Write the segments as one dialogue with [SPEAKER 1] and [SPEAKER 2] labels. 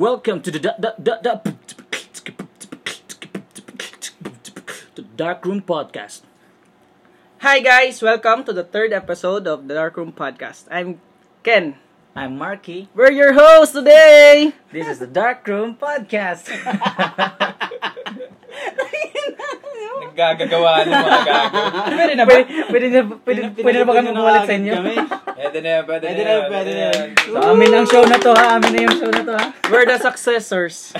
[SPEAKER 1] Welcome to the da- da- da- da- the Dark Room Podcast.
[SPEAKER 2] Hi guys! Welcome to the third episode of the Darkroom Podcast. I'm Ken.
[SPEAKER 1] I'm Marky.
[SPEAKER 2] We're your hosts today!
[SPEAKER 1] This is the Dark Room Podcast.
[SPEAKER 3] Gagagawa ng mga gago.
[SPEAKER 2] Pwede na ba?
[SPEAKER 1] pwede na, pwede, pwede na ba kami bumulat sa inyo?
[SPEAKER 3] Pwede na yan, pwede na
[SPEAKER 4] Pwede na
[SPEAKER 3] yan,
[SPEAKER 4] yun, pwede na yun.
[SPEAKER 1] So, amin ang show na to ha. Amin na yung show na to ha.
[SPEAKER 2] We're the successors.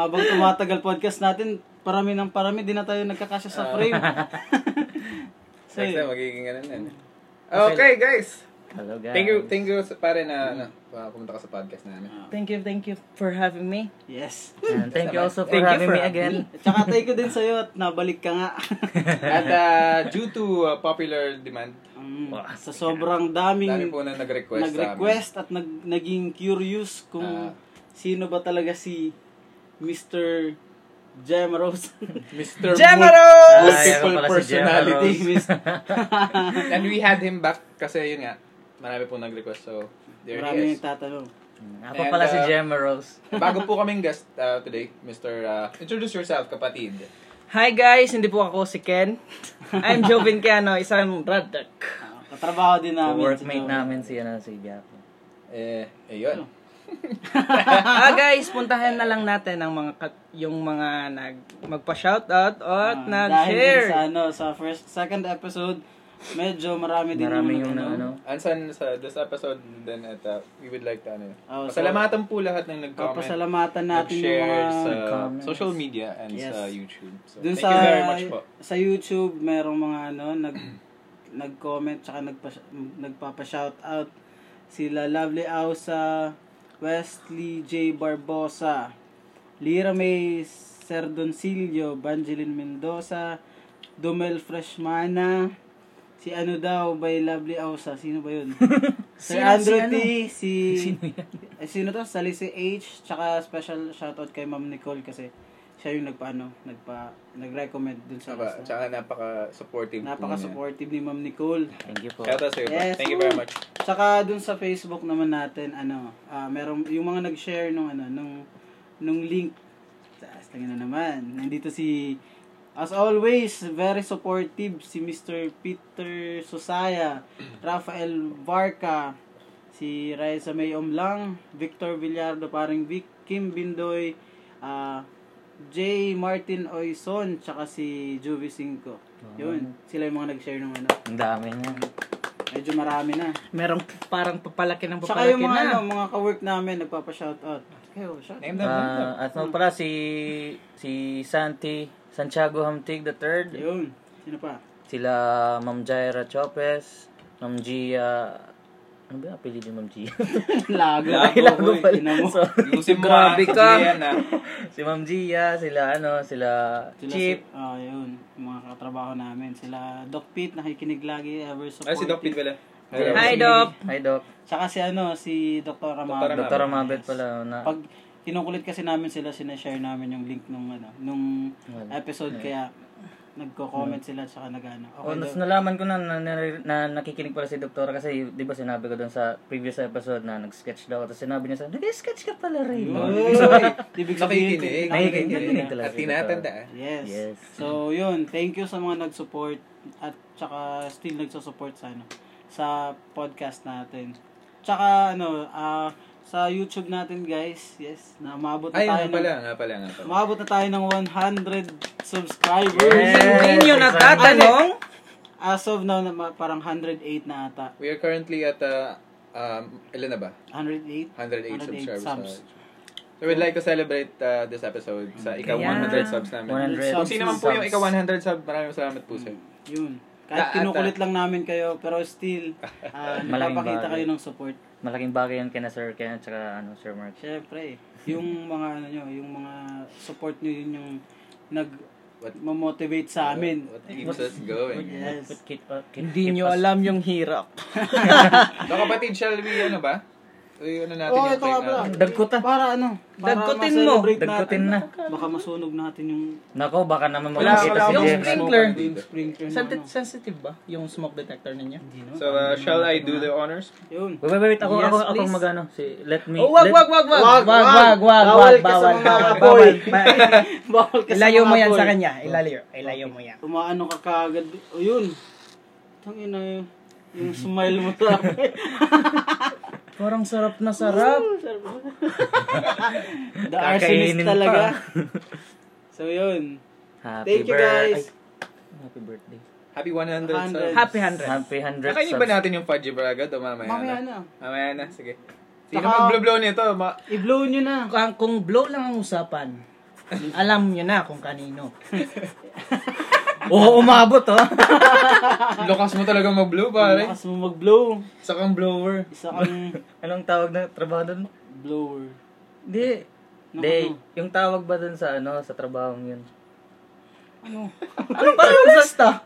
[SPEAKER 4] Habang tumatagal podcast natin, parami ng parami, di na tayo nagkakasya sa frame. so,
[SPEAKER 3] Next time, magiging ano na. yan. Okay, guys.
[SPEAKER 1] Hello guys.
[SPEAKER 3] Thank you, thank you sa- pare na ano,
[SPEAKER 4] Mm.
[SPEAKER 3] pa- pumunta ka sa podcast namin.
[SPEAKER 2] Thank you, thank you for having me.
[SPEAKER 4] yes.
[SPEAKER 1] And thank you also for
[SPEAKER 2] Thank you
[SPEAKER 1] having
[SPEAKER 2] for
[SPEAKER 1] me
[SPEAKER 2] having
[SPEAKER 1] again.
[SPEAKER 4] At saka thank you din sa'yo at nabalik ka nga.
[SPEAKER 3] At uh, due to uh, popular demand,
[SPEAKER 4] Mm,
[SPEAKER 1] Wow.
[SPEAKER 4] sa sobrang
[SPEAKER 3] dami
[SPEAKER 4] daming
[SPEAKER 3] po na nag-request
[SPEAKER 4] nag-request at nag, naging curious kung
[SPEAKER 3] Ah.
[SPEAKER 4] sino ba talaga si Mr. Jem Rose.
[SPEAKER 3] Mr.
[SPEAKER 2] Gemaro!
[SPEAKER 1] Ah, yan
[SPEAKER 3] Multiple
[SPEAKER 1] pala si
[SPEAKER 3] personality.
[SPEAKER 1] Gemma Rose.
[SPEAKER 3] And we had him back kasi yun nga, marami po nag-request. So, there he
[SPEAKER 4] Marami
[SPEAKER 3] is.
[SPEAKER 4] yung tatanong.
[SPEAKER 1] Ako
[SPEAKER 3] And,
[SPEAKER 1] pala si
[SPEAKER 3] uh,
[SPEAKER 1] Gemma Rose.
[SPEAKER 3] Bago po kaming guest uh, today, Mr. uh, introduce yourself, kapatid.
[SPEAKER 2] Hi guys! Hindi po ako si Ken. I'm Joven Cano, isang radak.
[SPEAKER 4] Ah, Katrabaho din namin.
[SPEAKER 1] Workmate
[SPEAKER 4] sa-
[SPEAKER 1] namin si ano si Gapo.
[SPEAKER 3] Eh, eh yun.
[SPEAKER 4] Oh.
[SPEAKER 2] Ah guys, puntahan na lang natin ang mga kat- yung mga nag magpa-shoutout at
[SPEAKER 4] Ah, Dahil din sa,
[SPEAKER 2] nag-share.
[SPEAKER 4] ano, sa first, second episode, medyo marami din
[SPEAKER 1] Marami yung na
[SPEAKER 4] nagtanong.
[SPEAKER 1] ano.
[SPEAKER 3] Ansan sa this episode then at uh, we would like to ano.
[SPEAKER 4] Oh, so- Oh,
[SPEAKER 3] pasalamatan po lahat ng nag-comment.
[SPEAKER 4] Papasalamatan natin yung
[SPEAKER 3] nag-share
[SPEAKER 4] mga...
[SPEAKER 3] sa
[SPEAKER 1] Nag-comments.
[SPEAKER 3] social media and
[SPEAKER 4] Yes.
[SPEAKER 3] sa YouTube. So,
[SPEAKER 4] Dun
[SPEAKER 3] thank
[SPEAKER 4] sa,
[SPEAKER 3] you very much po.
[SPEAKER 4] Sa YouTube, merong mga ano, nag, nag-comment, tsaka nagpa, nagpapa-shoutout sila Lovely Ausa, Wesley J. Barbosa, Lira May Serdoncillo, Banjeline Mendoza, Dumel Freshmana, si ano daw by Lovely Ausa, sino ba yun? Sir
[SPEAKER 1] Sino- si
[SPEAKER 4] Andrew
[SPEAKER 1] ano?
[SPEAKER 4] T, si... Eh, sino to? Salisi H, tsaka special shoutout kay Ma'am Nicole kasi siya yung nagpaano, nagpa nag-recommend dun sa
[SPEAKER 3] Tsaka,
[SPEAKER 4] list na.
[SPEAKER 3] tsaka napaka-supportive po
[SPEAKER 4] Napaka-supportive ni Ma'am Nicole.
[SPEAKER 1] Thank you
[SPEAKER 3] niya.
[SPEAKER 1] po.
[SPEAKER 3] Shout out sa'yo po.
[SPEAKER 4] Yes.
[SPEAKER 3] Thank you very much.
[SPEAKER 4] Tsaka dun sa Facebook naman natin, ano, ah merong yung mga nag-share nung ano, nung nung link. Taas lang na naman. Nandito si As always, very supportive si Mr. Peter Susaya, Rafael Barca, si Raisa May Omlang, Victor Villardo, paring Vic, Kim Bindoy, ah J. Martin Oison, tsaka si Juvie Cinco. Yun, sila yung mga nag-share ng ano.
[SPEAKER 1] Ang dami niya.
[SPEAKER 4] Medyo marami na.
[SPEAKER 2] Merong parang papalaki ng
[SPEAKER 4] Tsaka
[SPEAKER 2] papalaki
[SPEAKER 4] yung mga, ano,
[SPEAKER 2] na.
[SPEAKER 4] mga ka-work namin, nagpapa-shoutout. Kayo, shout
[SPEAKER 3] Name them. name them.
[SPEAKER 1] Ah, at ano pala si si Santi Santiago Hamtig the third.
[SPEAKER 4] Yun. Sino pa?
[SPEAKER 1] Sila Ma'am Jaira Chopes, Ma'am Gia ano ba yung apelido ni Ma'am Gia?
[SPEAKER 4] Lago.
[SPEAKER 1] Ay, lago
[SPEAKER 4] boy.
[SPEAKER 1] pala.
[SPEAKER 4] Ina mo.
[SPEAKER 1] So,
[SPEAKER 3] Iusin mo
[SPEAKER 1] Grabe
[SPEAKER 3] ah, si
[SPEAKER 1] ka.
[SPEAKER 3] Gian, ah.
[SPEAKER 1] si Ma'am Gia, sila ano, sila,
[SPEAKER 4] Sila
[SPEAKER 1] Chip.
[SPEAKER 4] Si, ah, yun. Yung mga katrabaho namin. Sila Doc Pete, nakikinig lagi, ever supportive.
[SPEAKER 3] Ay, si Doc Pete pala.
[SPEAKER 2] Hi,
[SPEAKER 3] Si-
[SPEAKER 2] Doc.
[SPEAKER 1] Hi Doc.
[SPEAKER 4] Tsaka si ano, si Dr. Ramad.
[SPEAKER 3] Ramad.
[SPEAKER 1] Dr. Amabet pala oh, na
[SPEAKER 4] Pag kinukulit kasi namin sila, sinashare namin yung link nung ano, nung episode, kaya nagko-comment sila tsaka nag-ano.
[SPEAKER 1] Oh,
[SPEAKER 4] Okay,
[SPEAKER 1] nas
[SPEAKER 4] Doc.
[SPEAKER 1] nalaman ko na, na, na- na- nakikinig pala si Doktora kasi 'di ba sinabi ko doon sa previous episode na nag-sketch daw tapos sinabi niya sa nag-sketch ka pala rin.
[SPEAKER 4] Uy! Ibig sabihin, eh.
[SPEAKER 1] Nakikinig
[SPEAKER 3] Nakikinig.
[SPEAKER 1] talaga
[SPEAKER 3] At
[SPEAKER 1] si Dr.
[SPEAKER 3] tinatanda. ah.
[SPEAKER 4] Yes.
[SPEAKER 1] Yes.
[SPEAKER 4] So, yun. Thank you sa mga nag-support at tsaka still nagsusupport sa ano, sa podcast natin. Tsaka ano, ah, sa YouTube natin, guys. Yes, na umabot na
[SPEAKER 3] Ay,
[SPEAKER 4] tayo
[SPEAKER 3] nga pala,
[SPEAKER 4] ng
[SPEAKER 3] nga pala, nga pala.
[SPEAKER 4] umabot na tayo ng 100 subscribers.
[SPEAKER 1] Yes.
[SPEAKER 2] Hindi nyo natatanong.
[SPEAKER 4] As of now, na, ma- parang 108 na ata.
[SPEAKER 3] We are currently at, uh, um, ilan na ba?
[SPEAKER 4] 108?
[SPEAKER 3] 108 subscribers.
[SPEAKER 4] subs.
[SPEAKER 3] Uh, So we'd like to celebrate uh, this episode sa ika
[SPEAKER 1] Yeah.
[SPEAKER 3] 100 subs namin.
[SPEAKER 1] 100
[SPEAKER 4] Kung
[SPEAKER 3] Sino man po yung
[SPEAKER 1] subs.
[SPEAKER 3] ika 100 sub, maraming salamat po sir.
[SPEAKER 4] Yun.
[SPEAKER 3] Na- at,
[SPEAKER 4] Kahit kinukulit lang namin kayo, pero still, uh,
[SPEAKER 1] Malaking
[SPEAKER 4] nagpapakita
[SPEAKER 1] bagay.
[SPEAKER 4] kayo ng support.
[SPEAKER 1] Malaking bagay yan kina Sir Ken at saka ano, Sir Mark.
[SPEAKER 4] Siyempre, yung mga ano nyo, yung mga support nyo yun yung nag
[SPEAKER 3] What-
[SPEAKER 4] motivate sa amin.
[SPEAKER 3] What keeps us going?
[SPEAKER 4] Yes.
[SPEAKER 1] But keep, uh, keep,
[SPEAKER 2] Hindi
[SPEAKER 1] keep
[SPEAKER 2] nyo
[SPEAKER 1] us-
[SPEAKER 2] alam yung hirap.
[SPEAKER 3] So kapatid, shall we ano ba? Uy, ano natin
[SPEAKER 4] Oh,
[SPEAKER 3] yung
[SPEAKER 4] ito nga
[SPEAKER 3] time
[SPEAKER 4] pala.
[SPEAKER 3] natin.
[SPEAKER 1] Dagkutan.
[SPEAKER 4] Para ano? Para
[SPEAKER 2] Dagkutin mo.
[SPEAKER 4] ma-celebrate
[SPEAKER 1] Dagkutin
[SPEAKER 4] natin.
[SPEAKER 1] na.
[SPEAKER 4] Baka masunog natin yung...
[SPEAKER 1] Nako, baka naman
[SPEAKER 2] Wala-
[SPEAKER 1] magpakita si
[SPEAKER 2] wala akong
[SPEAKER 1] Jeff.
[SPEAKER 2] screen. sprinkler.
[SPEAKER 4] Yung sprinkler na ano.
[SPEAKER 2] Sensitive, sensitive ba yung smoke detector ninyo?
[SPEAKER 4] Hindi, no?
[SPEAKER 3] So, uh, shall I do the honors?
[SPEAKER 4] Yun.
[SPEAKER 1] Wait, wait, wait. Ako,
[SPEAKER 2] Yes,
[SPEAKER 1] ako, ako
[SPEAKER 2] please.
[SPEAKER 1] magano. Si, let me.
[SPEAKER 2] Oh, wag,
[SPEAKER 1] let-
[SPEAKER 2] wag, wag, wag, wag, wag, wag, wag,
[SPEAKER 4] Bawal ka
[SPEAKER 2] bawal,
[SPEAKER 4] sa mga
[SPEAKER 2] bawal,
[SPEAKER 4] apoy.
[SPEAKER 2] bawal.
[SPEAKER 4] Bawal ka sa
[SPEAKER 2] Ilayo
[SPEAKER 4] mga
[SPEAKER 2] mo yan sa
[SPEAKER 4] apoy.
[SPEAKER 2] kanya. Ilayo. Ilayo mo yan.
[SPEAKER 4] Umaano ka kagad. O yun. Tangin na yun. Yung smile mo sa akin.
[SPEAKER 2] Parang sarap na sarap.
[SPEAKER 4] The arsonist
[SPEAKER 1] Kakainin pa.
[SPEAKER 4] talaga. So yun.
[SPEAKER 1] Happy
[SPEAKER 4] Thank you
[SPEAKER 1] birth-
[SPEAKER 4] guys.
[SPEAKER 1] Ay, happy birthday.
[SPEAKER 3] Happy 100
[SPEAKER 4] 100.
[SPEAKER 3] subs.
[SPEAKER 2] Happy 100.
[SPEAKER 1] Happy 100
[SPEAKER 3] Nakainin ba natin yung fudge bragad o mamaya,
[SPEAKER 4] Mamaya
[SPEAKER 3] na?
[SPEAKER 4] na.
[SPEAKER 3] Mamaya na, sige. Sino
[SPEAKER 4] Saka-
[SPEAKER 3] mag-blow nito? Ma-
[SPEAKER 4] I-blow nyo na.
[SPEAKER 2] Kung, kung blow lang ang usapan, alam nyo na kung kanino.
[SPEAKER 1] Oo, umabot, oh.
[SPEAKER 3] Lakas mo talaga mag-blow, pare.
[SPEAKER 4] Lakas mo mag-blow.
[SPEAKER 3] Isa kang blower.
[SPEAKER 4] Isa kang
[SPEAKER 1] Anong tawag na trabaho doon?
[SPEAKER 4] blower.
[SPEAKER 1] Di.
[SPEAKER 4] Ano
[SPEAKER 1] Di.
[SPEAKER 4] ano?
[SPEAKER 1] Yung tawag ba doon sa ano, sa trabaho yun?
[SPEAKER 2] Ano parang basta?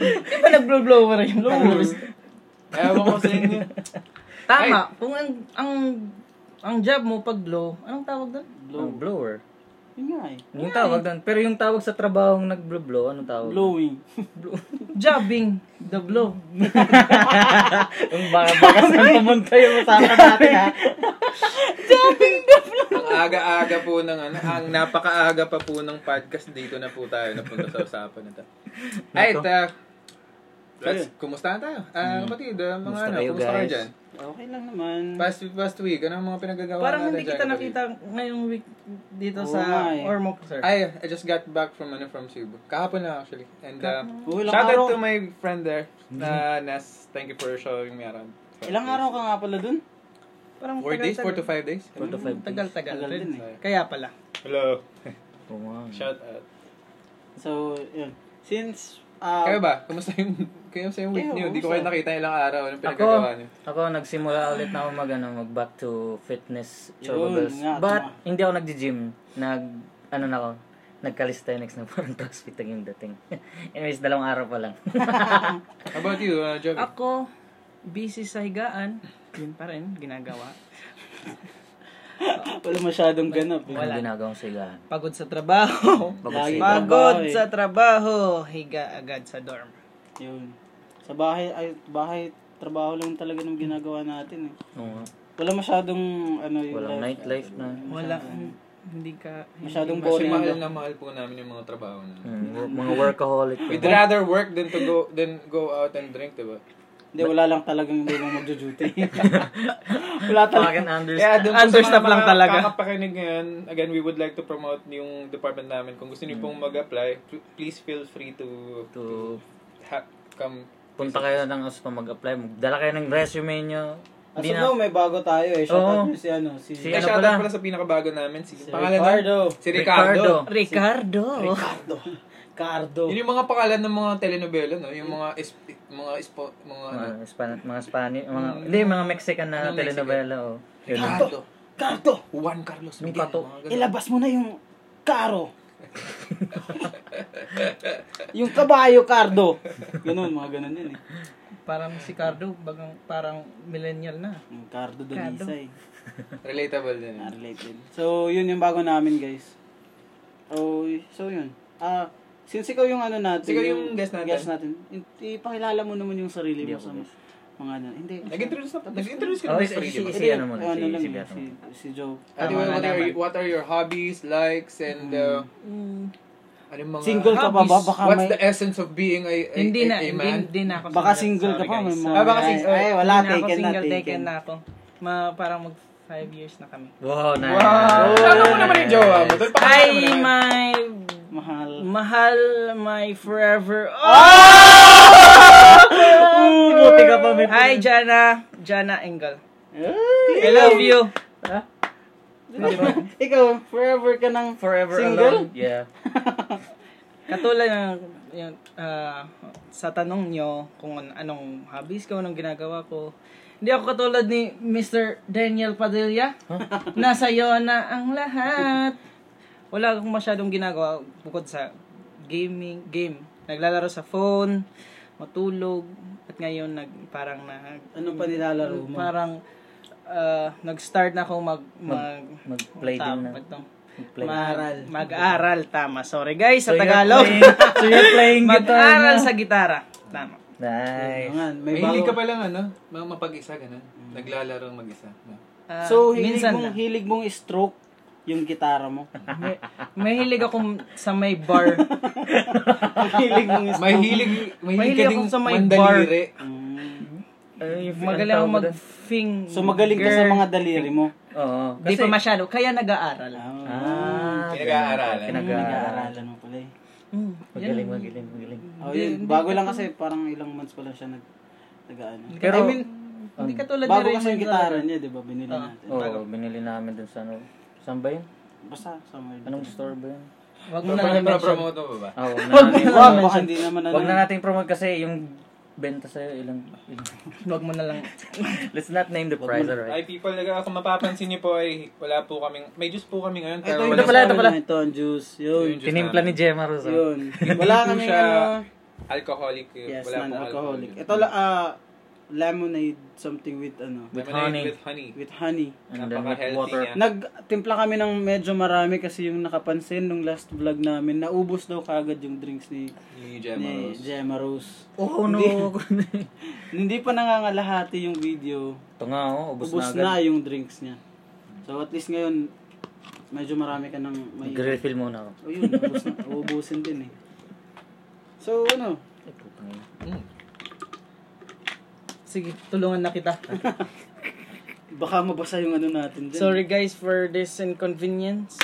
[SPEAKER 2] Di ba nag-blow-blower yung blower?
[SPEAKER 3] Ewan ko sa inyo.
[SPEAKER 2] Tama. Kung ang, ang, ang job mo pag blow, anong tawag doon?
[SPEAKER 1] Blower.
[SPEAKER 4] Blow.
[SPEAKER 1] blower.
[SPEAKER 4] Yun nga eh.
[SPEAKER 2] Ano
[SPEAKER 1] Yung tawag doon. Pero yung tawag sa trabaho ng nag-blow, anong tawag?
[SPEAKER 4] Blowing.
[SPEAKER 2] Jobbing. The blow.
[SPEAKER 1] Yung baka baka saan pumunta yung usapan natin ha?
[SPEAKER 3] Ang aga-aga po ng ano, ang napakaaga pa po ng podcast dito na po tayo napunta sa usapan nito. Ay,
[SPEAKER 1] Nako.
[SPEAKER 3] ta. Let's, kumusta na tayo? Ah, kapatid, ah, mga
[SPEAKER 1] Hmm. Kumusta
[SPEAKER 3] ano,
[SPEAKER 1] kayo,
[SPEAKER 3] kumusta kayo
[SPEAKER 1] guys?
[SPEAKER 3] dyan?
[SPEAKER 4] Okay lang naman.
[SPEAKER 3] Past, past week, ano ang mga pinagagawa
[SPEAKER 2] Parang
[SPEAKER 3] natin
[SPEAKER 2] hindi kita
[SPEAKER 3] dyan, kapatid?
[SPEAKER 2] nakita ngayong week dito
[SPEAKER 4] Oo nga
[SPEAKER 2] sa
[SPEAKER 4] eh.
[SPEAKER 2] Ormoc, sir.
[SPEAKER 3] Ay, I just got back from ano from Cebu. Kahapon lang actually. And uh,
[SPEAKER 4] Oh, ilang
[SPEAKER 3] shout
[SPEAKER 4] araw,
[SPEAKER 3] out to my friend there na Nas. Thank you for showing me around.
[SPEAKER 4] ilang araw ka nga pala dun?
[SPEAKER 2] Parang
[SPEAKER 3] 4 days, 4 to
[SPEAKER 2] tagal-tagal.
[SPEAKER 3] 5 days.
[SPEAKER 1] Four to five
[SPEAKER 2] Tagal-tagal
[SPEAKER 4] Tagal
[SPEAKER 2] rin.
[SPEAKER 4] din eh.
[SPEAKER 2] Kaya pala.
[SPEAKER 3] Hello.
[SPEAKER 1] Oo nga.
[SPEAKER 3] Shout out.
[SPEAKER 4] So, yun. Since, ah,
[SPEAKER 3] Kayo ba? Kamusta yung kamusta yung week
[SPEAKER 4] Kayo,
[SPEAKER 3] niyo? Hindi ko
[SPEAKER 4] kamusta?
[SPEAKER 3] kayo nakita ilang araw ano
[SPEAKER 1] Ako,
[SPEAKER 3] pinagagawa niyo.
[SPEAKER 1] ako nagsimula ulit na ako mag, ano, mag back to fitness
[SPEAKER 4] Yun
[SPEAKER 1] chocobells.
[SPEAKER 4] nga,
[SPEAKER 1] But
[SPEAKER 4] tama.
[SPEAKER 1] hindi ako nagji-gym. Nag, ano na ako, nagcalisthenics na parang crossfit ang yung dating. Anyways, dalawang araw pa lang.
[SPEAKER 3] How about you, uh, Jovi?
[SPEAKER 2] Ako, busy sa higaan. Yun pa rin, ginagawa.
[SPEAKER 4] wala masyadong ganap. Eh.
[SPEAKER 1] Wala. ginagawang sigahan.
[SPEAKER 2] Pagod sa trabaho.
[SPEAKER 1] Pagod sa
[SPEAKER 4] Lagi.
[SPEAKER 2] Pagod
[SPEAKER 4] Trabaho eh.
[SPEAKER 2] sa trabaho. Higa agad sa dorm.
[SPEAKER 4] Yun. Sa bahay, ay, bahay, trabaho lang talaga ng ginagawa natin eh.
[SPEAKER 1] Oo nga.
[SPEAKER 4] Wala masyadong, ano yung
[SPEAKER 1] Walang
[SPEAKER 4] life.
[SPEAKER 1] nightlife na.
[SPEAKER 2] Wala. Hindi ka...
[SPEAKER 4] Masyadong
[SPEAKER 3] Kasi
[SPEAKER 4] boring.
[SPEAKER 3] mahal na mahal po namin yung mga trabaho na.
[SPEAKER 1] Mm, wo- mga workaholic.
[SPEAKER 3] We'd rather work than to go than go out and drink, diba?
[SPEAKER 4] Hindi, wala lang talagang hindi mo magjo-duty. wala talaga.
[SPEAKER 1] Fucking Anders.
[SPEAKER 3] Kaya dun po sa
[SPEAKER 2] Understaff
[SPEAKER 3] mga
[SPEAKER 2] lang talaga.
[SPEAKER 3] Kakapakinig ngayon, again, we would like to promote yung department namin. Kung gusto niyo pong mag-apply, pl- please feel free to
[SPEAKER 1] To,
[SPEAKER 3] ha- come.
[SPEAKER 1] punta kayo ng as pa mag-apply. Magdala kayo ng resume nyo.
[SPEAKER 3] Ah,
[SPEAKER 4] As
[SPEAKER 1] Hindi
[SPEAKER 4] of
[SPEAKER 1] na.
[SPEAKER 4] now, may bago tayo eh. Shout
[SPEAKER 1] Oo.
[SPEAKER 4] out nyo si ano, si,
[SPEAKER 1] Si-
[SPEAKER 3] Ay,
[SPEAKER 1] ano
[SPEAKER 3] shoutout
[SPEAKER 1] pala?
[SPEAKER 3] pala sa pinakabago namin. Si,
[SPEAKER 4] si
[SPEAKER 3] pangalan na-
[SPEAKER 4] Ricardo.
[SPEAKER 3] Si Ricardo.
[SPEAKER 2] Ricardo.
[SPEAKER 4] Ricardo. Ricardo.
[SPEAKER 3] Yun yung mga pangalan ng mga telenovela, no? Yung mga is- mga ispo, mga ano.
[SPEAKER 1] Mga, Span- mga Spanish, mga, hindi, mga Mexican na
[SPEAKER 3] Hmm. Mga Mexican.
[SPEAKER 1] telenovela. Oh. Yun.
[SPEAKER 3] Ricardo.
[SPEAKER 4] Ricardo!
[SPEAKER 3] Juan Carlos
[SPEAKER 1] May
[SPEAKER 3] Miguel.
[SPEAKER 1] pato.
[SPEAKER 3] mga ganun.
[SPEAKER 4] Ilabas mo na yung karo. yung kabayo, Cardo. Ganun, mga ganun yun eh.
[SPEAKER 2] Parang si Cardo, bagang, parang millennial na.
[SPEAKER 4] Yung Cardo Donisa eh.
[SPEAKER 3] Relatable din.
[SPEAKER 4] Ah, Related. So, yun yung bago namin, guys. Oh, so yun. Ah, since ikaw yung ano natin.
[SPEAKER 3] Ikaw yung guest natin.
[SPEAKER 4] Guest natin. i- Ipakilala mo naman yung sarili mo sa mga ano. Hindi.
[SPEAKER 3] Nag-introduce na. Nag-introduce ka
[SPEAKER 1] Oh, si,
[SPEAKER 3] na sa
[SPEAKER 1] si,
[SPEAKER 3] sarili mo.
[SPEAKER 1] si, ano muna,
[SPEAKER 4] O,
[SPEAKER 1] si,
[SPEAKER 4] lang
[SPEAKER 1] si
[SPEAKER 4] yun,
[SPEAKER 1] Beto.
[SPEAKER 4] si, si Joe.
[SPEAKER 3] Ate,
[SPEAKER 2] Tama,
[SPEAKER 3] Ah, what, are,
[SPEAKER 2] nalaman.
[SPEAKER 3] what are your hobbies, likes, and uh,
[SPEAKER 2] Mm,
[SPEAKER 3] ano yung mga...
[SPEAKER 4] Single ka pa ba?
[SPEAKER 2] Hobbies.
[SPEAKER 4] Baka
[SPEAKER 3] What's
[SPEAKER 4] may...
[SPEAKER 3] the essence of being a, a,
[SPEAKER 2] hindi
[SPEAKER 3] a,
[SPEAKER 2] na,
[SPEAKER 3] a
[SPEAKER 2] hindi,
[SPEAKER 3] man?
[SPEAKER 2] hindi na ako
[SPEAKER 4] Eh, Baka
[SPEAKER 2] single.
[SPEAKER 4] single
[SPEAKER 2] Sorry,
[SPEAKER 4] ka pa. May
[SPEAKER 2] guys.
[SPEAKER 4] mga...
[SPEAKER 3] Ah, baka single.
[SPEAKER 4] Ay, wala.
[SPEAKER 2] Hindi
[SPEAKER 4] Taken
[SPEAKER 2] na
[SPEAKER 4] na,
[SPEAKER 2] ako single,
[SPEAKER 4] taken.
[SPEAKER 2] taken na ako. Ma, parang mag five years na kami.
[SPEAKER 1] Wow, nice.
[SPEAKER 3] Wow! Tama mo naman yung jowa mo. Doon pa ka
[SPEAKER 2] Ay,
[SPEAKER 3] naman.
[SPEAKER 2] my
[SPEAKER 4] Mahal.
[SPEAKER 3] Hmm?
[SPEAKER 2] mahal, my forever.
[SPEAKER 4] Oh, buti ka pa. may-
[SPEAKER 2] Hi, Jana. Jana Engel.
[SPEAKER 4] Ah,
[SPEAKER 2] I love you.
[SPEAKER 4] Ikaw, forever ka ng
[SPEAKER 1] Forever alone.
[SPEAKER 4] Single?
[SPEAKER 1] Yeah.
[SPEAKER 2] Katulad ng yung, ah, sa tanong nyo kung an- anong hobbies ko, anong ginagawa ko. Hindi ako katulad ni Mr. Daniel Padilla. Nasa iyo na ang lahat. Wala akong masyadong ginagawa bukod sa gaming, game. Naglalaro sa phone, matulog, at ngayon nag, parang nag,
[SPEAKER 1] Hmm.
[SPEAKER 4] Ano pa nilalaro mo?
[SPEAKER 2] Parang ah, nag-start na akong mag, mag,
[SPEAKER 1] Mag-play din na.
[SPEAKER 2] tama ba tong-
[SPEAKER 1] Mag-play.
[SPEAKER 4] Maaral.
[SPEAKER 2] Mag-aral, tama. Sorry guys, sa
[SPEAKER 1] So you're
[SPEAKER 2] Tagalog. Ah.
[SPEAKER 1] playing- so you're playing
[SPEAKER 2] Mag-aral
[SPEAKER 1] guitar na.
[SPEAKER 2] sa gitara. Tama.
[SPEAKER 1] Nice.
[SPEAKER 4] Ano nga, may
[SPEAKER 3] May Mm.
[SPEAKER 4] bago.
[SPEAKER 3] hilig ka palang ano, ma- mapag-isa, ganun. Naglalaro mag-isa. no?
[SPEAKER 2] Ah,
[SPEAKER 4] So, hilig
[SPEAKER 2] minsan
[SPEAKER 4] mong,
[SPEAKER 2] na.
[SPEAKER 4] hilig mong stroke yung gitara mo.
[SPEAKER 2] May, may hilig akong sa may bar.
[SPEAKER 4] hilig mong stroke.
[SPEAKER 3] May hilig, may hilig
[SPEAKER 2] Mahilig
[SPEAKER 3] ka
[SPEAKER 2] ako
[SPEAKER 3] ding
[SPEAKER 2] sa may
[SPEAKER 3] mandaliri.
[SPEAKER 4] Mm.
[SPEAKER 1] Ay, yung- ang
[SPEAKER 2] Magaling akong
[SPEAKER 1] tawag mo dun?
[SPEAKER 2] mag-fing.
[SPEAKER 4] So, magaling ka sa
[SPEAKER 2] Mm, girl.
[SPEAKER 4] mga daliri mo.
[SPEAKER 1] Oo.
[SPEAKER 2] Di pa masyado. Kaya nag-aaral.
[SPEAKER 1] Ah,
[SPEAKER 3] Pinag-aaralan.
[SPEAKER 1] ganun.
[SPEAKER 4] Pinag-
[SPEAKER 1] Pinag-aaralan.
[SPEAKER 4] aaralan mo pala eh.
[SPEAKER 2] Mm,
[SPEAKER 1] Magaling,
[SPEAKER 2] yan.
[SPEAKER 1] magaling, magaling.
[SPEAKER 4] Oh, yun. Bago lang kasi parang ilang months pa lang siya nag nag-ano.
[SPEAKER 2] Pero,
[SPEAKER 1] Pero-
[SPEAKER 2] I mean, hindi katulad
[SPEAKER 4] Bago
[SPEAKER 2] ni
[SPEAKER 4] kasi yung
[SPEAKER 2] Raymond
[SPEAKER 4] gitara niya, 'di ba? Binili
[SPEAKER 2] Ah.
[SPEAKER 4] natin.
[SPEAKER 1] Oo, binili namin dun sa ano. Saan ba yun?
[SPEAKER 4] Basta somewhere.
[SPEAKER 1] Anong store ba yun?
[SPEAKER 2] Raymond. Wag mo na
[SPEAKER 3] Parang
[SPEAKER 2] i-mention.
[SPEAKER 3] promote mo ba ba?
[SPEAKER 1] Ah, wag na natin.
[SPEAKER 4] Wag, baka hindi naman ano.
[SPEAKER 1] Wag na natin promote kasi yung benta sa'yo ilang... ilang.
[SPEAKER 2] Wag mo na lang.
[SPEAKER 1] Let's not name the price, alright?
[SPEAKER 3] Ay people, naga, kung mapapansin niyo po ay wala po kaming, may juice po kami ngayon. Pero
[SPEAKER 4] Ito,
[SPEAKER 1] Ito
[SPEAKER 3] wala
[SPEAKER 1] pala,
[SPEAKER 4] pala,
[SPEAKER 1] ito
[SPEAKER 4] ito
[SPEAKER 1] pala. ah.
[SPEAKER 4] Ito ang juice. Yun.
[SPEAKER 3] Yung juice
[SPEAKER 1] Tinimpla ni
[SPEAKER 3] namin.
[SPEAKER 1] Gemma Rosa.
[SPEAKER 4] Yun. Wala
[SPEAKER 3] po
[SPEAKER 4] kami
[SPEAKER 3] siya-
[SPEAKER 4] ano.
[SPEAKER 3] alcoholic. eh,
[SPEAKER 4] Yes,
[SPEAKER 3] wala pong
[SPEAKER 4] non-alcoholic. Ito la ah, lemonade something with ano,
[SPEAKER 1] With
[SPEAKER 3] Lemonade
[SPEAKER 1] honey.
[SPEAKER 3] With honey.
[SPEAKER 4] with honey.
[SPEAKER 1] And then with
[SPEAKER 3] Napaka-healthy
[SPEAKER 1] water.
[SPEAKER 3] niya.
[SPEAKER 4] Nagtimpla kami ng medyo marami kasi yung nakapansin nung last vlog namin, naubos daw kagad yung drinks ni
[SPEAKER 3] Ni Gemma
[SPEAKER 4] ni
[SPEAKER 3] Rose.
[SPEAKER 4] Gemma Rose.
[SPEAKER 1] Oh no!
[SPEAKER 4] Hindi pa nangangalahati yung video.
[SPEAKER 1] ito nga, oh, ubos,
[SPEAKER 4] Ubus
[SPEAKER 1] na agad.
[SPEAKER 4] na, yung drinks niya. So at least ngayon, medyo marami ka ng may...
[SPEAKER 1] Nag-refill muna ako.
[SPEAKER 4] O yun, ubus na. Uubusin din eh. So ano,
[SPEAKER 1] Ay, putang ina.
[SPEAKER 3] Mm.
[SPEAKER 2] Sige, tulungan na kita.
[SPEAKER 4] baka mabasa yung ano natin dyan.
[SPEAKER 2] Sorry guys for this inconvenience.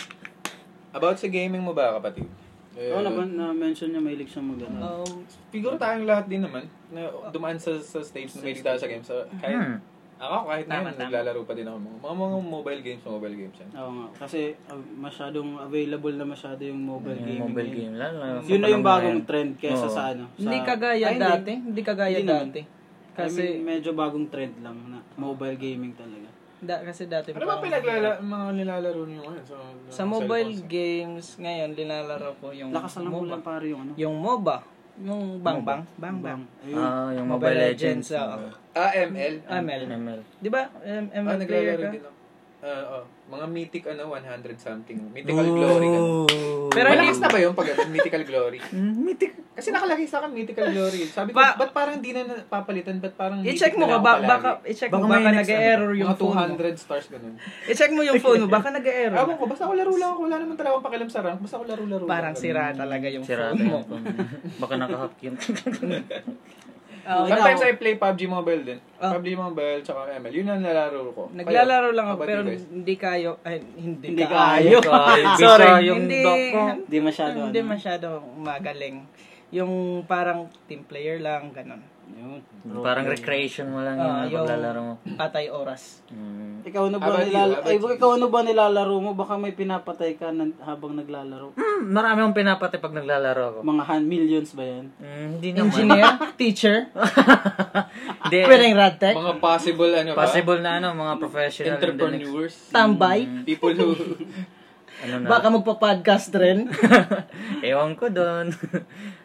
[SPEAKER 3] About sa gaming mo ba, kapatid? Eh,
[SPEAKER 4] Oo, na, na-mention niya mahilig siyang mag-ano.
[SPEAKER 2] Um,
[SPEAKER 3] Siguro tayong lahat din naman na dumaan sa, sa stage na may tayo sa games. So, kahit,
[SPEAKER 1] Hmm.
[SPEAKER 3] ako kahit
[SPEAKER 2] Mm-hmm. Tama,
[SPEAKER 3] ngayon,
[SPEAKER 2] tama.
[SPEAKER 3] naglalaro pa din ako. ng Mga, mga mobile games, mobile games yan.
[SPEAKER 4] Oo nga, kasi ah, masyadong available na masyado yung mobile
[SPEAKER 1] Yung
[SPEAKER 4] gaming.
[SPEAKER 1] mobile
[SPEAKER 4] ngayon.
[SPEAKER 1] game. ah, Lalo, lalo sa
[SPEAKER 4] Yun na yung
[SPEAKER 1] panahon
[SPEAKER 4] bagong
[SPEAKER 1] ngayon.
[SPEAKER 4] trend kesa
[SPEAKER 1] Oo.
[SPEAKER 4] sa ano. Sa,
[SPEAKER 2] Hindi kagaya
[SPEAKER 4] Ay, hindi.
[SPEAKER 2] dati. Hindi kagaya
[SPEAKER 4] Hindi naman.
[SPEAKER 2] dati.
[SPEAKER 4] Kasi
[SPEAKER 2] Kasi,
[SPEAKER 4] medyo bagong trend lang na mobile gaming talaga.
[SPEAKER 2] da, kasi dati
[SPEAKER 3] Ano ba
[SPEAKER 2] parang-
[SPEAKER 3] pinaglala, mga nilalaro niyo ngayon? So,
[SPEAKER 2] Sa mobile games, ngayon, linalaro ko yung
[SPEAKER 4] Lakas na lang
[SPEAKER 2] MOBA.
[SPEAKER 4] ulan pare yung ano.
[SPEAKER 2] Yung MOBA. Yung Bang Bang. Bang Bang.
[SPEAKER 4] Ayun.
[SPEAKER 1] Ah, yung Mobile Legends.
[SPEAKER 2] oo.
[SPEAKER 3] AML.
[SPEAKER 2] ML.
[SPEAKER 1] ML.
[SPEAKER 2] Di ba? M-
[SPEAKER 3] Ah,
[SPEAKER 2] ML player
[SPEAKER 3] naglalaro
[SPEAKER 2] ka?
[SPEAKER 3] din ako. Ah, oh. Mga mythic ano, 100 something. Mythical glory. Ganun.
[SPEAKER 2] Pero
[SPEAKER 3] Pero
[SPEAKER 2] hindi,
[SPEAKER 3] malakas na ba yung pag mythical glory?
[SPEAKER 1] Mythic.
[SPEAKER 3] Kasi nakalagay sa akin mythical glory. Sabi ko,
[SPEAKER 2] Ba-
[SPEAKER 3] ba't parang di na papalitan? Ba't parang
[SPEAKER 2] i-check
[SPEAKER 3] mythic
[SPEAKER 2] mo ka,
[SPEAKER 3] na lang
[SPEAKER 2] ba,
[SPEAKER 3] palagi?
[SPEAKER 2] baka, i-check mo,
[SPEAKER 1] Baka may
[SPEAKER 2] baka
[SPEAKER 1] next
[SPEAKER 2] nag-error yung
[SPEAKER 3] Mga
[SPEAKER 2] phone mo.
[SPEAKER 3] 200 stars ganun.
[SPEAKER 2] I-check mo yung phone mo, baka nag-error.
[SPEAKER 3] Ewan ko, basta ako laro-laro. Wala naman talaga akong pakialam sa rank. Basta ako laro-laro.
[SPEAKER 2] Parang sira talaga yung
[SPEAKER 1] Sira
[SPEAKER 2] phone mo.
[SPEAKER 1] mo. Baka nakahack yun.
[SPEAKER 2] Oo,
[SPEAKER 3] Sometimes I play PUBG Mobile din.
[SPEAKER 2] Ah.
[SPEAKER 3] PUBG Mobile tsaka ML. Yun ang nalaro ko.
[SPEAKER 2] Naglalaro lang ako
[SPEAKER 3] Kayo,
[SPEAKER 2] pero
[SPEAKER 3] kapatid, guys.
[SPEAKER 2] hindi kayo ay, hindi,
[SPEAKER 4] Hindi
[SPEAKER 2] kayo.
[SPEAKER 1] Sorry. Yung
[SPEAKER 2] hindi
[SPEAKER 1] dog ko.
[SPEAKER 4] Hindi masyado
[SPEAKER 2] hindi
[SPEAKER 4] ano.
[SPEAKER 2] masyado magaling. Yung parang team player lang ganun.
[SPEAKER 4] Yun.
[SPEAKER 1] Parang recreation mo lang
[SPEAKER 2] Ah,
[SPEAKER 1] yung paglalaro mo.
[SPEAKER 2] patay oras.
[SPEAKER 1] Mm.
[SPEAKER 4] Ikaw ano
[SPEAKER 3] How
[SPEAKER 4] ba
[SPEAKER 3] about you? How
[SPEAKER 4] nilal
[SPEAKER 3] about
[SPEAKER 4] ay,
[SPEAKER 3] you?
[SPEAKER 4] ikaw ano ba nilalaro mo? Baka may pinapatay ka nan- habang naglalaro.
[SPEAKER 1] Mm, marami akong pinapatay pag naglalaro ako.
[SPEAKER 4] Mga hand millions ba 'yan?
[SPEAKER 1] Mm, hindi naman.
[SPEAKER 2] Engineer, teacher,
[SPEAKER 1] Hindi.
[SPEAKER 2] pwedeng rad tech,
[SPEAKER 3] Mga possible ano ba?
[SPEAKER 1] Possible na ano, mga professional. in the next-
[SPEAKER 3] entrepreneurs.
[SPEAKER 2] tambay,
[SPEAKER 3] People who...
[SPEAKER 1] Ano na.
[SPEAKER 2] baka magpa-podcast rin.
[SPEAKER 1] Ewan ko doon.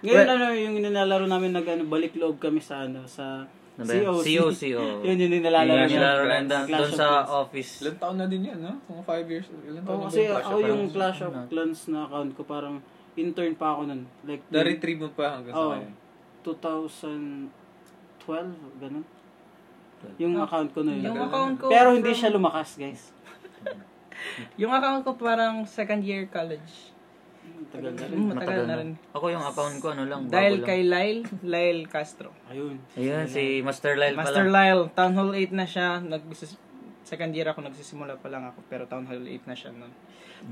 [SPEAKER 4] Ngayon ano yung nilalaro namin nag ano, balik loob kami sa ano sa
[SPEAKER 1] Ano ba yun?
[SPEAKER 4] COC.
[SPEAKER 1] COC, oo.
[SPEAKER 4] yun yun yung nilalaro
[SPEAKER 1] Yung
[SPEAKER 4] niya.
[SPEAKER 1] nilalaro na doon- doon
[SPEAKER 4] Clash of
[SPEAKER 1] sa
[SPEAKER 4] Clans.
[SPEAKER 1] office.
[SPEAKER 3] Ilan taon na din yan, no? Mga 5 years. Ilan taon
[SPEAKER 4] Oo,
[SPEAKER 3] na ba
[SPEAKER 4] kasi
[SPEAKER 3] yung Clash
[SPEAKER 4] ako
[SPEAKER 3] of
[SPEAKER 4] yung
[SPEAKER 3] Clans? Ano?
[SPEAKER 4] Clash of Clans na account ko parang intern pa ako nun. Like
[SPEAKER 3] Na-retrieve mo pa hanggang sa
[SPEAKER 4] Oh,
[SPEAKER 3] ngayon.
[SPEAKER 4] 2012, ganun. Yung account ko na yun.
[SPEAKER 2] yung account ko
[SPEAKER 4] Pero hindi siya lumakas, guys.
[SPEAKER 2] Yung account ko parang second year college.
[SPEAKER 4] Tagal na rin.
[SPEAKER 2] Mm, matagal na rin.
[SPEAKER 1] Ako yung account ko, ano lang, bago
[SPEAKER 2] Dahil
[SPEAKER 1] lang.
[SPEAKER 2] kay Lyle, Lyle Castro.
[SPEAKER 4] Ayun.
[SPEAKER 1] Ayun, si Master Lyle pala.
[SPEAKER 2] Master Lyle, Town Hall 8 na siya. Nagsis second year ako, nagsisimula pa lang ako. Pero Town Hall 8 na siya noon.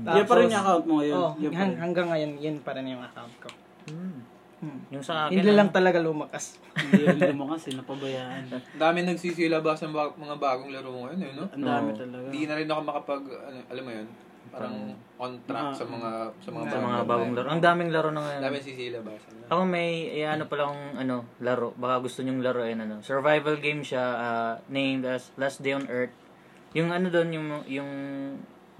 [SPEAKER 4] Yan pa rin yung account mo ngayon.
[SPEAKER 2] Oh,
[SPEAKER 4] Yan pa
[SPEAKER 2] hang,
[SPEAKER 4] rin.
[SPEAKER 2] hanggang ngayon, yun pa rin yung account ko.
[SPEAKER 1] Hmm.
[SPEAKER 2] Hmm.
[SPEAKER 1] Yung sa akin.
[SPEAKER 2] Hindi
[SPEAKER 1] ano,
[SPEAKER 2] lang talaga lumakas.
[SPEAKER 4] Hindi yun lumakas eh, napabayaan.
[SPEAKER 3] Ang dami nagsisilabas ng ba- mga bagong laro ngayon, eh, no?
[SPEAKER 4] Ang dami
[SPEAKER 1] Oo.
[SPEAKER 4] talaga.
[SPEAKER 3] Hindi na rin ako makapag, ano, alam mo yun, parang on track
[SPEAKER 2] Ah.
[SPEAKER 3] sa mga sa mga,
[SPEAKER 1] Sa mga bagong laro. Ang daming laro na
[SPEAKER 3] Ang
[SPEAKER 1] ngayon.
[SPEAKER 3] dami sisilabasan.
[SPEAKER 1] Ako may eh, ano pala akong ano, laro. Baka gusto nyong laruin ano. Survival game siya ah, named as Last Day on Earth. Yung ano doon yung yung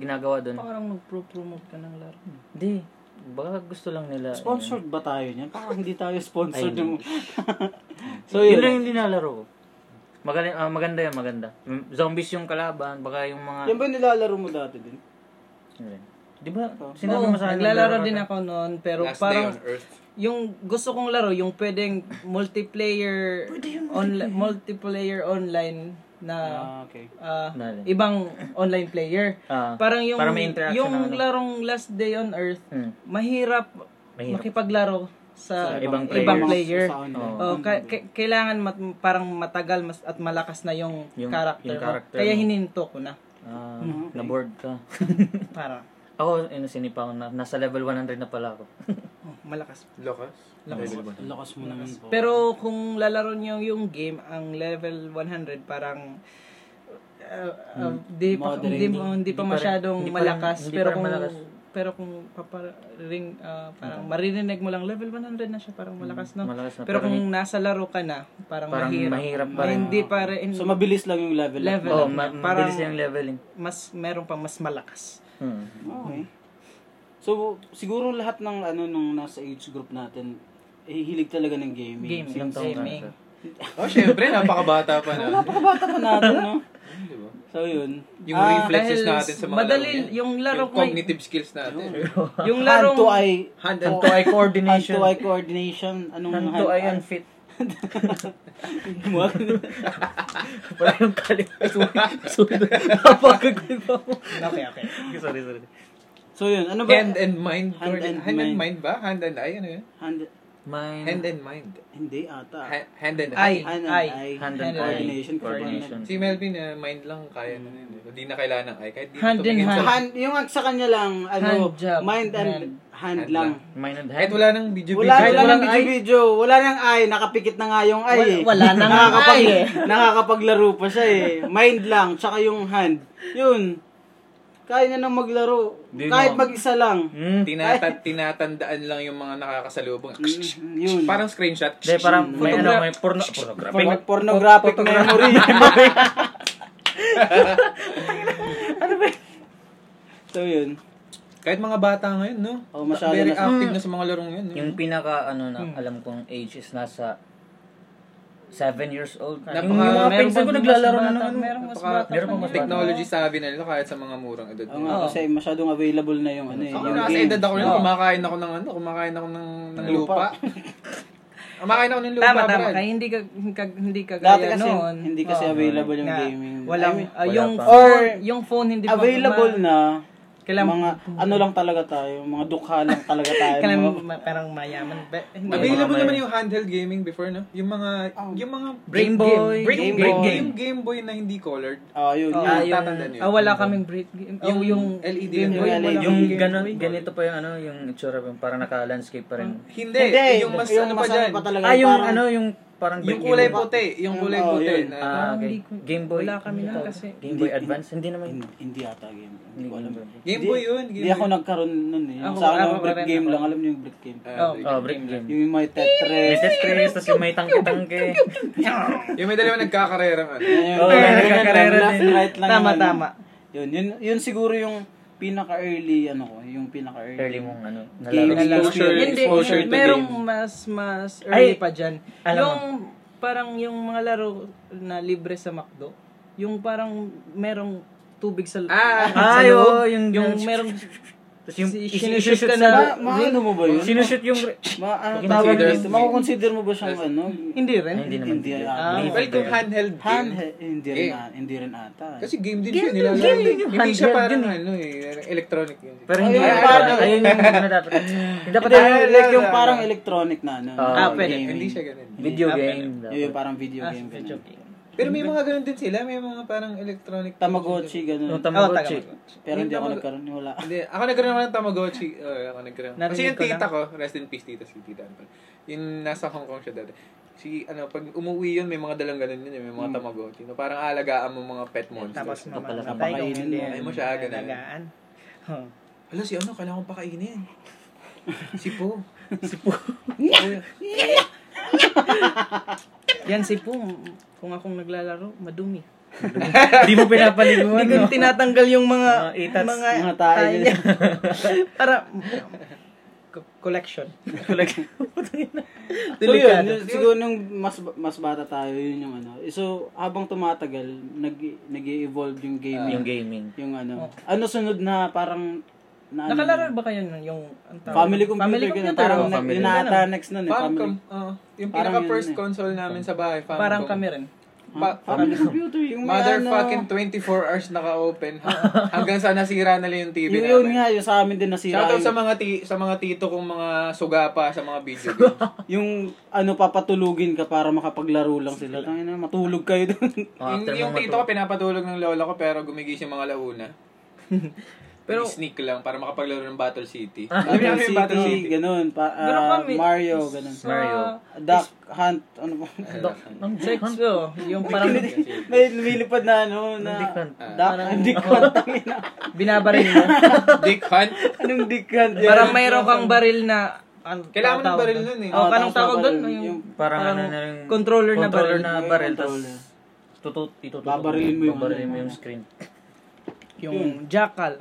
[SPEAKER 1] ginagawa doon.
[SPEAKER 2] Parang nagpro-promote ka ng laro.
[SPEAKER 1] Hindi. Baka gusto lang nila. eh.
[SPEAKER 4] Sponsored ba tayo niyan? Parang hindi tayo sponsored
[SPEAKER 1] Ay,
[SPEAKER 4] ng... so
[SPEAKER 1] Yun lang
[SPEAKER 4] yun.
[SPEAKER 1] yung nilalaro ko. Magaling, ah, maganda yun, maganda. Mm, Zombies yung kalaban, baka yung mga...
[SPEAKER 4] Yan ba yung nilalaro mo dati din?
[SPEAKER 1] Ayun. Di ba? Sinabi
[SPEAKER 2] Oo,
[SPEAKER 1] mo sa akin.
[SPEAKER 2] naglalaro
[SPEAKER 1] laro
[SPEAKER 2] din
[SPEAKER 1] ka-
[SPEAKER 2] ako noon, pero
[SPEAKER 3] Last
[SPEAKER 2] parang
[SPEAKER 3] day on Earth.
[SPEAKER 2] yung gusto kong laro, yung pwedeng multiplayer, onli- multiplayer online na
[SPEAKER 4] Ah, okay.
[SPEAKER 2] ah,
[SPEAKER 1] Dali.
[SPEAKER 2] ibang online player.
[SPEAKER 1] Ah,
[SPEAKER 2] Parang yung
[SPEAKER 1] para may interaction
[SPEAKER 2] yung
[SPEAKER 1] na ano.
[SPEAKER 2] larong Last Day on Earth,
[SPEAKER 1] Hmm.
[SPEAKER 2] mahirap,
[SPEAKER 1] Mahirap.
[SPEAKER 2] makipaglaro
[SPEAKER 1] Sa
[SPEAKER 2] sa,
[SPEAKER 1] ibang
[SPEAKER 2] ibang
[SPEAKER 1] players.
[SPEAKER 2] player.
[SPEAKER 4] Sa ano. online.
[SPEAKER 1] Oo.
[SPEAKER 2] Oh, ka- ka- kailangan mat- parang matagal mas at malakas na yung,
[SPEAKER 1] Yung- yung
[SPEAKER 2] character, mo.
[SPEAKER 1] character
[SPEAKER 2] Kaya
[SPEAKER 1] mo.
[SPEAKER 2] hininto ko na.
[SPEAKER 1] Ah, Na-board ka.
[SPEAKER 2] Para
[SPEAKER 1] ako, yun, sinipa ko na. Nasa level 100 na pala ako.
[SPEAKER 2] oh, malakas.
[SPEAKER 3] Lakas.
[SPEAKER 2] Lakas.
[SPEAKER 3] Level one.
[SPEAKER 4] Oh. Lakas mo naman po.
[SPEAKER 2] Pero kung lalaro niyo yung game, ang level 100 parang uh, uh, di pa
[SPEAKER 4] Moderate.
[SPEAKER 2] hindi, oh, hindi pa
[SPEAKER 1] Hmm. Hindi pa rin-
[SPEAKER 2] masyadong
[SPEAKER 1] hindi pa rin-
[SPEAKER 2] malakas
[SPEAKER 1] hindi
[SPEAKER 2] pero
[SPEAKER 1] pa rin
[SPEAKER 2] kung
[SPEAKER 1] malakas.
[SPEAKER 2] pero kung paparing ah, parang maririnig mo lang level 100 na siya parang malakas no.
[SPEAKER 1] Hmm, Malakas na.
[SPEAKER 2] Pero kung
[SPEAKER 1] parang-
[SPEAKER 2] nasa laro ka na, parang,
[SPEAKER 1] parang
[SPEAKER 2] mahirap.
[SPEAKER 1] mahirap pa rin.
[SPEAKER 2] Hindi pa rin
[SPEAKER 4] So mabilis lang yung level. up.
[SPEAKER 2] Level.
[SPEAKER 1] Oo, oh, ma-
[SPEAKER 2] Parang-
[SPEAKER 1] mabilis yung leveling.
[SPEAKER 2] mas meron pang mas malakas.
[SPEAKER 1] Hmm.
[SPEAKER 4] Okay. So siguro lahat ng ano nung nasa age group natin eh, hilig talaga ng gaming.
[SPEAKER 2] Game,
[SPEAKER 1] Ilang taon ka na
[SPEAKER 2] gaming.
[SPEAKER 1] siya?
[SPEAKER 3] Oh, syempre, napakabata pa na.
[SPEAKER 4] Napakabata pa natin, no?
[SPEAKER 3] Di ba?
[SPEAKER 4] So yun.
[SPEAKER 3] Yung
[SPEAKER 4] Ah,
[SPEAKER 2] dahil
[SPEAKER 3] reflexes natin sa mga
[SPEAKER 2] madali
[SPEAKER 3] laro niya.
[SPEAKER 2] yung laro
[SPEAKER 3] yung
[SPEAKER 2] ko- eh.
[SPEAKER 3] cognitive skills natin.
[SPEAKER 2] Yung larong
[SPEAKER 4] Hand to eye.
[SPEAKER 3] Hand and
[SPEAKER 1] Hand to eye coordination.
[SPEAKER 4] Hand to eye coordination. Anong
[SPEAKER 1] Hand to eye and feet.
[SPEAKER 4] Gumawa.
[SPEAKER 1] Wala yung kalit. Sorry. Napakagod pa ako.
[SPEAKER 2] Okay, okay.
[SPEAKER 1] Sorry, sorry.
[SPEAKER 4] so yun, ano ba?
[SPEAKER 3] Hand and mind.
[SPEAKER 4] Hand
[SPEAKER 3] coordin-
[SPEAKER 4] and
[SPEAKER 3] hand and
[SPEAKER 4] mind.
[SPEAKER 3] mind ba? Hand and eye, ano yun?
[SPEAKER 4] Hand-
[SPEAKER 1] Mine.
[SPEAKER 3] Hand and mind.
[SPEAKER 4] hindi ata.
[SPEAKER 3] Ha- Hand and
[SPEAKER 2] Eye.
[SPEAKER 3] eye.
[SPEAKER 4] Hand and
[SPEAKER 2] Eye.
[SPEAKER 4] eye.
[SPEAKER 1] Hand and eye.
[SPEAKER 4] coordination.
[SPEAKER 1] Coordination.
[SPEAKER 3] Si Melvin, ah, mind lang kaya na yun. eh. Hindi na kailangan ng eye. Kahit di na
[SPEAKER 2] Hand and
[SPEAKER 3] tumingin
[SPEAKER 4] So,
[SPEAKER 3] sa-
[SPEAKER 4] hand, yung sa kanya lang, ano,
[SPEAKER 2] Hand job.
[SPEAKER 4] mind and
[SPEAKER 2] Hand.
[SPEAKER 4] hand,
[SPEAKER 3] Hand
[SPEAKER 4] lang.
[SPEAKER 1] Mine and hand.
[SPEAKER 3] Kahit wala nang video
[SPEAKER 4] Wala,
[SPEAKER 3] video.
[SPEAKER 4] wala
[SPEAKER 1] walang
[SPEAKER 4] nang video, video, wala nang eye, nakapikit na nga yung eye. eh.
[SPEAKER 2] Wala- wala na nga
[SPEAKER 4] Nakakapag-
[SPEAKER 2] eye, eh.
[SPEAKER 4] Nakakapaglaro pa siya eh. Mind lang, tsaka yung hand. Yun. Kaya niya nang maglaro.
[SPEAKER 1] Di
[SPEAKER 4] Kahit
[SPEAKER 1] mo-
[SPEAKER 4] mag-isa lang.
[SPEAKER 1] Hmm.
[SPEAKER 3] Tinata- tinatandaan lang yung mga nakakasalubong.
[SPEAKER 4] Mm, Yun.
[SPEAKER 3] Parang screenshot.
[SPEAKER 1] Hindi, parang may ano, may porno. Pornographic.
[SPEAKER 4] Porno- pornographic memory. Ano so yun.
[SPEAKER 3] Kahit mga bata ngayon, no?
[SPEAKER 4] Oh, masyado
[SPEAKER 3] Very
[SPEAKER 4] na-
[SPEAKER 3] active na sa mga larong ngayon.
[SPEAKER 1] Yung pinaka ano na alam kong age is nasa 7 years old. Yung, yung
[SPEAKER 3] Napaka-
[SPEAKER 1] mga pinsan ko naglalaro na ng ano.
[SPEAKER 2] Meron mas
[SPEAKER 3] Napaka-
[SPEAKER 2] bata.
[SPEAKER 1] meron pa mas bata.
[SPEAKER 3] Technology sabi na nila kahit sa mga murang edad.
[SPEAKER 4] Oo nga, kasi masyadong available na yung ano eh.
[SPEAKER 3] Ako
[SPEAKER 4] yung
[SPEAKER 3] nasa
[SPEAKER 4] games.
[SPEAKER 3] edad ako yun, kumakain ako ng ano, kumakain ako ng, ng lupa. kumakain ako ng lupa,
[SPEAKER 2] Tama, tama.
[SPEAKER 3] Brad.
[SPEAKER 2] Kaya hindi ka, ka- hindi ka
[SPEAKER 4] Dati
[SPEAKER 2] gaya
[SPEAKER 4] kasi,
[SPEAKER 2] noon.
[SPEAKER 4] hindi kasi
[SPEAKER 2] Oo.
[SPEAKER 4] available yung
[SPEAKER 2] Na
[SPEAKER 4] gaming.
[SPEAKER 2] Walang,
[SPEAKER 4] I mean,
[SPEAKER 2] ah,
[SPEAKER 1] Wala
[SPEAKER 2] yung,
[SPEAKER 1] pa.
[SPEAKER 2] phone,
[SPEAKER 4] Or,
[SPEAKER 2] yung phone hindi pa
[SPEAKER 4] available
[SPEAKER 2] ma-
[SPEAKER 4] na.
[SPEAKER 2] Kailangan-
[SPEAKER 4] mga ano lang talaga tayo, mga dukha lang talaga tayo.
[SPEAKER 2] Kailangan
[SPEAKER 4] mga-
[SPEAKER 2] ma- parang mayaman. Be, hindi.
[SPEAKER 3] Available
[SPEAKER 1] Mga
[SPEAKER 3] naman
[SPEAKER 1] may-
[SPEAKER 3] yung handheld gaming before, no? Yung mga, yung mga
[SPEAKER 1] Game
[SPEAKER 2] Game
[SPEAKER 1] Boy.
[SPEAKER 2] Boy.
[SPEAKER 3] break,
[SPEAKER 4] Game
[SPEAKER 3] Oh. game,
[SPEAKER 4] Boy.
[SPEAKER 3] game, game boy na hindi colored.
[SPEAKER 4] Ah, yun.
[SPEAKER 2] Oo.
[SPEAKER 4] yun.
[SPEAKER 1] Ah, yung-
[SPEAKER 3] Tatandaan yun.
[SPEAKER 2] Ah, wala kaming break game. Oh,
[SPEAKER 3] Yung
[SPEAKER 2] yung
[SPEAKER 3] LED
[SPEAKER 2] Game Boy,
[SPEAKER 3] lang.
[SPEAKER 4] Yung E
[SPEAKER 2] wala
[SPEAKER 4] LED.
[SPEAKER 1] Eh, Yung
[SPEAKER 2] kaming game.
[SPEAKER 1] gano, ganito pa yung ano, yung itsura yung parang naka-landscape pa rin.
[SPEAKER 3] Hindi, yung mas ano pa dyan.
[SPEAKER 4] talaga.
[SPEAKER 1] Ah, yung
[SPEAKER 4] parang-
[SPEAKER 1] ano, yung parang
[SPEAKER 3] Yung
[SPEAKER 1] brick
[SPEAKER 3] kulay
[SPEAKER 1] game.
[SPEAKER 3] puti, yung kulay
[SPEAKER 4] Oo,
[SPEAKER 3] puti.
[SPEAKER 4] yun.
[SPEAKER 3] na-
[SPEAKER 1] Ah, okay.
[SPEAKER 2] Hindi ko-
[SPEAKER 1] Game Boy.
[SPEAKER 2] wala kami nun kasi.
[SPEAKER 1] Game Boy Advance, hindi naman. yun.
[SPEAKER 4] Hindi- Hindi ata game. Hindi ko alam.
[SPEAKER 3] Game Boy yun.
[SPEAKER 4] Hindi ako nagkaroon nun eh. Yung
[SPEAKER 2] Ako-
[SPEAKER 4] sa akin,
[SPEAKER 2] ako
[SPEAKER 4] yung brick
[SPEAKER 2] rin
[SPEAKER 4] game
[SPEAKER 2] ako.
[SPEAKER 4] lang. Alam niyo yung brick game.
[SPEAKER 3] Ah,
[SPEAKER 2] Oh.
[SPEAKER 1] Oh, brick game.
[SPEAKER 4] Yung may
[SPEAKER 1] May
[SPEAKER 4] Tetris.
[SPEAKER 1] Tetris, tapos yung may tangke-tangke.
[SPEAKER 3] Yung may dalawa nagkakarerang ano.
[SPEAKER 4] Ayun,
[SPEAKER 1] Oo,
[SPEAKER 4] yun, yun,
[SPEAKER 1] nagkakarera
[SPEAKER 4] yun, left
[SPEAKER 1] din.
[SPEAKER 4] right lang
[SPEAKER 2] Tama,
[SPEAKER 4] yung ano.
[SPEAKER 2] tama.
[SPEAKER 4] Yun, yun, yun siguro yung pinaka-early, ano ko, yung pinaka-early.
[SPEAKER 1] Early mong ano,
[SPEAKER 4] Game
[SPEAKER 1] nalaro.
[SPEAKER 3] Exposure,
[SPEAKER 2] Hindi,
[SPEAKER 3] exposure to
[SPEAKER 2] merong
[SPEAKER 3] game.
[SPEAKER 2] mas mas
[SPEAKER 1] Ay,
[SPEAKER 2] early pa dyan.
[SPEAKER 1] alam
[SPEAKER 2] yung parang yung mga laro na libre sa McDo, yung parang merong tubig sa
[SPEAKER 3] Ah,
[SPEAKER 1] Ah,
[SPEAKER 2] sa loob,
[SPEAKER 1] oo, yung-
[SPEAKER 2] yung
[SPEAKER 1] yung-
[SPEAKER 2] merong
[SPEAKER 1] Tapos yung
[SPEAKER 2] Si-
[SPEAKER 1] sinushoot
[SPEAKER 2] sinushoot
[SPEAKER 1] ka
[SPEAKER 2] ka
[SPEAKER 1] na.
[SPEAKER 4] Ma, maano mo ba yun?
[SPEAKER 1] Sinushoot yung...
[SPEAKER 4] Ma, ano
[SPEAKER 1] Consider-
[SPEAKER 4] tawag dito? Makukonsider mo ba siyang ano?
[SPEAKER 2] hindi rin.
[SPEAKER 1] Hindi naman.
[SPEAKER 4] Hindi
[SPEAKER 2] Ah,
[SPEAKER 4] ata.
[SPEAKER 3] Well, kung handheld
[SPEAKER 4] Hand,
[SPEAKER 3] game.
[SPEAKER 4] hindi rin, ah, hindi rin ata.
[SPEAKER 3] Kasi game din siya. Game, game din yung Hindi siya
[SPEAKER 1] handheld
[SPEAKER 3] parang
[SPEAKER 1] yun eh.
[SPEAKER 3] ano eh, electronic yun.
[SPEAKER 1] Pero hindi
[SPEAKER 4] Ayun,
[SPEAKER 1] ayun,
[SPEAKER 4] paano?
[SPEAKER 1] ayun, yung ano dapat. Yung dapat
[SPEAKER 4] Hindi,
[SPEAKER 1] ayun,
[SPEAKER 4] like yung parang electronic na ano.
[SPEAKER 1] Ah,
[SPEAKER 4] na
[SPEAKER 2] pwede.
[SPEAKER 4] gaming.
[SPEAKER 3] Hindi siya ganun.
[SPEAKER 1] video game.
[SPEAKER 4] Yun yung
[SPEAKER 1] dapat.
[SPEAKER 4] parang video
[SPEAKER 2] Ah,
[SPEAKER 4] game.
[SPEAKER 2] video
[SPEAKER 4] Ganun.
[SPEAKER 2] game.
[SPEAKER 3] Pero may mga ganun din sila. May mga parang electronic.
[SPEAKER 4] Tamagotchi,
[SPEAKER 1] Yung
[SPEAKER 4] ganun. Oh,
[SPEAKER 1] Tamagotchi.
[SPEAKER 2] Tamagotchi.
[SPEAKER 4] Pero hindi ako
[SPEAKER 3] Tamag-
[SPEAKER 4] nagkaroon, wala.
[SPEAKER 3] Hindi, ako nagkaroon naman ng Tamagotchi. Oo, ako nagkaroon. Kasi
[SPEAKER 2] Narinig
[SPEAKER 3] yung
[SPEAKER 2] ko lang.
[SPEAKER 3] tita ko, rest in peace tita, si tita. Ano, yung nasa Hong Kong siya dati. Si, ano, pag umuwi yun, may mga dalang ganun yun, eh, may
[SPEAKER 4] Hmm.
[SPEAKER 3] mga Tamagotchi. No, parang alagaan mo mga pet monsters.
[SPEAKER 2] Tapos
[SPEAKER 1] Ito pala,
[SPEAKER 2] mamamatay kung
[SPEAKER 4] napakainin
[SPEAKER 2] hindi.
[SPEAKER 4] mo.
[SPEAKER 3] Ay, mo siya, ganun.
[SPEAKER 2] Alagaan. Oh. Huh.
[SPEAKER 3] Hala, si ano, kailangan kong pakainin. Si Po.
[SPEAKER 2] Yan si Pum. Kung akong naglalaro, madumi.
[SPEAKER 1] Hindi mo pinapaliguan.
[SPEAKER 2] Hindi
[SPEAKER 4] Ano?
[SPEAKER 2] ko tinatanggal yung mga
[SPEAKER 1] Mga itats,
[SPEAKER 2] mga
[SPEAKER 4] mga tae.
[SPEAKER 2] niya. Para co- collection.
[SPEAKER 4] So yun,
[SPEAKER 2] Delikado.
[SPEAKER 4] yun, siguro nung mas mas bata tayo, yun yung ano. So habang tumatagal, nag nag-evolve yung gaming,
[SPEAKER 1] Ah, yung gaming.
[SPEAKER 4] yung ano. Ano sunod na parang na, ano,
[SPEAKER 2] Nakalaro ba kayo ng yung ang tawag?
[SPEAKER 4] Family computer,
[SPEAKER 2] Family
[SPEAKER 4] ganun.
[SPEAKER 2] computer.
[SPEAKER 4] Parang
[SPEAKER 2] oh,
[SPEAKER 4] na,
[SPEAKER 1] family.
[SPEAKER 4] yun na ata next nun eh. Family,
[SPEAKER 3] Famicom. Oo. ah, yung
[SPEAKER 4] Parang
[SPEAKER 3] pinaka
[SPEAKER 4] yun
[SPEAKER 3] first
[SPEAKER 4] eh.
[SPEAKER 3] console namin sa bahay. Famicom.
[SPEAKER 2] Parang kami rin.
[SPEAKER 3] Pa-
[SPEAKER 4] family computer. Yung may
[SPEAKER 3] Motherfucking
[SPEAKER 4] ano,
[SPEAKER 3] 24 hours naka-open. ha? Hanggang sa nasira na lang yung TV
[SPEAKER 4] Yung
[SPEAKER 3] namin.
[SPEAKER 4] yun nga, yung sa amin din nasira.
[SPEAKER 3] Shoutout
[SPEAKER 4] Yung,
[SPEAKER 3] sa mga ti- sa mga tito kong mga suga pa sa mga video games.
[SPEAKER 4] yung ano, papatulugin ka para makapaglaro lang sila. Tangina, matulog kayo doon.
[SPEAKER 1] Oh,
[SPEAKER 3] yung,
[SPEAKER 1] after yung,
[SPEAKER 3] yung tito ko pinapatulog ng lola ko pero gumigising mga launa. Pero sneak lang para makapaglaro ng Battle City. Alam niyo
[SPEAKER 4] Ah, Battle
[SPEAKER 3] yung Battle City.
[SPEAKER 4] City, Ano, ganun. Pa, ah,
[SPEAKER 2] Ganun kami.
[SPEAKER 4] Mario, ganun.
[SPEAKER 2] Sa-
[SPEAKER 1] Mario.
[SPEAKER 4] Duck Hunt, ano ba?
[SPEAKER 2] Ang Ah, sex ko. Yung parang
[SPEAKER 4] May lumilipad na ano, na...
[SPEAKER 1] Dick Hunt.
[SPEAKER 4] Duck,
[SPEAKER 2] Parang-
[SPEAKER 4] dick hunt, tangina.
[SPEAKER 2] binabaril mo.
[SPEAKER 3] Dick Hunt.
[SPEAKER 4] Anong dick hunt? yun?
[SPEAKER 2] parang mayroon kang baril na... Ano,
[SPEAKER 3] Kailangan mo ng
[SPEAKER 2] tawag
[SPEAKER 3] baril
[SPEAKER 2] doon?
[SPEAKER 3] nun eh.
[SPEAKER 2] Oh, kanong
[SPEAKER 4] tapos na
[SPEAKER 2] tawag doon?
[SPEAKER 4] baril.
[SPEAKER 2] Yung,
[SPEAKER 4] Yung
[SPEAKER 1] Parang,
[SPEAKER 2] parang
[SPEAKER 1] ano na yung
[SPEAKER 2] controller na baril.
[SPEAKER 1] na baril. Tapos,
[SPEAKER 4] Controller.
[SPEAKER 1] tutut, itututok.
[SPEAKER 4] Babarilin mo yung
[SPEAKER 1] Babarilin mo
[SPEAKER 4] ano.
[SPEAKER 1] yung screen.
[SPEAKER 2] yung jackal.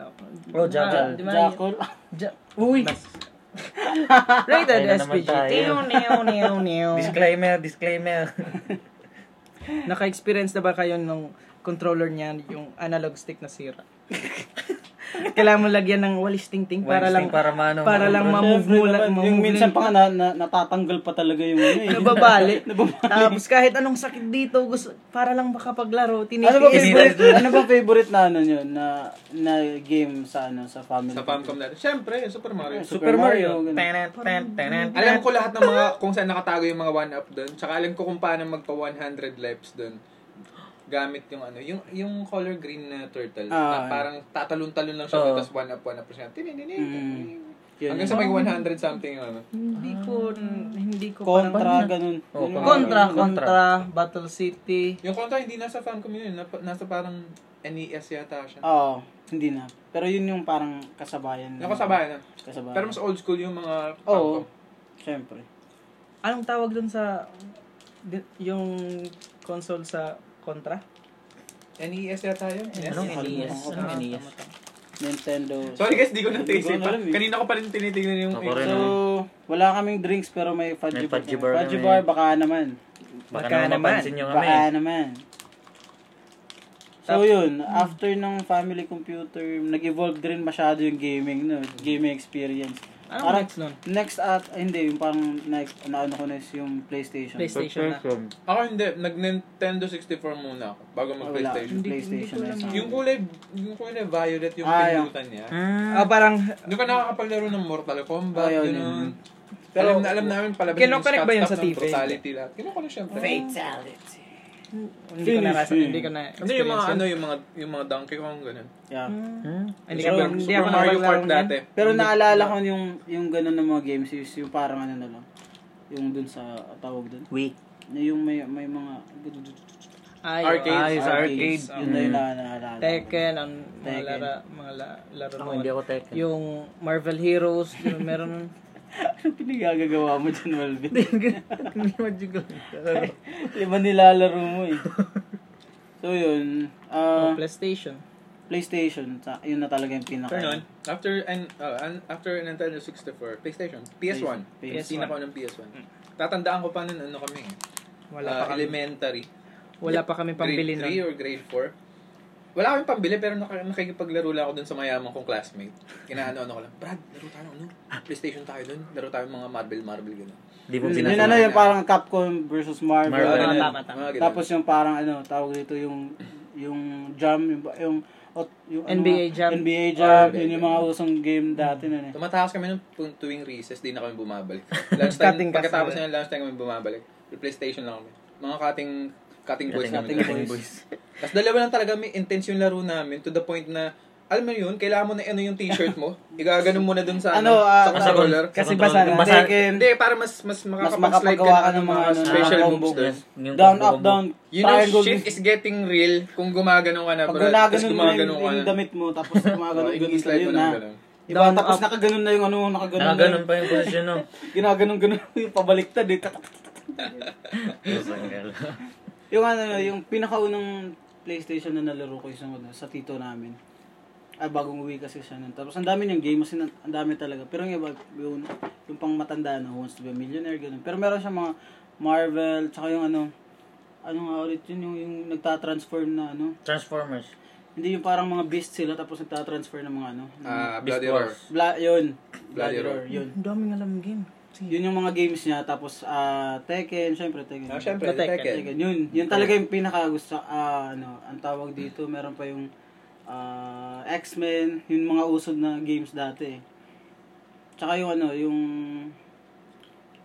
[SPEAKER 1] Oh, jackal.
[SPEAKER 2] Ah, di ba?
[SPEAKER 4] Jackal.
[SPEAKER 2] Ja- Uy! Rated
[SPEAKER 1] Ayun na naman
[SPEAKER 2] SPG.
[SPEAKER 1] tayo.
[SPEAKER 2] Neo, neo, neo, neo.
[SPEAKER 1] Disclaimer, disclaimer.
[SPEAKER 2] Naka-experience na ba kayo nung controller niya yung analog stick na sira? Kailangan mo lagyan ng walis ting-ting para
[SPEAKER 1] Walis
[SPEAKER 2] lang
[SPEAKER 1] ting para ano, maano,
[SPEAKER 2] para lang ma-move
[SPEAKER 4] Siyempre
[SPEAKER 2] mo lang
[SPEAKER 4] naman, Yung minsan pa nga na, na, natatanggal pa talaga yung ano eh.
[SPEAKER 2] nababali.
[SPEAKER 4] Nababali.
[SPEAKER 2] Tapos kahit anong sakit dito gusto para lang makapaglaro tinitiis.
[SPEAKER 4] Ano ba favorite? ano ba favorite na ano yun na na game sa ano sa family?
[SPEAKER 3] Sa Famicom natin. Siyempre, Super Mario.
[SPEAKER 1] Super Mario.
[SPEAKER 4] ganun.
[SPEAKER 1] Tanan, tanan, tanan.
[SPEAKER 3] Alam ko lahat ng mga kung saan nakatago yung mga one up doon. Tsaka alam ko kung paano magpa 100 lives doon. Gamit yung ano, yung yung color green na turtle.
[SPEAKER 4] Ah,
[SPEAKER 3] na parang tatalon-talon lang siya
[SPEAKER 1] Oo.
[SPEAKER 3] tapos one up one up siya. Tinininig.
[SPEAKER 4] Mm, Yun,
[SPEAKER 3] Hanggang sa
[SPEAKER 4] yun.
[SPEAKER 3] may 100 something yung ano.
[SPEAKER 2] Hindi ko hindi ko
[SPEAKER 4] Contra
[SPEAKER 2] parang-
[SPEAKER 4] ganun.
[SPEAKER 1] Oh,
[SPEAKER 4] Yun yung mga-
[SPEAKER 2] Contra,
[SPEAKER 1] Contra.
[SPEAKER 2] Contra, Battle City.
[SPEAKER 3] Yung kontra hindi nasa Famicom yun, nap- nasa parang NES yata siya.
[SPEAKER 4] Oo, hindi na. Pero yun yung parang kasabayan.
[SPEAKER 3] Yung kasabayan. ah.
[SPEAKER 4] Kasabayan.
[SPEAKER 3] Pero mas old school yung mga
[SPEAKER 4] Oo.
[SPEAKER 3] Famicom.
[SPEAKER 4] Siyempre.
[SPEAKER 2] Anong tawag dun sa di- yung console sa Contra?
[SPEAKER 3] NES E yata yun. NES.
[SPEAKER 4] Ano?
[SPEAKER 1] E Anong NES? Anong
[SPEAKER 2] Ah,
[SPEAKER 1] NES?
[SPEAKER 2] tama, tama.
[SPEAKER 4] Nintendo.
[SPEAKER 3] Sorry guys, di ko na
[SPEAKER 4] Hindi ko
[SPEAKER 3] taste.
[SPEAKER 4] na alam eh.
[SPEAKER 3] Kanina ko pa rin tinitingnan yung E
[SPEAKER 1] Ako rin.
[SPEAKER 4] So, wala kaming drinks pero may fudge
[SPEAKER 1] May
[SPEAKER 4] bar.
[SPEAKER 1] fudge bar
[SPEAKER 4] Fudge
[SPEAKER 1] kami.
[SPEAKER 4] bar, baka naman.
[SPEAKER 1] Baka
[SPEAKER 2] Baka
[SPEAKER 1] naman
[SPEAKER 2] naman.
[SPEAKER 1] mapansin nyo kami.
[SPEAKER 4] Baka naman. So yun, after ng family computer, nag-evolve din masyado yung gaming, no? gaming experience.
[SPEAKER 2] Anong
[SPEAKER 4] Parang-
[SPEAKER 2] next nun?
[SPEAKER 4] Next at, ay, hindi, yung parang next, naano ko na is yung PlayStation.
[SPEAKER 2] PlayStation.
[SPEAKER 3] Ako hindi, nag-Nintendo 64 muna ako bago
[SPEAKER 4] Ah, wala,
[SPEAKER 3] mag-PlayStation.
[SPEAKER 4] PlayStation na isa.
[SPEAKER 3] Yung kulay, yung kulay violet yung
[SPEAKER 4] Ah,
[SPEAKER 3] ah, pindutan niya.
[SPEAKER 1] Mm.
[SPEAKER 2] Ah, parang
[SPEAKER 3] Doon ka nakakapaglaro ng Mortal Kombat,
[SPEAKER 4] Ah, yun,
[SPEAKER 3] ganun.
[SPEAKER 4] yun.
[SPEAKER 3] Pero alam na alam namin palabas
[SPEAKER 2] Kinoconnect ba yun sa TV?
[SPEAKER 3] Brutality lahat. Kinoconnect syempre.
[SPEAKER 4] Fatality.
[SPEAKER 2] hindi ko
[SPEAKER 4] Finish,
[SPEAKER 2] narasa,
[SPEAKER 4] finish.
[SPEAKER 2] hindi ko na
[SPEAKER 3] Hindi yung mga ano
[SPEAKER 2] experience.
[SPEAKER 3] yung mga yung mga Donkey Kong ganun.
[SPEAKER 4] Yeah.
[SPEAKER 1] Mm.
[SPEAKER 2] Hindi
[SPEAKER 3] Super,
[SPEAKER 2] ko- hindi
[SPEAKER 3] Super
[SPEAKER 2] ako
[SPEAKER 3] Mario
[SPEAKER 2] nakapaglaro
[SPEAKER 3] Kart
[SPEAKER 2] niyan.
[SPEAKER 3] dati.
[SPEAKER 4] Pero naalala ko yung, yung ganun ng mga games, is yung parang ano na lang, yung dun sa, tawag dun,
[SPEAKER 1] Wait.
[SPEAKER 4] na yung may, may mga,
[SPEAKER 2] Ay,
[SPEAKER 3] Arcade.
[SPEAKER 2] ay,
[SPEAKER 1] Ay, sa arcade.
[SPEAKER 4] Yun na yung
[SPEAKER 1] Mm.
[SPEAKER 4] naalala. ko.
[SPEAKER 2] Tekken, ang mga
[SPEAKER 4] Tekken.
[SPEAKER 2] lara, mga la- laro
[SPEAKER 1] Ako,
[SPEAKER 2] noon.
[SPEAKER 1] hindi ako Tekken.
[SPEAKER 2] Yung Marvel Heroes, yung meron nun.
[SPEAKER 4] Anong pinagagagawa mo dyan, Melvin?
[SPEAKER 1] Hindi mo jiggle.
[SPEAKER 4] Lima nilalaro mo eh. So yun,
[SPEAKER 2] Oh,
[SPEAKER 4] ah
[SPEAKER 2] PlayStation.
[SPEAKER 4] PlayStation, ta- yun na talaga yung pinaka.
[SPEAKER 3] Pero noon, after and uh, an- after Nintendo 64, PlayStation, PS1.
[SPEAKER 4] PS1.
[SPEAKER 3] PS1. Pinaka ng PS1. Tatandaan ko pa nun ano kami. eh.
[SPEAKER 2] Hmm. Wala
[SPEAKER 3] Ah,
[SPEAKER 2] pa kami,
[SPEAKER 3] elementary.
[SPEAKER 2] wala pa kami pambili
[SPEAKER 3] grade 3
[SPEAKER 2] nun.
[SPEAKER 3] or grade 4. Wala kaming pambili pero nak- nakikipaglaro lang ako dun sa mayaman kong classmate. Inaano-ano ko lang, Brad, laro tayo ano?
[SPEAKER 2] Ah.
[SPEAKER 3] PlayStation tayo dun. Laro tayo mga Marvel Marvel gano'n.
[SPEAKER 1] Hindi mo
[SPEAKER 4] Yun,
[SPEAKER 1] pinasa.
[SPEAKER 4] yun ano yung parang Capcom versus Marvel.
[SPEAKER 1] Marvel.
[SPEAKER 4] Ano,
[SPEAKER 2] Tama,
[SPEAKER 3] Ganun.
[SPEAKER 2] tama, tama.
[SPEAKER 3] Mga ganun.
[SPEAKER 4] tapos yung parang ano, tawag dito yung yung jam, yung, yung, ot- yung ano
[SPEAKER 2] NBA
[SPEAKER 4] nga,
[SPEAKER 2] jam.
[SPEAKER 4] NBA jam,
[SPEAKER 3] Or-
[SPEAKER 4] yun yung mga usong game dati nun eh.
[SPEAKER 3] Tumatakas kami ng tu- tuwing recess, di na kami bumabalik.
[SPEAKER 2] Cutting
[SPEAKER 3] Lunchtime,
[SPEAKER 2] class
[SPEAKER 3] pagkatapos
[SPEAKER 2] na
[SPEAKER 3] na ng lunchtime kami bumabalik. May PlayStation lang kami. Mga cutting, cutting boys
[SPEAKER 1] Cutting
[SPEAKER 3] namin.
[SPEAKER 4] boys.
[SPEAKER 3] Cutting boys. Tapos dalawa lang talaga may intense yung laro namin to the point na alam mo yun, kailangan mo na ano yung t-shirt mo. Igaganon mo na dun sa, ano,
[SPEAKER 4] Ano, ah,
[SPEAKER 3] sa controller.
[SPEAKER 4] Kasi basa na,
[SPEAKER 1] Basa-
[SPEAKER 4] Tekken,
[SPEAKER 3] Hindi, para mas mas makakapag-slide
[SPEAKER 4] makapagawa
[SPEAKER 3] ka, ng mga
[SPEAKER 4] ano,
[SPEAKER 3] special
[SPEAKER 4] mga
[SPEAKER 3] moves
[SPEAKER 4] combo.
[SPEAKER 3] doon.
[SPEAKER 1] Yung
[SPEAKER 4] down,
[SPEAKER 1] combo,
[SPEAKER 4] up,
[SPEAKER 1] combo.
[SPEAKER 4] down,
[SPEAKER 3] You know,
[SPEAKER 4] triangle.
[SPEAKER 3] shit is getting real kung gumagano ka na,
[SPEAKER 4] Pag
[SPEAKER 3] bro.
[SPEAKER 4] gumagano
[SPEAKER 3] Tapos
[SPEAKER 4] mo na
[SPEAKER 3] gumagano
[SPEAKER 4] yung,
[SPEAKER 3] ka
[SPEAKER 4] yung
[SPEAKER 3] na.
[SPEAKER 4] damit mo, tapos gumagano
[SPEAKER 3] Oh,
[SPEAKER 4] yung ganito,
[SPEAKER 3] i-slide mo
[SPEAKER 4] yun
[SPEAKER 3] na.
[SPEAKER 4] na.
[SPEAKER 3] ganun.
[SPEAKER 4] Diba, tapos nakaganon na yung ano, nakaganon na
[SPEAKER 1] Nakaganon
[SPEAKER 4] yung-
[SPEAKER 1] Ah, pa yung posisyon, no?
[SPEAKER 4] Ginaganon-ganon yung pabaliktad eh. Yung ano, yung pinakaunang PlayStation na nalaro ko isang ano, sa tito namin. Ah, bagong uwi kasi siya nun. Tapos ang dami niyang game, kasi ang dami talaga. Pero yung iba, yung, yung pang matanda na, Who Wants to be a Millionaire, ganun. Pero meron siya mga Marvel, tsaka yung ano, ano nga ulit yun, yung, yung nagtatransform na ano.
[SPEAKER 1] Transformers.
[SPEAKER 4] Hindi yung parang mga beast sila, tapos nagtatransfer ng mga ano. ng-
[SPEAKER 3] Ah,
[SPEAKER 1] Beast
[SPEAKER 3] Bloody Roar.
[SPEAKER 1] Wars.
[SPEAKER 4] Bla, yun.
[SPEAKER 3] Bloody
[SPEAKER 4] Bloody
[SPEAKER 3] Roar.
[SPEAKER 4] Roar, yun.
[SPEAKER 2] Ang daming alam game. Sige.
[SPEAKER 4] Yun yung mga games niya, tapos ah Tekken, syempre Tekken.
[SPEAKER 3] Ah, syempre,
[SPEAKER 2] Protect.
[SPEAKER 3] Tekken.
[SPEAKER 4] Tekken, yun. Yun talaga yung pinaka gusto, ah, ano, ang tawag dito, meron pa yung ah, X-Men, yung mga usod na games dati. eh. Tsaka yung ano, yung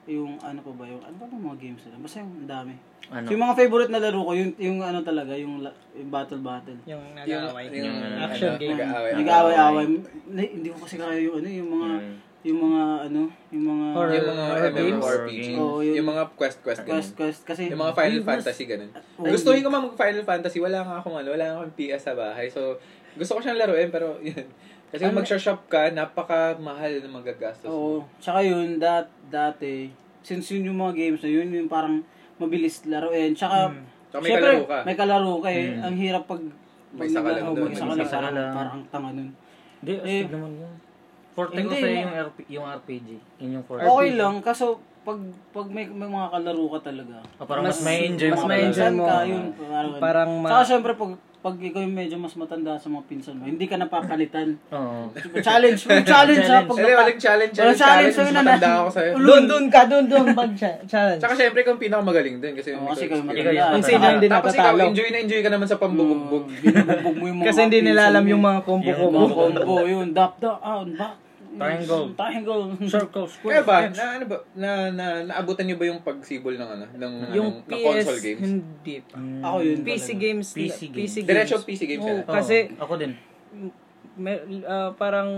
[SPEAKER 4] yung ano pa ba yung ano pa ba mga games nila basta yung ang dami
[SPEAKER 1] Ano?
[SPEAKER 4] so yung mga favorite na laro ko yung yung ano talaga yung, la- yung battle battle
[SPEAKER 2] Yung
[SPEAKER 3] Yung,
[SPEAKER 2] nag-away.
[SPEAKER 3] yung, ano,
[SPEAKER 2] Action game.
[SPEAKER 3] Nag-aaway.
[SPEAKER 4] nag-away-away hindi ko kasi kaya yung ano yung mga
[SPEAKER 3] Hmm.
[SPEAKER 1] Yun.
[SPEAKER 4] yung mga ano yung mga
[SPEAKER 2] Horror.
[SPEAKER 3] Yung mga
[SPEAKER 1] Horror games.
[SPEAKER 3] MMORPG.
[SPEAKER 4] Oo, yun.
[SPEAKER 3] Yung mga quest-quest ganun.
[SPEAKER 4] quest quest kasi
[SPEAKER 3] Yung mga Final
[SPEAKER 4] Yung mas-
[SPEAKER 3] Fantasy ganun.
[SPEAKER 4] Oo.
[SPEAKER 3] Gusto ko nga mag Final Fantasy, wala nga akong ano, wala nga akong PS sa bahay. So, gusto ko siyang laruin pero yun. Kasi kung
[SPEAKER 2] Ano-
[SPEAKER 3] mag-shop ka, napakamahal na magagastos. mo.
[SPEAKER 4] Oo. Tsaka yun, dat, dati, since yun yung mga games na yun, yung parang mabilis laruin. Tsaka,
[SPEAKER 3] Hmm. Tsaka may
[SPEAKER 4] syempre,
[SPEAKER 3] kalaro ka. Hmm.
[SPEAKER 4] may kalaro ka eh.
[SPEAKER 1] Mm.
[SPEAKER 4] Ang hirap pag,
[SPEAKER 3] May isa ka lang
[SPEAKER 4] oh,
[SPEAKER 3] doon,
[SPEAKER 4] Mag-isa ka
[SPEAKER 1] may
[SPEAKER 4] lang.
[SPEAKER 1] isa ka
[SPEAKER 4] Parang,
[SPEAKER 1] lang.
[SPEAKER 4] parang tanga nun.
[SPEAKER 1] Hindi, astig naman yun. Eh, Forte ko
[SPEAKER 4] Hindi,
[SPEAKER 1] sa'yo
[SPEAKER 4] yung-
[SPEAKER 1] yung, RP, yung RPG. Yun yung forte.
[SPEAKER 4] Okay lang, kaso pag pag may, may mga kalaro ka talaga.
[SPEAKER 1] Ah, parang mas may enjoy
[SPEAKER 4] mas
[SPEAKER 1] mo
[SPEAKER 4] may
[SPEAKER 1] talaga.
[SPEAKER 4] enjoy mo.
[SPEAKER 2] Pinsan ka,
[SPEAKER 4] yun, parang,
[SPEAKER 2] Parang ma-
[SPEAKER 4] Tsaka syempre, pag, pag ikaw yung medyo mas matanda sa mga pinsan mo, hindi ka napapalitan.
[SPEAKER 1] Oo.
[SPEAKER 4] challenge, may challenge ha. Pag
[SPEAKER 3] Hindi, walang challenge, challenge,
[SPEAKER 4] Walang
[SPEAKER 3] challenge.
[SPEAKER 4] challenge
[SPEAKER 3] Mas
[SPEAKER 4] sa'yo na-
[SPEAKER 3] matanda ako sa'yo.
[SPEAKER 2] Doon, doon Oh, ka, doon, doon. Pag cha- challenge.
[SPEAKER 3] Tsaka syempre, ikaw ang pinakamagaling din. Kasi
[SPEAKER 4] Oo, kasi
[SPEAKER 3] ikaw
[SPEAKER 1] Ikaw
[SPEAKER 3] yung
[SPEAKER 4] kayo matanda. eh.
[SPEAKER 1] yun.
[SPEAKER 4] Ang
[SPEAKER 1] Kasi
[SPEAKER 4] sinahan din
[SPEAKER 3] Tapos ikaw,
[SPEAKER 4] natatalo. Hmm.
[SPEAKER 3] enjoy na enjoy ka naman sa pambubugbog.
[SPEAKER 4] Mm. Binubugbog mo yung mga
[SPEAKER 2] Kasi hindi nila alam yung mga
[SPEAKER 4] combo.
[SPEAKER 2] combo-combo.
[SPEAKER 4] combo. Yun, dap, dap, ah, back.
[SPEAKER 1] Triangle.
[SPEAKER 4] Triangle.
[SPEAKER 1] Circle, square.
[SPEAKER 3] Kaya ba, na, ano ba, na, na, naabutan niyo ba yung pagsibol ng, ano, ng,
[SPEAKER 2] Yung
[SPEAKER 3] ng, ng console
[SPEAKER 2] PS,
[SPEAKER 3] games?
[SPEAKER 2] hindi pa.
[SPEAKER 4] Ako yun
[SPEAKER 2] PC
[SPEAKER 4] talaga.
[SPEAKER 2] games.
[SPEAKER 1] PC games.
[SPEAKER 3] Diretso PC
[SPEAKER 2] Oo.
[SPEAKER 3] games yan.
[SPEAKER 1] Oo,
[SPEAKER 2] Kasi-
[SPEAKER 1] ako din.
[SPEAKER 2] Mer- ah, parang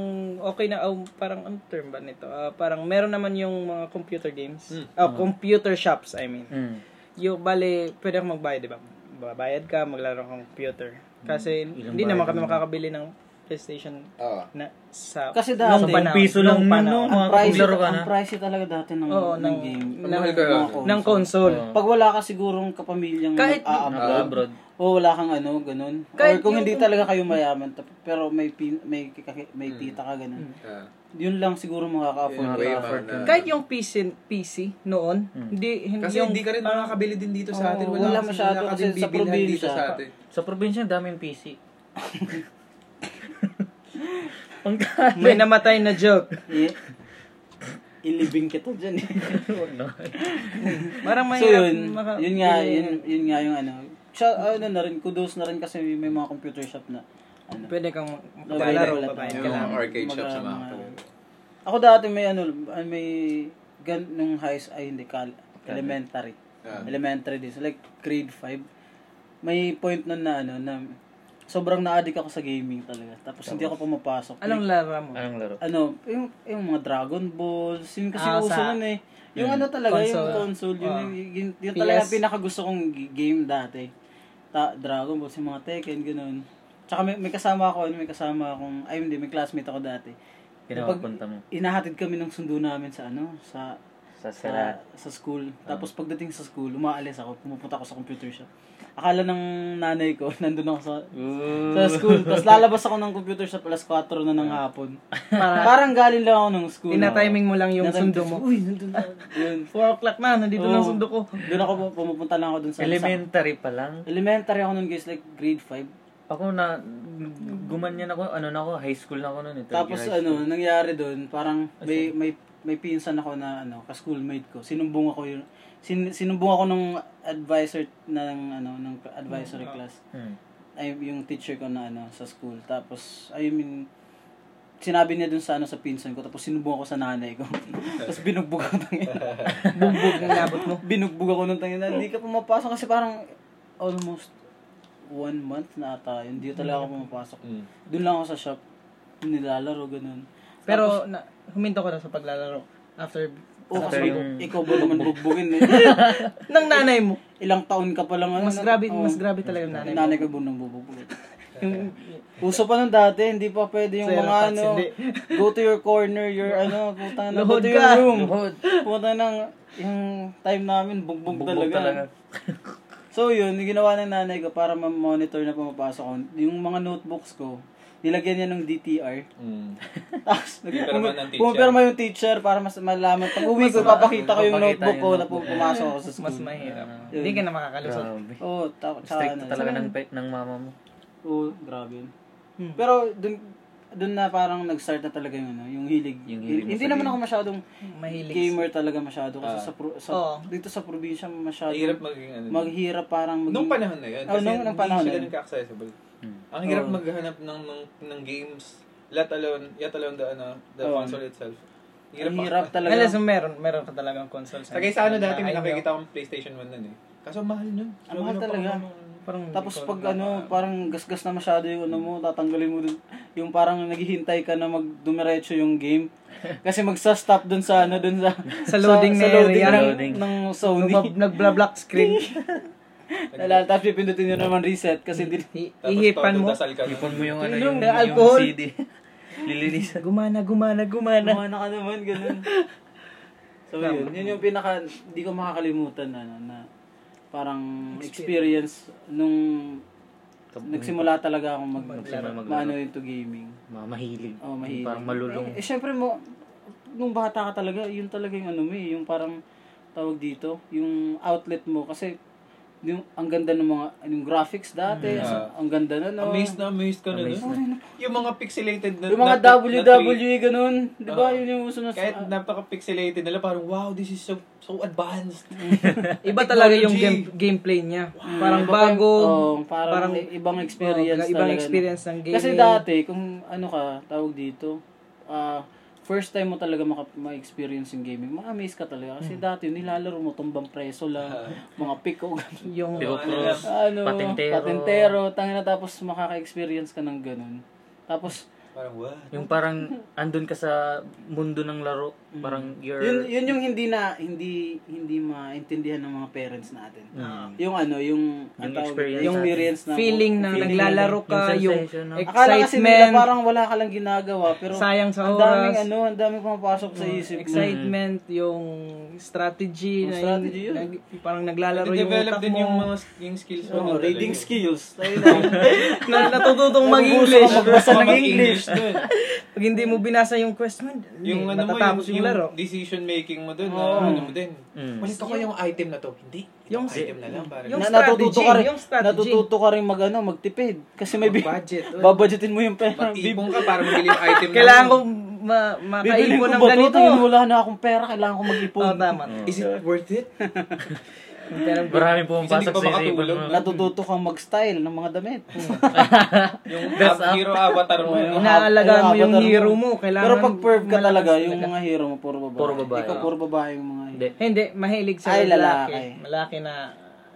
[SPEAKER 2] okay na oh, parang ang term ba nito? Ah, parang meron naman yung mga computer games.
[SPEAKER 3] Mm.
[SPEAKER 2] Ah, computer shops, I mean.
[SPEAKER 1] Mm.
[SPEAKER 2] Yung bale, pwede kang magbayad, di ba? Babayad ka, maglaro kang computer. Kasi
[SPEAKER 1] Ilang
[SPEAKER 2] hindi naman
[SPEAKER 1] bayad
[SPEAKER 2] kami
[SPEAKER 1] naman?
[SPEAKER 2] makakabili ng PlayStation
[SPEAKER 3] Oo.
[SPEAKER 2] na sa
[SPEAKER 4] Kasi dati,
[SPEAKER 2] nung panahon,
[SPEAKER 1] piso lang
[SPEAKER 2] nung
[SPEAKER 1] yun,
[SPEAKER 2] panahon.
[SPEAKER 1] no?
[SPEAKER 4] Ang
[SPEAKER 1] Mga
[SPEAKER 4] price,
[SPEAKER 1] laro ka na.
[SPEAKER 4] ang price talaga dati ng,
[SPEAKER 2] Oo,
[SPEAKER 4] ng,
[SPEAKER 2] ng-
[SPEAKER 4] game.
[SPEAKER 2] ng-
[SPEAKER 4] Ng
[SPEAKER 3] Mahal ka yun.
[SPEAKER 4] console.
[SPEAKER 2] ng console.
[SPEAKER 1] Oo.
[SPEAKER 4] Pag wala ka sigurong kapamilyang
[SPEAKER 2] Kahit-
[SPEAKER 4] nag-aabroad,
[SPEAKER 1] Nag-abroad.
[SPEAKER 4] o wala kang ano, ganun.
[SPEAKER 2] Kahit
[SPEAKER 4] Or kung
[SPEAKER 2] yung-
[SPEAKER 4] hindi talaga kayo mayaman, tap- pero may pin, may, kikaki- may tita ka ganun.
[SPEAKER 3] Ah.
[SPEAKER 4] Yun lang siguro makaka-afford.
[SPEAKER 3] Yung
[SPEAKER 4] ka.
[SPEAKER 3] way
[SPEAKER 1] Wala,
[SPEAKER 3] man na-
[SPEAKER 2] Kahit yung PC, PC noon,
[SPEAKER 1] Mm.
[SPEAKER 2] hindi, hindi
[SPEAKER 3] Kasi
[SPEAKER 2] yung...
[SPEAKER 3] hindi ka rin makakabili din dito sa atin.
[SPEAKER 4] Oo,
[SPEAKER 3] Wala,
[SPEAKER 4] wala
[SPEAKER 3] kasi
[SPEAKER 4] masyado
[SPEAKER 3] wala ka
[SPEAKER 4] kasi
[SPEAKER 3] din
[SPEAKER 4] sa
[SPEAKER 3] bibilhan dito
[SPEAKER 4] probinsya.
[SPEAKER 3] sa atin.
[SPEAKER 1] Sa probinsya, daming PC. Ang kahit.
[SPEAKER 2] May namatay na joke.
[SPEAKER 4] Eh, ilibing kita dyan eh.
[SPEAKER 2] Parang
[SPEAKER 4] so
[SPEAKER 2] mahirap
[SPEAKER 4] yun,
[SPEAKER 2] maka-
[SPEAKER 4] yun nga, yun, yun nga yung ano. Siya, ano na rin, kudos na rin kasi may mga computer shop na. Ano,
[SPEAKER 2] Pwede kang
[SPEAKER 4] Babayad.
[SPEAKER 2] maglalaro, babayad ka
[SPEAKER 3] Yung
[SPEAKER 2] lang.
[SPEAKER 3] mga arcade shop sa mga
[SPEAKER 4] Mga- ako dati may ano, may gan, nung high, s- ay hindi, kal, elementary.
[SPEAKER 3] Ah.
[SPEAKER 4] Elementary din. So like grade 5. May point nun na ano, na sobrang na-addict ako sa gaming talaga. Tapos hindi ako pumapasok.
[SPEAKER 2] Anong laro mo?
[SPEAKER 1] Anong laro?
[SPEAKER 4] ano, yung, yung mga Dragon Balls, yun kasi
[SPEAKER 2] Ah,
[SPEAKER 4] uso
[SPEAKER 2] sa-
[SPEAKER 4] nun eh. Yung ano talaga, yung
[SPEAKER 2] Console.
[SPEAKER 4] console, yun,
[SPEAKER 2] Ah.
[SPEAKER 4] yun, yun, yun
[SPEAKER 2] PS.
[SPEAKER 4] talaga yung pinakagusto kong g- game dati. Ta, Dragon Balls, yung mga Tekken, ganun. Tsaka may, may kasama ako, ano, may kasama akong, ay hindi, may classmate ako dati.
[SPEAKER 1] Pinapunta mo.
[SPEAKER 4] Inahatid kami ng sundo namin sa ano, sa
[SPEAKER 1] Sa
[SPEAKER 2] Ah.
[SPEAKER 4] sa, sa school. Tapos pagdating sa school, umaalis ako, pumupunta ako sa computer shop. Akala ng nanay ko, nandun ako sa, sa school. Tapos lalabas ako ng computer shop alas 4 na ng hapon. Parang galing lang ako ng school.
[SPEAKER 2] Tina-timing mo lang Ah. yung
[SPEAKER 4] Tinatime-
[SPEAKER 2] sundo mo. Oh.
[SPEAKER 4] Uy, nandun na. Yun.
[SPEAKER 2] 4 o'clock na, nandito na
[SPEAKER 4] Oo.
[SPEAKER 2] ang sundo ko.
[SPEAKER 4] Doon ako pu- pumupunta lang ako dun sa... sa-
[SPEAKER 1] Elementary pa lang.
[SPEAKER 4] elementary ako nun guys, like grade 5.
[SPEAKER 1] Ako na, gumanyan ako, ano na ako, high school na ako noon. eh, third
[SPEAKER 4] Tapos
[SPEAKER 1] year high
[SPEAKER 4] ano,
[SPEAKER 1] school.
[SPEAKER 4] nangyari doon, parang
[SPEAKER 2] Ah,
[SPEAKER 4] may may may pinsan ako na ano, ka-schoolmate ko. Sinumbong ako yun. Sin, sinumbong ako ng advisor ng ano, ng advisory
[SPEAKER 2] Ah.
[SPEAKER 4] class.
[SPEAKER 1] Hmm.
[SPEAKER 4] Ay yung teacher ko na ano sa school. Tapos I mean sinabi niya dun sa ano sa pinsan ko tapos sinumbong ako sa nanay ko. tapos binugbog ako ng
[SPEAKER 2] Bugbog ng labot mo.
[SPEAKER 4] binugbog ako ng tangina. Hindi ka pumapasok kasi parang almost one month na ata. yun. Hindi talaga ako pumapasok.
[SPEAKER 3] Mm.
[SPEAKER 4] Doon lang ako sa shop. Nilalaro, ganun.
[SPEAKER 2] Pero na, huminto ko na sa paglalaro. After
[SPEAKER 4] O oh, kasi
[SPEAKER 1] Pero yung-
[SPEAKER 4] ikaw ba naman bugbugin eh.
[SPEAKER 2] ng nanay mo.
[SPEAKER 4] Ilang taon ka pa lang. ano,
[SPEAKER 2] Mas grabe,
[SPEAKER 4] oh,
[SPEAKER 2] mas grabe talaga yung nanay
[SPEAKER 4] nanay,
[SPEAKER 2] mo.
[SPEAKER 4] ko ba nang bubugbugin.
[SPEAKER 2] Yung
[SPEAKER 4] Uso pa nun dati, hindi pa pwede yung
[SPEAKER 2] Zero
[SPEAKER 4] mga
[SPEAKER 2] touch,
[SPEAKER 4] ano,
[SPEAKER 2] hindi.
[SPEAKER 4] go to your corner, your ano, puta na, go
[SPEAKER 2] Luhod
[SPEAKER 4] to your
[SPEAKER 2] ka.
[SPEAKER 4] room.
[SPEAKER 1] Luhod.
[SPEAKER 4] Puta na, yung time namin, bugbog,
[SPEAKER 1] Bugbog talaga.
[SPEAKER 4] So yun, yung ginawa ng nanay ko para ma-monitor na pumapasok ako. Yung mga notebooks ko, nilagyan niya ng DTR.
[SPEAKER 3] Mm.
[SPEAKER 4] Tapos,
[SPEAKER 3] Pumirma ng teacher.
[SPEAKER 4] pumipirma yung teacher para mas malaman. Pag uwi ko, papakita ko yung
[SPEAKER 1] Papakita
[SPEAKER 4] notebook ko
[SPEAKER 1] yung
[SPEAKER 4] na
[SPEAKER 1] notebook.
[SPEAKER 4] pumasok ako sa school.
[SPEAKER 2] Mas mahirap. Hindi ka na makakalusot.
[SPEAKER 1] Grabe.
[SPEAKER 4] Oo, oh, ta- tsaka
[SPEAKER 1] Strict
[SPEAKER 4] na.
[SPEAKER 1] na talaga ng, pe- ng mama mo.
[SPEAKER 4] Oo, Oh, grabe.
[SPEAKER 2] Hmm.
[SPEAKER 4] Pero dun, dun na parang nag-start na talaga yung, ano, yung hilig.
[SPEAKER 1] Yung hilig mo
[SPEAKER 4] Hindi
[SPEAKER 1] sa
[SPEAKER 4] naman
[SPEAKER 1] game. Ah.
[SPEAKER 4] ako masyadong
[SPEAKER 2] Mahilig.
[SPEAKER 4] gamer talaga masyado. Kasi sa, pro- sa
[SPEAKER 2] Oo.
[SPEAKER 4] dito sa probinsya masyado.
[SPEAKER 3] Ang hirap maging ano.
[SPEAKER 4] maghirap parang maging...
[SPEAKER 3] Nung panahon na yun.
[SPEAKER 4] Oh,
[SPEAKER 3] Kasi
[SPEAKER 4] nung- nung panahon
[SPEAKER 3] hindi sila
[SPEAKER 4] na yun.
[SPEAKER 3] nagka-accessible.
[SPEAKER 1] Hmm.
[SPEAKER 3] Ang hirap
[SPEAKER 4] Oh.
[SPEAKER 3] maghanap ng, ng, ng games. Let alone, yet alone the, ano, the
[SPEAKER 4] Oh.
[SPEAKER 3] console itself. Ang
[SPEAKER 4] Ang hirap
[SPEAKER 3] maka-
[SPEAKER 4] talaga.
[SPEAKER 2] Alas, meron, meron ka talagang console.
[SPEAKER 3] Sa kaysa ano dati, may
[SPEAKER 2] Ay, no.
[SPEAKER 3] nakikita akong PlayStation 1 nun eh. Kaso mahal nun.
[SPEAKER 4] Ang Ah, mahal talaga.
[SPEAKER 2] Parang
[SPEAKER 4] Tapos
[SPEAKER 2] hindi ko-
[SPEAKER 4] pag ano, parang gasgas na masyado yung ano mo, tatanggalin mo dun. Yung parang naghihintay ka na magdumiretso yung game. Kasi magsa-stop dun sa ano, dun sa...
[SPEAKER 2] Sa loading na area.
[SPEAKER 4] ng,
[SPEAKER 1] Loading.
[SPEAKER 4] ng Sony.
[SPEAKER 2] Lumab- Nagbla-black screen.
[SPEAKER 4] Lala, tapos pipindutin nyo naman reset kasi di...
[SPEAKER 2] I-
[SPEAKER 3] Tapos
[SPEAKER 2] Ihipan mo.
[SPEAKER 3] Dasal ka nun.
[SPEAKER 1] Ipon mo yung ano, yung,
[SPEAKER 2] Tulong na
[SPEAKER 1] yung
[SPEAKER 2] alcohol.
[SPEAKER 1] CD. Lililisan.
[SPEAKER 2] Gumana, gumana,
[SPEAKER 3] Ano?
[SPEAKER 2] gumana.
[SPEAKER 4] Kumana ka naman, ganun. So yun, yun yung pinaka, di ko makakalimutan na, na, na parang experience nung nagsimula talaga akong mag,
[SPEAKER 1] Nagsimula maglaro.
[SPEAKER 4] maano into gaming.
[SPEAKER 1] Ma- mahilig.
[SPEAKER 4] Oh, mahilig.
[SPEAKER 1] Parang malulong.
[SPEAKER 4] Eh, eh, syempre mo, nung bata ka talaga, yun talaga yung ano mo eh, yung parang tawag dito, yung outlet mo. Kasi, yung, ang ganda ng mga, yung graphics dati,
[SPEAKER 3] Mm.
[SPEAKER 4] sa- ang ganda na, no?
[SPEAKER 3] Amazed na amazed ka na
[SPEAKER 1] Amazed
[SPEAKER 3] nun. Yung mga pixelated na...
[SPEAKER 4] Yung
[SPEAKER 3] na-
[SPEAKER 4] mga
[SPEAKER 3] na- na-
[SPEAKER 4] WWE, ganun. Di
[SPEAKER 3] Oo.
[SPEAKER 4] ba? yun yung uso na sa...
[SPEAKER 3] Kahit napaka-pixelated nila, parang wow, this is so so advanced.
[SPEAKER 2] Iba talaga yung game,
[SPEAKER 3] Technology.
[SPEAKER 2] gameplay niya. Parang
[SPEAKER 4] Hmm. Iba pa yung-
[SPEAKER 2] bago.
[SPEAKER 4] oo, parang, i- ibang experience
[SPEAKER 2] Oo, ibang
[SPEAKER 4] talaga.
[SPEAKER 2] experience ng gaming.
[SPEAKER 4] Kasi dati, kung ano ka, tawag dito, ah, first time mo talaga maka- ma-experience yung gaming, ma-amaze ka talaga. Kasi
[SPEAKER 2] Hmm.
[SPEAKER 4] dati, nilalaro mo tumbang preso lang, mga piko, ganun.
[SPEAKER 2] yung
[SPEAKER 1] Pero
[SPEAKER 3] ano
[SPEAKER 1] cross.
[SPEAKER 4] ano,
[SPEAKER 1] Patintero.
[SPEAKER 4] patintero tangina tapos makaka-experience ka ng ganun. Tapos,
[SPEAKER 3] Parang what?
[SPEAKER 1] Yung parang andun ka sa mundo ng laro. Parang you're...
[SPEAKER 4] yun, yun yung hindi na, hindi, hindi maintindihan ng mga parents natin.
[SPEAKER 1] Mm.
[SPEAKER 4] Yung ano, yung, ang
[SPEAKER 1] Yung
[SPEAKER 4] tawag-
[SPEAKER 1] experience
[SPEAKER 4] yung
[SPEAKER 1] natin.
[SPEAKER 4] experience na
[SPEAKER 2] feeling na
[SPEAKER 1] feeling.
[SPEAKER 2] naglalaro ka,
[SPEAKER 1] Yung
[SPEAKER 2] yung,
[SPEAKER 1] sensation, no?
[SPEAKER 4] Akala kasi nila
[SPEAKER 2] excitement,
[SPEAKER 4] parang wala ka lang ginagawa, pero
[SPEAKER 2] sayang sa
[SPEAKER 4] ang daming
[SPEAKER 2] oras, Mm,
[SPEAKER 4] ano, ang daming pumapasok sa isip mo.
[SPEAKER 2] excitement, yung strategy,
[SPEAKER 4] Yung
[SPEAKER 2] na
[SPEAKER 4] strategy yun.
[SPEAKER 2] nag- parang naglalaro yung
[SPEAKER 3] Nade-develop
[SPEAKER 2] utak
[SPEAKER 3] din
[SPEAKER 2] mo.
[SPEAKER 3] yung mga yung skills mo.
[SPEAKER 4] Oh,
[SPEAKER 3] nun
[SPEAKER 4] reading
[SPEAKER 3] talaga.
[SPEAKER 4] skills. Tayo na.
[SPEAKER 2] na, natututong
[SPEAKER 4] Nagugusto
[SPEAKER 2] mag-English.
[SPEAKER 4] ka magbasa ng English.
[SPEAKER 3] dun.
[SPEAKER 2] Pag hindi mo binasa yung quest mo,
[SPEAKER 3] yung
[SPEAKER 2] hindi,
[SPEAKER 3] ano mo, yung,
[SPEAKER 2] matatapos yung,
[SPEAKER 3] yung
[SPEAKER 2] laro.
[SPEAKER 3] decision making mo dun. na
[SPEAKER 4] Oo.
[SPEAKER 3] ano mo din.
[SPEAKER 1] Mm.
[SPEAKER 3] Well, ito ko yung item na to. Hindi.
[SPEAKER 2] Yung-
[SPEAKER 3] Yung item na lang. Parang,
[SPEAKER 2] yung
[SPEAKER 4] Na- natututo
[SPEAKER 2] strategy,
[SPEAKER 4] ka rin,
[SPEAKER 2] yung strategy.
[SPEAKER 4] natututo ka rin mag, ano, magtipid. Kasi may bi-
[SPEAKER 2] Budget.
[SPEAKER 4] babudgetin mo yung pera.
[SPEAKER 3] mag-ibong ka para mabili yung item na
[SPEAKER 2] Kailangan
[SPEAKER 3] yun.
[SPEAKER 2] kong ma-
[SPEAKER 4] Bibili ko
[SPEAKER 2] makaipon ng
[SPEAKER 4] ba to?
[SPEAKER 2] ganito.
[SPEAKER 4] Tangin, wala na akong pera. Kailangan ko mag-ipon.
[SPEAKER 2] Oh, tama.
[SPEAKER 3] Is it worth it?
[SPEAKER 2] Pero
[SPEAKER 1] Marami pumapasok
[SPEAKER 3] Minsan di pa
[SPEAKER 1] sa isipan
[SPEAKER 3] makatulog,
[SPEAKER 1] mo.
[SPEAKER 3] no?
[SPEAKER 4] Natututo kang mag-style ng mga damit.
[SPEAKER 3] Yung av- hero avatar mo. ano?
[SPEAKER 4] Oo,
[SPEAKER 3] yun.
[SPEAKER 2] inaalagaan mo
[SPEAKER 4] Yung
[SPEAKER 2] yung
[SPEAKER 4] avatar
[SPEAKER 2] hero mo. Kailangan
[SPEAKER 4] Pero pag perv ka
[SPEAKER 2] malakas
[SPEAKER 4] talaga, yung mga hero mo, puro babae.
[SPEAKER 1] Puro babae.
[SPEAKER 4] Ikaw, puro babae yung mga hero.
[SPEAKER 1] Hindi.
[SPEAKER 2] Hindi, mahilig sa
[SPEAKER 4] Ay, lalaki.
[SPEAKER 2] lalaki. Malaki na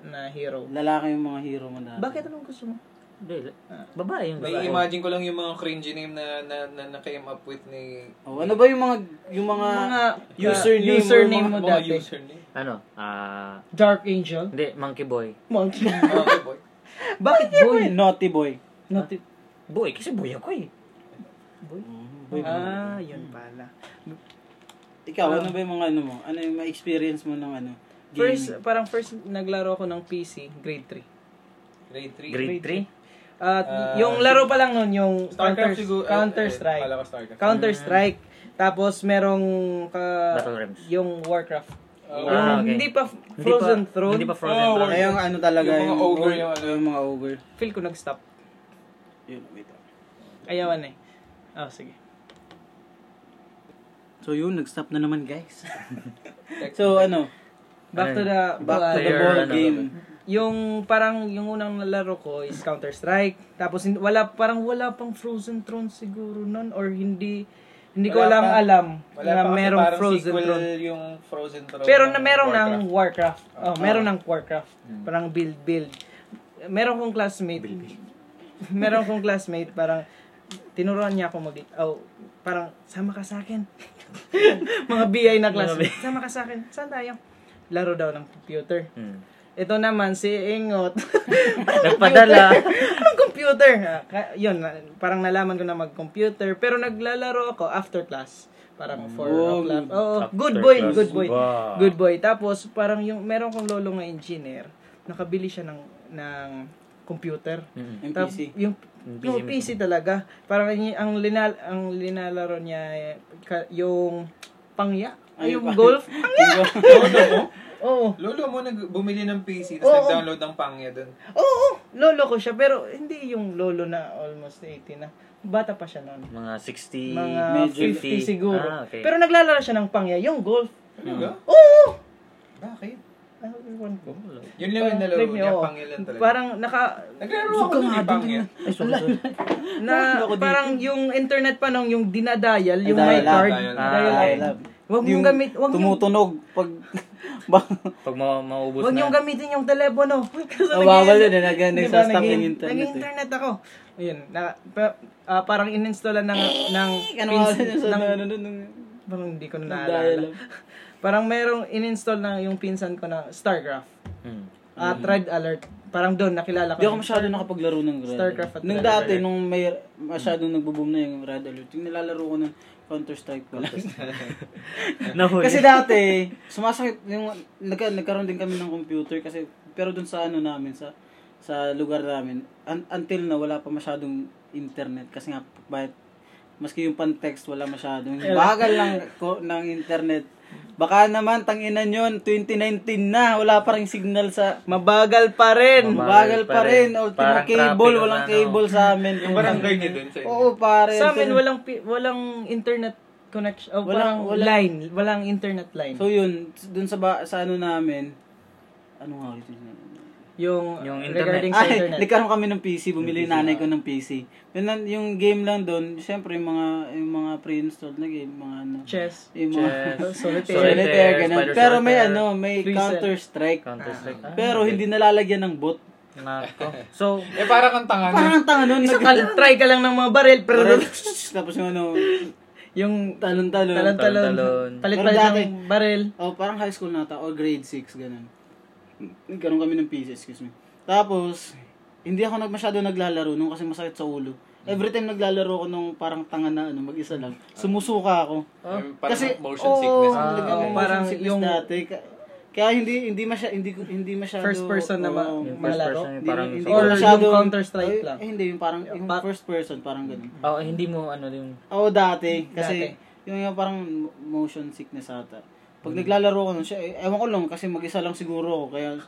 [SPEAKER 2] na hero.
[SPEAKER 4] Lalaki yung mga hero mo na.
[SPEAKER 1] Bakit anong gusto mo? Hindi. Babae yung gusto ko.
[SPEAKER 3] Nai-imagine ko lang yung mga cringy name na na, na, na came up with ni
[SPEAKER 4] Oh, ano ba yung mga yung mga,
[SPEAKER 2] Mga
[SPEAKER 4] Ah,
[SPEAKER 2] ah,
[SPEAKER 4] username or
[SPEAKER 2] username
[SPEAKER 4] mga-
[SPEAKER 2] mo
[SPEAKER 3] mga
[SPEAKER 2] dati.
[SPEAKER 3] username.
[SPEAKER 1] Ano? Ah...
[SPEAKER 2] Dark Angel.
[SPEAKER 1] Hindi, Monkey Boy.
[SPEAKER 2] Monkey.
[SPEAKER 3] Okay, boy.
[SPEAKER 2] Bakit
[SPEAKER 4] boy,
[SPEAKER 2] boy?
[SPEAKER 4] naughty boy.
[SPEAKER 2] Not it.
[SPEAKER 1] Boy, kasi boy ako eh.
[SPEAKER 2] Ah, yun pala.
[SPEAKER 4] Ikaw, ano ba yung mga ano mo? Ano yung mga experience mo ng ano?
[SPEAKER 2] First, parang first naglaro ako ng PC, grade 3.
[SPEAKER 3] Grade 3.
[SPEAKER 1] Grade 3.
[SPEAKER 2] At
[SPEAKER 3] Ah,
[SPEAKER 2] yung laro pa lang nun, yung Counter,
[SPEAKER 3] Starcraft eh, siguro.
[SPEAKER 2] Counter Strike.
[SPEAKER 3] Kala ko Starcraft.
[SPEAKER 2] Counter Strike. Tapos merong ka,
[SPEAKER 1] Battle Rams.
[SPEAKER 2] yung Warcraft.
[SPEAKER 3] Oh,
[SPEAKER 2] Yung
[SPEAKER 1] Ah, okay.
[SPEAKER 2] Hindi pa
[SPEAKER 1] Hindi pa,
[SPEAKER 2] Frozen Throne.
[SPEAKER 1] Hindi pa Frozen
[SPEAKER 3] Oh,
[SPEAKER 1] Throne.
[SPEAKER 4] Ano yung ano talaga?
[SPEAKER 3] Yung mga ogre, yung ano.
[SPEAKER 4] yung mga ogre.
[SPEAKER 2] Feel ko nag-stop.
[SPEAKER 4] Yun, wait lang.
[SPEAKER 2] Ayawan eh. Oh, sige.
[SPEAKER 4] So yun, nag-stop na naman guys.
[SPEAKER 3] Tech-
[SPEAKER 4] so ano,
[SPEAKER 2] Back to the
[SPEAKER 4] back to the
[SPEAKER 1] Player,
[SPEAKER 4] ball
[SPEAKER 1] ano.
[SPEAKER 4] game.
[SPEAKER 2] Yung parang yung unang nalaro ko is Counter Strike. Tapos hin- wala parang wala pang Frozen Throne siguro noon or hindi hindi ko
[SPEAKER 3] Wala
[SPEAKER 2] lang
[SPEAKER 3] pa.
[SPEAKER 2] alam
[SPEAKER 3] Wala
[SPEAKER 2] na
[SPEAKER 3] pa kasi
[SPEAKER 2] merong
[SPEAKER 3] parang
[SPEAKER 2] Frozen
[SPEAKER 3] sequel
[SPEAKER 2] Throne.
[SPEAKER 3] yung Frozen Throne.
[SPEAKER 2] Pero
[SPEAKER 3] ng
[SPEAKER 2] na meron ng
[SPEAKER 3] Warcraft.
[SPEAKER 2] Warcraft. Oh, meron ng Warcraft. Parang build build. Meron kong classmate. meron kong classmate parang tinuruan niya ako mag oh, parang sama ka sa akin. Mga BI na classmate. Sama ka sa akin. Saan tayo? Laro daw ng computer.
[SPEAKER 1] Hmm.
[SPEAKER 2] Ito naman si Ingot.
[SPEAKER 1] Nagpadala.
[SPEAKER 2] Ang computer. Ah, ka- yun, na- parang nalaman ko na mag-computer. Pero naglalaro ako after class. Parang 4
[SPEAKER 4] Oh,
[SPEAKER 2] o'clock. Oo,
[SPEAKER 1] After
[SPEAKER 2] good boy,
[SPEAKER 1] class.
[SPEAKER 2] good boy.
[SPEAKER 1] Wow.
[SPEAKER 2] Good boy. Tapos, parang yung, meron kong lolo nga engineer. Nakabili siya ng, ng computer.
[SPEAKER 4] Yung
[SPEAKER 2] Tap-
[SPEAKER 4] PC.
[SPEAKER 2] Yung No, PC talaga. Parang yung- ang, linal, ang linalaro niya, eh, ka- yung pangya. Ay, Ah, yung golf. Pangya! Oo.
[SPEAKER 3] Lolo mo nag bumili ng PC
[SPEAKER 2] Oo. Hmm.
[SPEAKER 3] tapos nag-download ng pangya doon.
[SPEAKER 2] Oo, lolo ko siya. Pero hindi yung lolo na almost 80 na. Bata pa siya noon.
[SPEAKER 1] Mga 60,
[SPEAKER 2] Mga 50 siguro.
[SPEAKER 1] Ah, okay.
[SPEAKER 2] Pero naglalaro siya ng pangya, yung golf.
[SPEAKER 3] Talaga?
[SPEAKER 2] Oo!
[SPEAKER 3] Diba? Bakit?
[SPEAKER 2] Ah, ewan ko.
[SPEAKER 3] Yun lang yung
[SPEAKER 2] Parang
[SPEAKER 3] nalaro
[SPEAKER 2] trip niya,
[SPEAKER 3] niya,
[SPEAKER 2] oo.
[SPEAKER 3] pangya lang talaga.
[SPEAKER 2] Parang naka...
[SPEAKER 3] Naglaro ako nun eh, pangya.
[SPEAKER 1] Ay, sorry, sorry.
[SPEAKER 2] Na, parang yung internet pa nung yung dinadial, yung
[SPEAKER 4] Dial
[SPEAKER 2] may
[SPEAKER 4] up,
[SPEAKER 2] card.
[SPEAKER 3] dial up.
[SPEAKER 1] Ah,
[SPEAKER 2] Dial up. Huwag mong gamit, huwag mong
[SPEAKER 4] Tumutunog pag... ba,
[SPEAKER 1] Pag ma- maubos
[SPEAKER 2] Huwag
[SPEAKER 1] na.
[SPEAKER 2] niyong gamitin yung telepono. Kasi
[SPEAKER 4] Nawawala
[SPEAKER 2] nag-
[SPEAKER 4] na, nag-
[SPEAKER 2] Di ba,
[SPEAKER 4] nagsastop ng
[SPEAKER 2] Diba, naging-
[SPEAKER 4] internet eh.
[SPEAKER 2] Naging internet ako. Ayun, na, pa- ah, parang ininstaller ng ng
[SPEAKER 4] ano
[SPEAKER 2] pins-
[SPEAKER 4] wala na sa
[SPEAKER 2] ng-
[SPEAKER 4] ano, ano, ano,
[SPEAKER 2] parang hindi ko na
[SPEAKER 4] dial
[SPEAKER 2] naalala.
[SPEAKER 4] up.
[SPEAKER 2] parang merong ininstall na yung pinsan ko na StarCraft.
[SPEAKER 1] Hmm.
[SPEAKER 2] At Red Alert. Parang doon nakilala ko.
[SPEAKER 4] Hindi Mm. ako masyado nakapaglaro ng Red
[SPEAKER 2] Starcraft at
[SPEAKER 4] Alert. Nung
[SPEAKER 2] Red
[SPEAKER 4] dati, nung may masyadong nagbo-boom na yung Red Alert, yung nilalaro ko ng Counter-Strike pa lang.
[SPEAKER 1] Nahuli.
[SPEAKER 4] kasi dati, sumasakit, yung, nagka, nagkaroon din kami ng computer kasi, pero dun sa ano namin, sa sa lugar namin, un- until na wala pa masyadong internet kasi nga, bakit, maski yung pan-text wala masyadong, bagal lang ko ng internet. Baka naman, tanginan yun, 2019 na, wala pa rin signal sa
[SPEAKER 2] Mabagal pa rin.
[SPEAKER 4] Bagal pa rin.
[SPEAKER 1] Parang
[SPEAKER 4] Ultima cable,
[SPEAKER 1] traffic,
[SPEAKER 4] walang
[SPEAKER 1] ano.
[SPEAKER 4] cable sa amin.
[SPEAKER 3] Yung barangay niya doon sa inyo.
[SPEAKER 4] Oo, pare.
[SPEAKER 2] Sa amin walang pi- walang internet connection, oh,
[SPEAKER 4] Walang-
[SPEAKER 2] parang
[SPEAKER 4] walang-
[SPEAKER 2] line, walang internet line.
[SPEAKER 4] So yun, dun sa, ba, sa ano namin, ano nga ulit yun?
[SPEAKER 2] yung,
[SPEAKER 1] Yung internet.
[SPEAKER 2] regarding sa
[SPEAKER 4] Ay,
[SPEAKER 2] internet.
[SPEAKER 4] nagkaroon kami ng PC, bumili yung nanay ko ng PC. Yun lang, yung game lang doon, syempre yung mga, yung mga pre-installed na game, mga ano.
[SPEAKER 2] Chess.
[SPEAKER 4] Yung mga
[SPEAKER 1] Chess.
[SPEAKER 2] Solitaire.
[SPEAKER 4] solitaire, ganun.
[SPEAKER 1] Spider
[SPEAKER 4] Pero may
[SPEAKER 1] Solitaire.
[SPEAKER 4] ano, may
[SPEAKER 2] Freezer.
[SPEAKER 4] Counter-Strike.
[SPEAKER 1] Counter-Strike. Ah,
[SPEAKER 4] Pero hindi nalalagyan ng bot.
[SPEAKER 1] Nako. So,
[SPEAKER 3] Eh parang kang tanga na.
[SPEAKER 4] Parang ang tanga nun.
[SPEAKER 2] Isa ka,
[SPEAKER 4] nag-
[SPEAKER 2] try ka lang ng mga baril, pero
[SPEAKER 4] Tapos yung ano,
[SPEAKER 2] yung
[SPEAKER 4] talon-talon.
[SPEAKER 1] Talon-talon.
[SPEAKER 2] talon-talon, palit-palit
[SPEAKER 4] Pero dati-
[SPEAKER 2] ng baril.
[SPEAKER 4] Oh, parang high school nata or grade 6 ganun. Nagkaroon kami ng PC, excuse me. Tapos hindi ako nag masyado naglalaro nung kasi masakit sa ulo. Every time naglalaro ko nung parang tanga na ano, mag-isa lang, sumusuka ako.
[SPEAKER 2] Oh,
[SPEAKER 3] Parang
[SPEAKER 4] kasi
[SPEAKER 3] motion sickness.
[SPEAKER 4] Oo,
[SPEAKER 2] Ah,
[SPEAKER 4] nagkakaroon ng
[SPEAKER 2] okay. Parang
[SPEAKER 4] motion sickness
[SPEAKER 2] yung-
[SPEAKER 4] dati. Ka- Kaya hindi hindi masya hindi ko- hindi masyado oh,
[SPEAKER 2] First person na ma-
[SPEAKER 4] oo.
[SPEAKER 1] yung first
[SPEAKER 2] malaro.
[SPEAKER 1] person,
[SPEAKER 4] Hindi-
[SPEAKER 1] parang
[SPEAKER 4] hindi
[SPEAKER 2] Or
[SPEAKER 4] ko
[SPEAKER 2] yung
[SPEAKER 4] masyado,
[SPEAKER 2] Counter-Strike
[SPEAKER 4] Ay,
[SPEAKER 2] lang.
[SPEAKER 4] eh, hindi yung parang yung
[SPEAKER 2] Parang-
[SPEAKER 4] first person parang ganun.
[SPEAKER 1] oh, hindi mo ano yung
[SPEAKER 4] Oo, dati. Kasi,
[SPEAKER 2] Dati.
[SPEAKER 4] yung yung parang mo- motion sickness ata. Pag naglalaro ko nun, siya, eh, ewan ko lang, kasi mag-isa lang siguro ako. Kaya,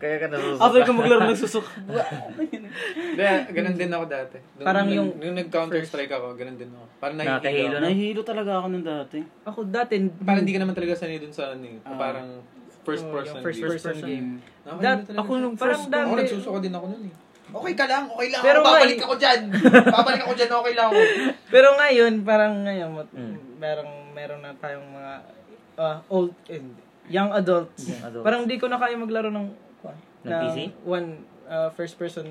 [SPEAKER 1] kaya ka nasusuka.
[SPEAKER 4] after ko maglaro, nagsusuk.
[SPEAKER 3] Hindi, ganun din ako dati. Nung,
[SPEAKER 2] Parang
[SPEAKER 3] nung-
[SPEAKER 2] yung-
[SPEAKER 3] Nung nag-counter-strike ako, ganun din ako. Parang
[SPEAKER 1] Nakahilo
[SPEAKER 3] nakikilo.
[SPEAKER 1] na.
[SPEAKER 4] Nahihilo talaga ako nun dati.
[SPEAKER 2] Ako dati,
[SPEAKER 3] Parang hindi ka naman talaga sanay dun sa ano eh. Parang first
[SPEAKER 2] Ah. Oh,
[SPEAKER 3] person.
[SPEAKER 2] yung first
[SPEAKER 3] view.
[SPEAKER 2] person game.
[SPEAKER 3] Nakahilo
[SPEAKER 2] Dat,
[SPEAKER 3] talaga
[SPEAKER 2] ako
[SPEAKER 3] siya.
[SPEAKER 2] nung parang
[SPEAKER 3] Ako
[SPEAKER 2] dati,
[SPEAKER 3] nagsusuko din ako nun eh. Okay ka lang, okay lang.
[SPEAKER 2] Pero
[SPEAKER 3] ako,
[SPEAKER 2] nga
[SPEAKER 3] babalik
[SPEAKER 2] eh.
[SPEAKER 3] ako dyan. babalik ako dyan, okay lang ako.
[SPEAKER 2] pero ngayon, parang ngayon, mat- merong, meron na tayong mga ah, old, and young adults.
[SPEAKER 1] adults.
[SPEAKER 2] Parang di ko na kaya maglaro ng, kuwan,
[SPEAKER 1] Ng PC?
[SPEAKER 2] one ah, first person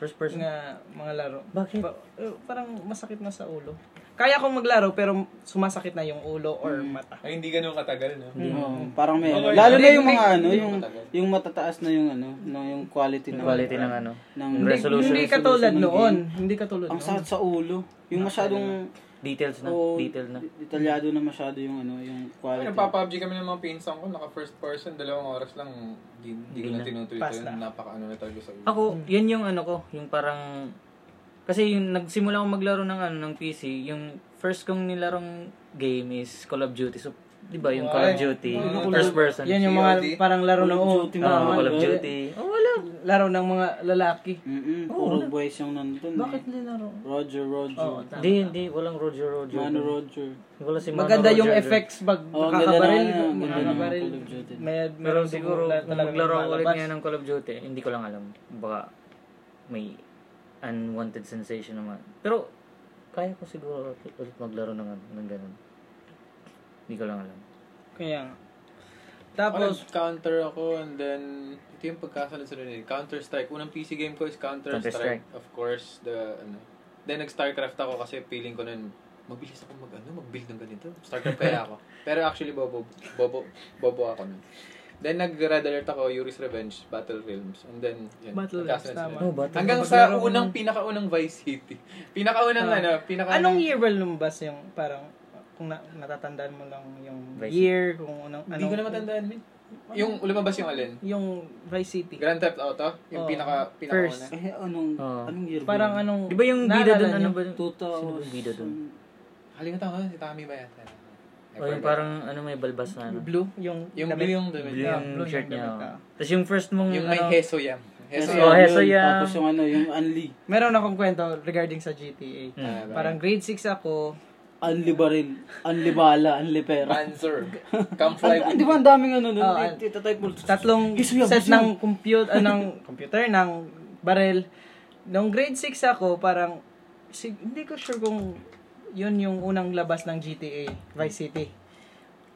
[SPEAKER 1] First person.
[SPEAKER 2] nga mga laro.
[SPEAKER 1] Bakit?
[SPEAKER 2] Pa- eh, parang masakit na sa ulo. Kaya kong maglaro pero sumasakit na yung ulo or mata.
[SPEAKER 3] Ay, hindi ganun katagal, no?
[SPEAKER 4] Oo, parang may,
[SPEAKER 3] Okay.
[SPEAKER 4] lalo na yung
[SPEAKER 2] Hindi,
[SPEAKER 4] mga ano,
[SPEAKER 3] hindi
[SPEAKER 4] yung,
[SPEAKER 3] matagal.
[SPEAKER 4] yung matataas na yung ano, no, yung quality na.
[SPEAKER 1] Quality ng ano.
[SPEAKER 4] Ng,
[SPEAKER 1] Yung resolution.
[SPEAKER 2] Hindi katulad
[SPEAKER 4] ng
[SPEAKER 2] noon.
[SPEAKER 4] game.
[SPEAKER 2] Hindi katulad
[SPEAKER 4] Ang
[SPEAKER 2] noon.
[SPEAKER 4] sakit sa ulo. Yung masyadong,
[SPEAKER 1] Details na.
[SPEAKER 2] Oh.
[SPEAKER 4] oo,
[SPEAKER 1] Detail na.
[SPEAKER 4] detalyado na masyado yung ano, yung
[SPEAKER 3] Ay,
[SPEAKER 4] quality.
[SPEAKER 3] nagpa-PUBG kami ng mga pinsan ko, naka first person, dalawang oras lang, di, di ko na tinutuloy
[SPEAKER 2] Pass
[SPEAKER 3] yun.
[SPEAKER 2] na.
[SPEAKER 3] Napaka ano na talaga sa ulo.
[SPEAKER 1] Ako, yun yung ano ko, yung parang kasi yung nagsimula akong maglaro ng ano ng PC, yung first kong nilarong game is Call of Duty. So, 'di ba, yung Call of Duty, first person.
[SPEAKER 2] Yan yung mga
[SPEAKER 3] COD.
[SPEAKER 2] parang laro ng
[SPEAKER 4] Call of Duty,
[SPEAKER 1] Ah,
[SPEAKER 4] mga
[SPEAKER 1] Call of Duty. Oh, wala.
[SPEAKER 2] laro ng mga lalaki.
[SPEAKER 4] Mm-mm, puro boys yung nandun.
[SPEAKER 2] Bakit
[SPEAKER 4] eh.
[SPEAKER 2] nilaro?
[SPEAKER 4] Roger, Roger.
[SPEAKER 1] Hindi, hindi. Walang Roger, Roger.
[SPEAKER 4] Mano Roger.
[SPEAKER 1] Wala si Mano
[SPEAKER 2] Maganda yung
[SPEAKER 1] Roger.
[SPEAKER 2] effects pag
[SPEAKER 4] Oo, ang ganda
[SPEAKER 2] kakabaril.
[SPEAKER 4] na- ang ganda ng
[SPEAKER 2] Kakabaril.
[SPEAKER 4] Call of Duty.
[SPEAKER 2] May,
[SPEAKER 1] Pero
[SPEAKER 2] meron
[SPEAKER 1] siguro,
[SPEAKER 2] siguro
[SPEAKER 1] kung
[SPEAKER 2] talagang
[SPEAKER 1] maglaro ako ulit
[SPEAKER 2] lumalabas.
[SPEAKER 1] ngayon ng Call of Duty, hindi ko lang alam. Baka may unwanted sensation naman. Pero, kaya ko siguro ulit maglaro ng, ng ganun. Hindi ko lang alam.
[SPEAKER 2] Kaya nga. Tapos,
[SPEAKER 3] Tapos, counter ako and then, ito yung pagkasunod sa rin. Counter-Strike. Unang PC game ko is Counter-Strike.
[SPEAKER 1] Counter-Strike.
[SPEAKER 3] Of course, the, ano. Then, nag-StarCraft ako kasi feeling ko nun, mabilis ako mag, ano, mag-build ng ganito. StarCraft kaya ako. Pero actually, bobo, bobo, bobo ako nun. Then, nag-Red Alert ako, Yuri's Revenge, Battle Realms. And then, yun.
[SPEAKER 2] Battle Realms,
[SPEAKER 3] nagkasunod
[SPEAKER 2] tama.
[SPEAKER 3] sila.
[SPEAKER 1] Oh, Battle
[SPEAKER 3] Hanggang
[SPEAKER 2] Realms.
[SPEAKER 3] sa
[SPEAKER 2] Maglaro ko
[SPEAKER 3] unang,
[SPEAKER 2] nun.
[SPEAKER 3] pinakaunang Vice City. Pinakaunang,
[SPEAKER 2] Ah.
[SPEAKER 3] ano, pinakaunang...
[SPEAKER 2] anong year ba lumabas yung parang kung na- natatandaan mo lang yung
[SPEAKER 1] Vice
[SPEAKER 2] year, kung anong, ano?
[SPEAKER 3] Hindi ko na matandaan, min. Yung lumabas yung alin?
[SPEAKER 2] Yung Vice City.
[SPEAKER 3] Grand Theft Auto? Yung
[SPEAKER 2] Oo.
[SPEAKER 3] pinaka, pinaka
[SPEAKER 2] Oh. First.
[SPEAKER 3] una.
[SPEAKER 4] Eh, anong,
[SPEAKER 1] Oo.
[SPEAKER 4] anong year ba
[SPEAKER 2] Parang
[SPEAKER 4] yun?
[SPEAKER 2] anong...
[SPEAKER 1] Di ba yung bida
[SPEAKER 2] naalala
[SPEAKER 1] doon, ano
[SPEAKER 2] niyo?
[SPEAKER 1] ba? Sino ba
[SPEAKER 4] Totoo.
[SPEAKER 1] yung bida doon?
[SPEAKER 3] Kalimutan ko, si Tommy ba yata?
[SPEAKER 1] O yung parang, ano, may balbas na, ano?
[SPEAKER 2] Blue? Yung,
[SPEAKER 3] Yung
[SPEAKER 2] damit.
[SPEAKER 3] blue yung damit.
[SPEAKER 1] Blue
[SPEAKER 2] Yeah,
[SPEAKER 1] yung
[SPEAKER 2] blue yung
[SPEAKER 1] shirt niya.
[SPEAKER 2] damit,
[SPEAKER 1] oh.
[SPEAKER 2] ah.
[SPEAKER 1] Tapos yung first mong,
[SPEAKER 3] Yung may
[SPEAKER 1] ano,
[SPEAKER 3] Heso Yam.
[SPEAKER 1] Hesoyam.
[SPEAKER 3] Heso Yam.
[SPEAKER 1] Oh, Hesoyam.
[SPEAKER 4] yun. Tapos yung ano, yung Unli.
[SPEAKER 2] Meron akong kwento regarding sa GTA.
[SPEAKER 1] Hmm.
[SPEAKER 3] Ah,
[SPEAKER 2] Parang grade 6 ako.
[SPEAKER 4] Unli baril. Unli bala. Unli pera.
[SPEAKER 3] Panzer. Come fly
[SPEAKER 4] An-
[SPEAKER 3] with
[SPEAKER 4] an- Di ba ang daming ano nun?
[SPEAKER 2] Oo,
[SPEAKER 4] Ti-
[SPEAKER 2] an-
[SPEAKER 4] ti- Tatatype mo.
[SPEAKER 2] Tatlong
[SPEAKER 4] Gisuya,
[SPEAKER 2] set
[SPEAKER 4] gisuya.
[SPEAKER 2] ng compute, ah, ng computer, ng barrel. Nung grade 6 ako, parang, si- hindi ko sure kung yun yung unang labas ng GTA, Vice
[SPEAKER 3] Hmm.
[SPEAKER 2] City.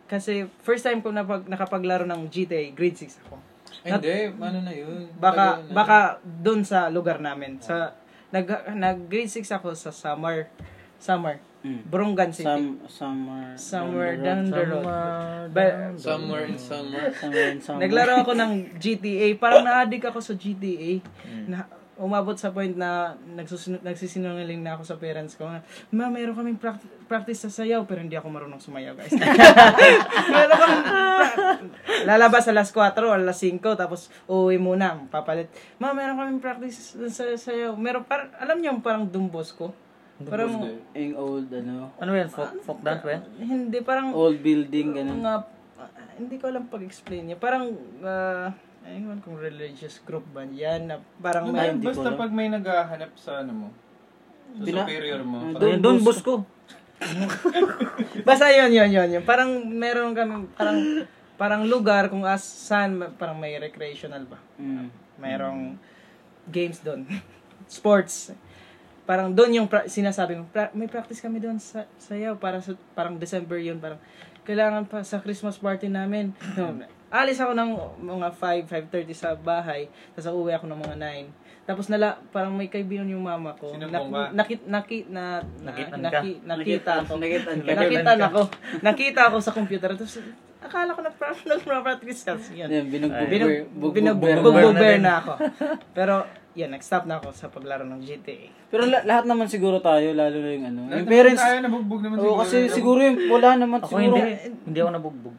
[SPEAKER 2] Kasi first time ko napag, nakapaglaro ng GTA, grade 6 ako.
[SPEAKER 3] Ay, hindi. Ano na yun?
[SPEAKER 2] Baka
[SPEAKER 3] Tagal na.
[SPEAKER 2] baka doon sa lugar namin. Sa nag nag grade 6 ako sa summer summer
[SPEAKER 3] Hmm.
[SPEAKER 4] Mm.
[SPEAKER 2] Burungan City. uh,
[SPEAKER 4] Some, summer.
[SPEAKER 2] somewhere down
[SPEAKER 4] down
[SPEAKER 2] the road. Ba-
[SPEAKER 3] Somewhere in summer.
[SPEAKER 4] the road. Somewhere in summer.
[SPEAKER 2] Naglaro ako ng GTA. Parang na-addict ako sa GTA.
[SPEAKER 1] Hmm.
[SPEAKER 2] Na, umabot sa point na nagsusun- nagsisinungaling na ako sa parents ko. na, Ma, meron kaming prac- practice sa sayaw pero hindi ako marunong sumayaw, guys. meron kaming pra- lalabas alas 4 o alas 5 tapos uuwi muna, papalit. Ma, meron kaming practice sa sayaw. Meron par alam niyo yung parang dumbos ko. Parang
[SPEAKER 4] Yung old, ano,
[SPEAKER 1] Ano yan? Folk, folk dance ba yan?
[SPEAKER 2] hindi parang
[SPEAKER 4] old building, ganun.
[SPEAKER 2] mga ah, hindi ko alam pag-explain niya. Parang uh, ayun kung religious group ba yan na parang may
[SPEAKER 4] Ay, hindi ko
[SPEAKER 5] Basta
[SPEAKER 4] alam.
[SPEAKER 5] pag may naghahanap sa ano mo, sa
[SPEAKER 4] Pina-
[SPEAKER 5] superior mo,
[SPEAKER 4] Ah,
[SPEAKER 5] parang,
[SPEAKER 1] Doon, doon, boss ko.
[SPEAKER 2] basta yun yun yun yun. Parang meron kami parang parang lugar kung as saan ma- parang may recreational ba.
[SPEAKER 4] Mm.
[SPEAKER 2] Merong games doon. Sports. Parang doon yung pra- sinasabi mo, "Pra- may practice kami doon sa sayaw para sa parang December yun, parang kailangan pa sa Christmas party namin. No, alis ako ng mga 5, 5.30 sa bahay, tapos uuwi ako ng mga 9. Tapos nala, parang may kaibigan yung mama ko.
[SPEAKER 5] Sinumbong ka?
[SPEAKER 2] nakit, nakit, na, na-
[SPEAKER 1] Nakitan ka?
[SPEAKER 2] naki- nakita ako.
[SPEAKER 4] Nakitaan ka.
[SPEAKER 2] Nakita ako. Nakita ako sa computer. Tapos, akala ko na parang nag-practice ka. Yun.
[SPEAKER 4] Yan, binugbog-
[SPEAKER 2] Binag-
[SPEAKER 4] bug-
[SPEAKER 2] binag-
[SPEAKER 4] bug-
[SPEAKER 1] Bugbear na
[SPEAKER 2] Bugbear
[SPEAKER 1] din.
[SPEAKER 2] na ako. Pero, yan, nag-stop na ako sa paglaro ng GTA.
[SPEAKER 4] Pero la- lahat naman siguro tayo, lalo na yung ano.
[SPEAKER 5] Lahat
[SPEAKER 4] Yung
[SPEAKER 5] naman
[SPEAKER 4] parents,
[SPEAKER 5] tayo nabugbog naman
[SPEAKER 4] oo, kasi siguro yung wala naman
[SPEAKER 1] Ako
[SPEAKER 4] siguro.
[SPEAKER 1] hindi, hindi ako nabugbog.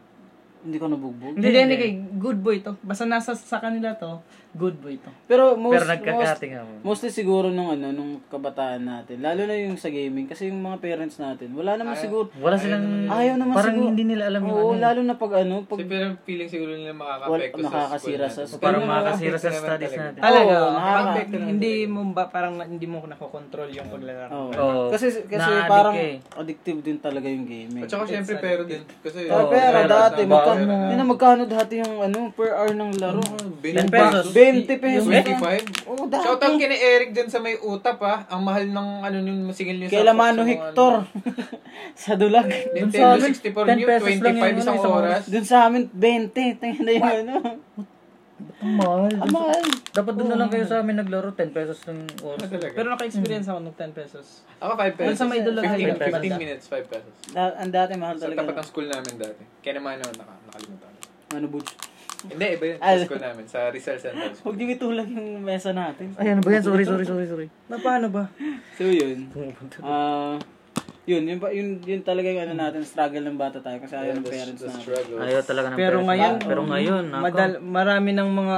[SPEAKER 4] Hindi ka nabugbog.
[SPEAKER 2] Hindi, hindi, kay good boy to. Basta nasa sa kanila to, good boy to.
[SPEAKER 4] Pero most,
[SPEAKER 1] Pero
[SPEAKER 4] most,
[SPEAKER 1] nagkakating ako.
[SPEAKER 4] mostly siguro nung ano, nung kabataan natin. Lalo na yung sa gaming. Kasi yung mga parents natin, wala naman siguro.
[SPEAKER 1] Wala silang,
[SPEAKER 4] Ayaw naman
[SPEAKER 1] parang
[SPEAKER 4] siguro.
[SPEAKER 1] hindi nila alam yung
[SPEAKER 4] Oo,
[SPEAKER 1] ano.
[SPEAKER 4] lalo na pag ano, pag
[SPEAKER 3] Kasi pero feeling siguro nila
[SPEAKER 4] wal,
[SPEAKER 3] makaka-apekto sa
[SPEAKER 4] nakakasira sa
[SPEAKER 3] school.
[SPEAKER 1] O
[SPEAKER 4] school.
[SPEAKER 1] parang makakasira sa studies natin.
[SPEAKER 2] Talaga,
[SPEAKER 4] Oo,
[SPEAKER 2] oh,
[SPEAKER 4] nakaka-
[SPEAKER 2] pag- hindi mo ba, parang na- hindi mo nakokontrol yung paglaro.
[SPEAKER 4] Oo.
[SPEAKER 1] Oo.
[SPEAKER 4] Kasi, kasi
[SPEAKER 1] Na-addict
[SPEAKER 4] parang
[SPEAKER 1] eh.
[SPEAKER 4] addictive din talaga yung gaming.
[SPEAKER 3] At saka syempre pero din. Kasi
[SPEAKER 1] Oo,
[SPEAKER 4] Pero Oh, pera
[SPEAKER 1] pera,
[SPEAKER 4] dati,
[SPEAKER 1] tama.
[SPEAKER 4] magka,
[SPEAKER 1] Pera
[SPEAKER 4] yun na, magkano dati yung ano, per hour ng laro?
[SPEAKER 1] 10
[SPEAKER 3] 20
[SPEAKER 1] pesos.
[SPEAKER 4] 20 pesos.
[SPEAKER 3] 25?
[SPEAKER 4] Oo, Oh, dati.
[SPEAKER 3] Shout out kina Eric dyan sa may utap ah. Ang mahal ng ano nung masingil niyo
[SPEAKER 4] Kay
[SPEAKER 3] ano.
[SPEAKER 4] Lamano
[SPEAKER 1] ano.
[SPEAKER 4] Hector. sa dulag.
[SPEAKER 3] Dun
[SPEAKER 1] sa
[SPEAKER 3] sa
[SPEAKER 1] amin,
[SPEAKER 3] 64
[SPEAKER 1] 10
[SPEAKER 3] new,
[SPEAKER 1] pesos lang yung
[SPEAKER 3] 25 isang
[SPEAKER 1] ano, isang
[SPEAKER 3] oras.
[SPEAKER 4] Dun sa amin, 20. Tingnan na yung ano.
[SPEAKER 1] Ang mahal.
[SPEAKER 4] Ang mahal.
[SPEAKER 1] Dapat doon na lang kayo sa amin naglaro, 10 pesos ng oras.
[SPEAKER 3] Ano talaga?
[SPEAKER 2] Pero
[SPEAKER 4] Mm.
[SPEAKER 2] naka-experience ako ng 10 pesos.
[SPEAKER 3] Ako 5 pesos.
[SPEAKER 2] Dun sa may dulo lang
[SPEAKER 3] 15,
[SPEAKER 1] yung banda.
[SPEAKER 3] 15 minutes, 5 pesos.
[SPEAKER 4] Da- ang dati, mahal
[SPEAKER 3] Sa tapat
[SPEAKER 4] talaga.
[SPEAKER 3] ng school namin dati. Kaya naman ano, naka, nakalimutan. ko.
[SPEAKER 4] Ano, Butch?
[SPEAKER 3] Hindi, iba yun.
[SPEAKER 4] Ah.
[SPEAKER 3] Sa school namin. Sa Rizal Central School.
[SPEAKER 4] Huwag niyo itulak yung mesa natin.
[SPEAKER 1] Ay, ano ba yan? Sorry, sorry, sorry, sorry.
[SPEAKER 2] Na paano ba?
[SPEAKER 4] So, yun. Ah... yun, yun, pa- yun, yun talaga yung ano natin, struggle ng bata tayo kasi ayaw ng
[SPEAKER 3] The-
[SPEAKER 4] parents
[SPEAKER 3] the
[SPEAKER 4] natin.
[SPEAKER 3] struggle.
[SPEAKER 1] Ayaw talaga ng
[SPEAKER 2] Pero
[SPEAKER 1] pera.
[SPEAKER 2] ngayon,
[SPEAKER 1] pero ngayon, ako,
[SPEAKER 2] Madal, marami ng mga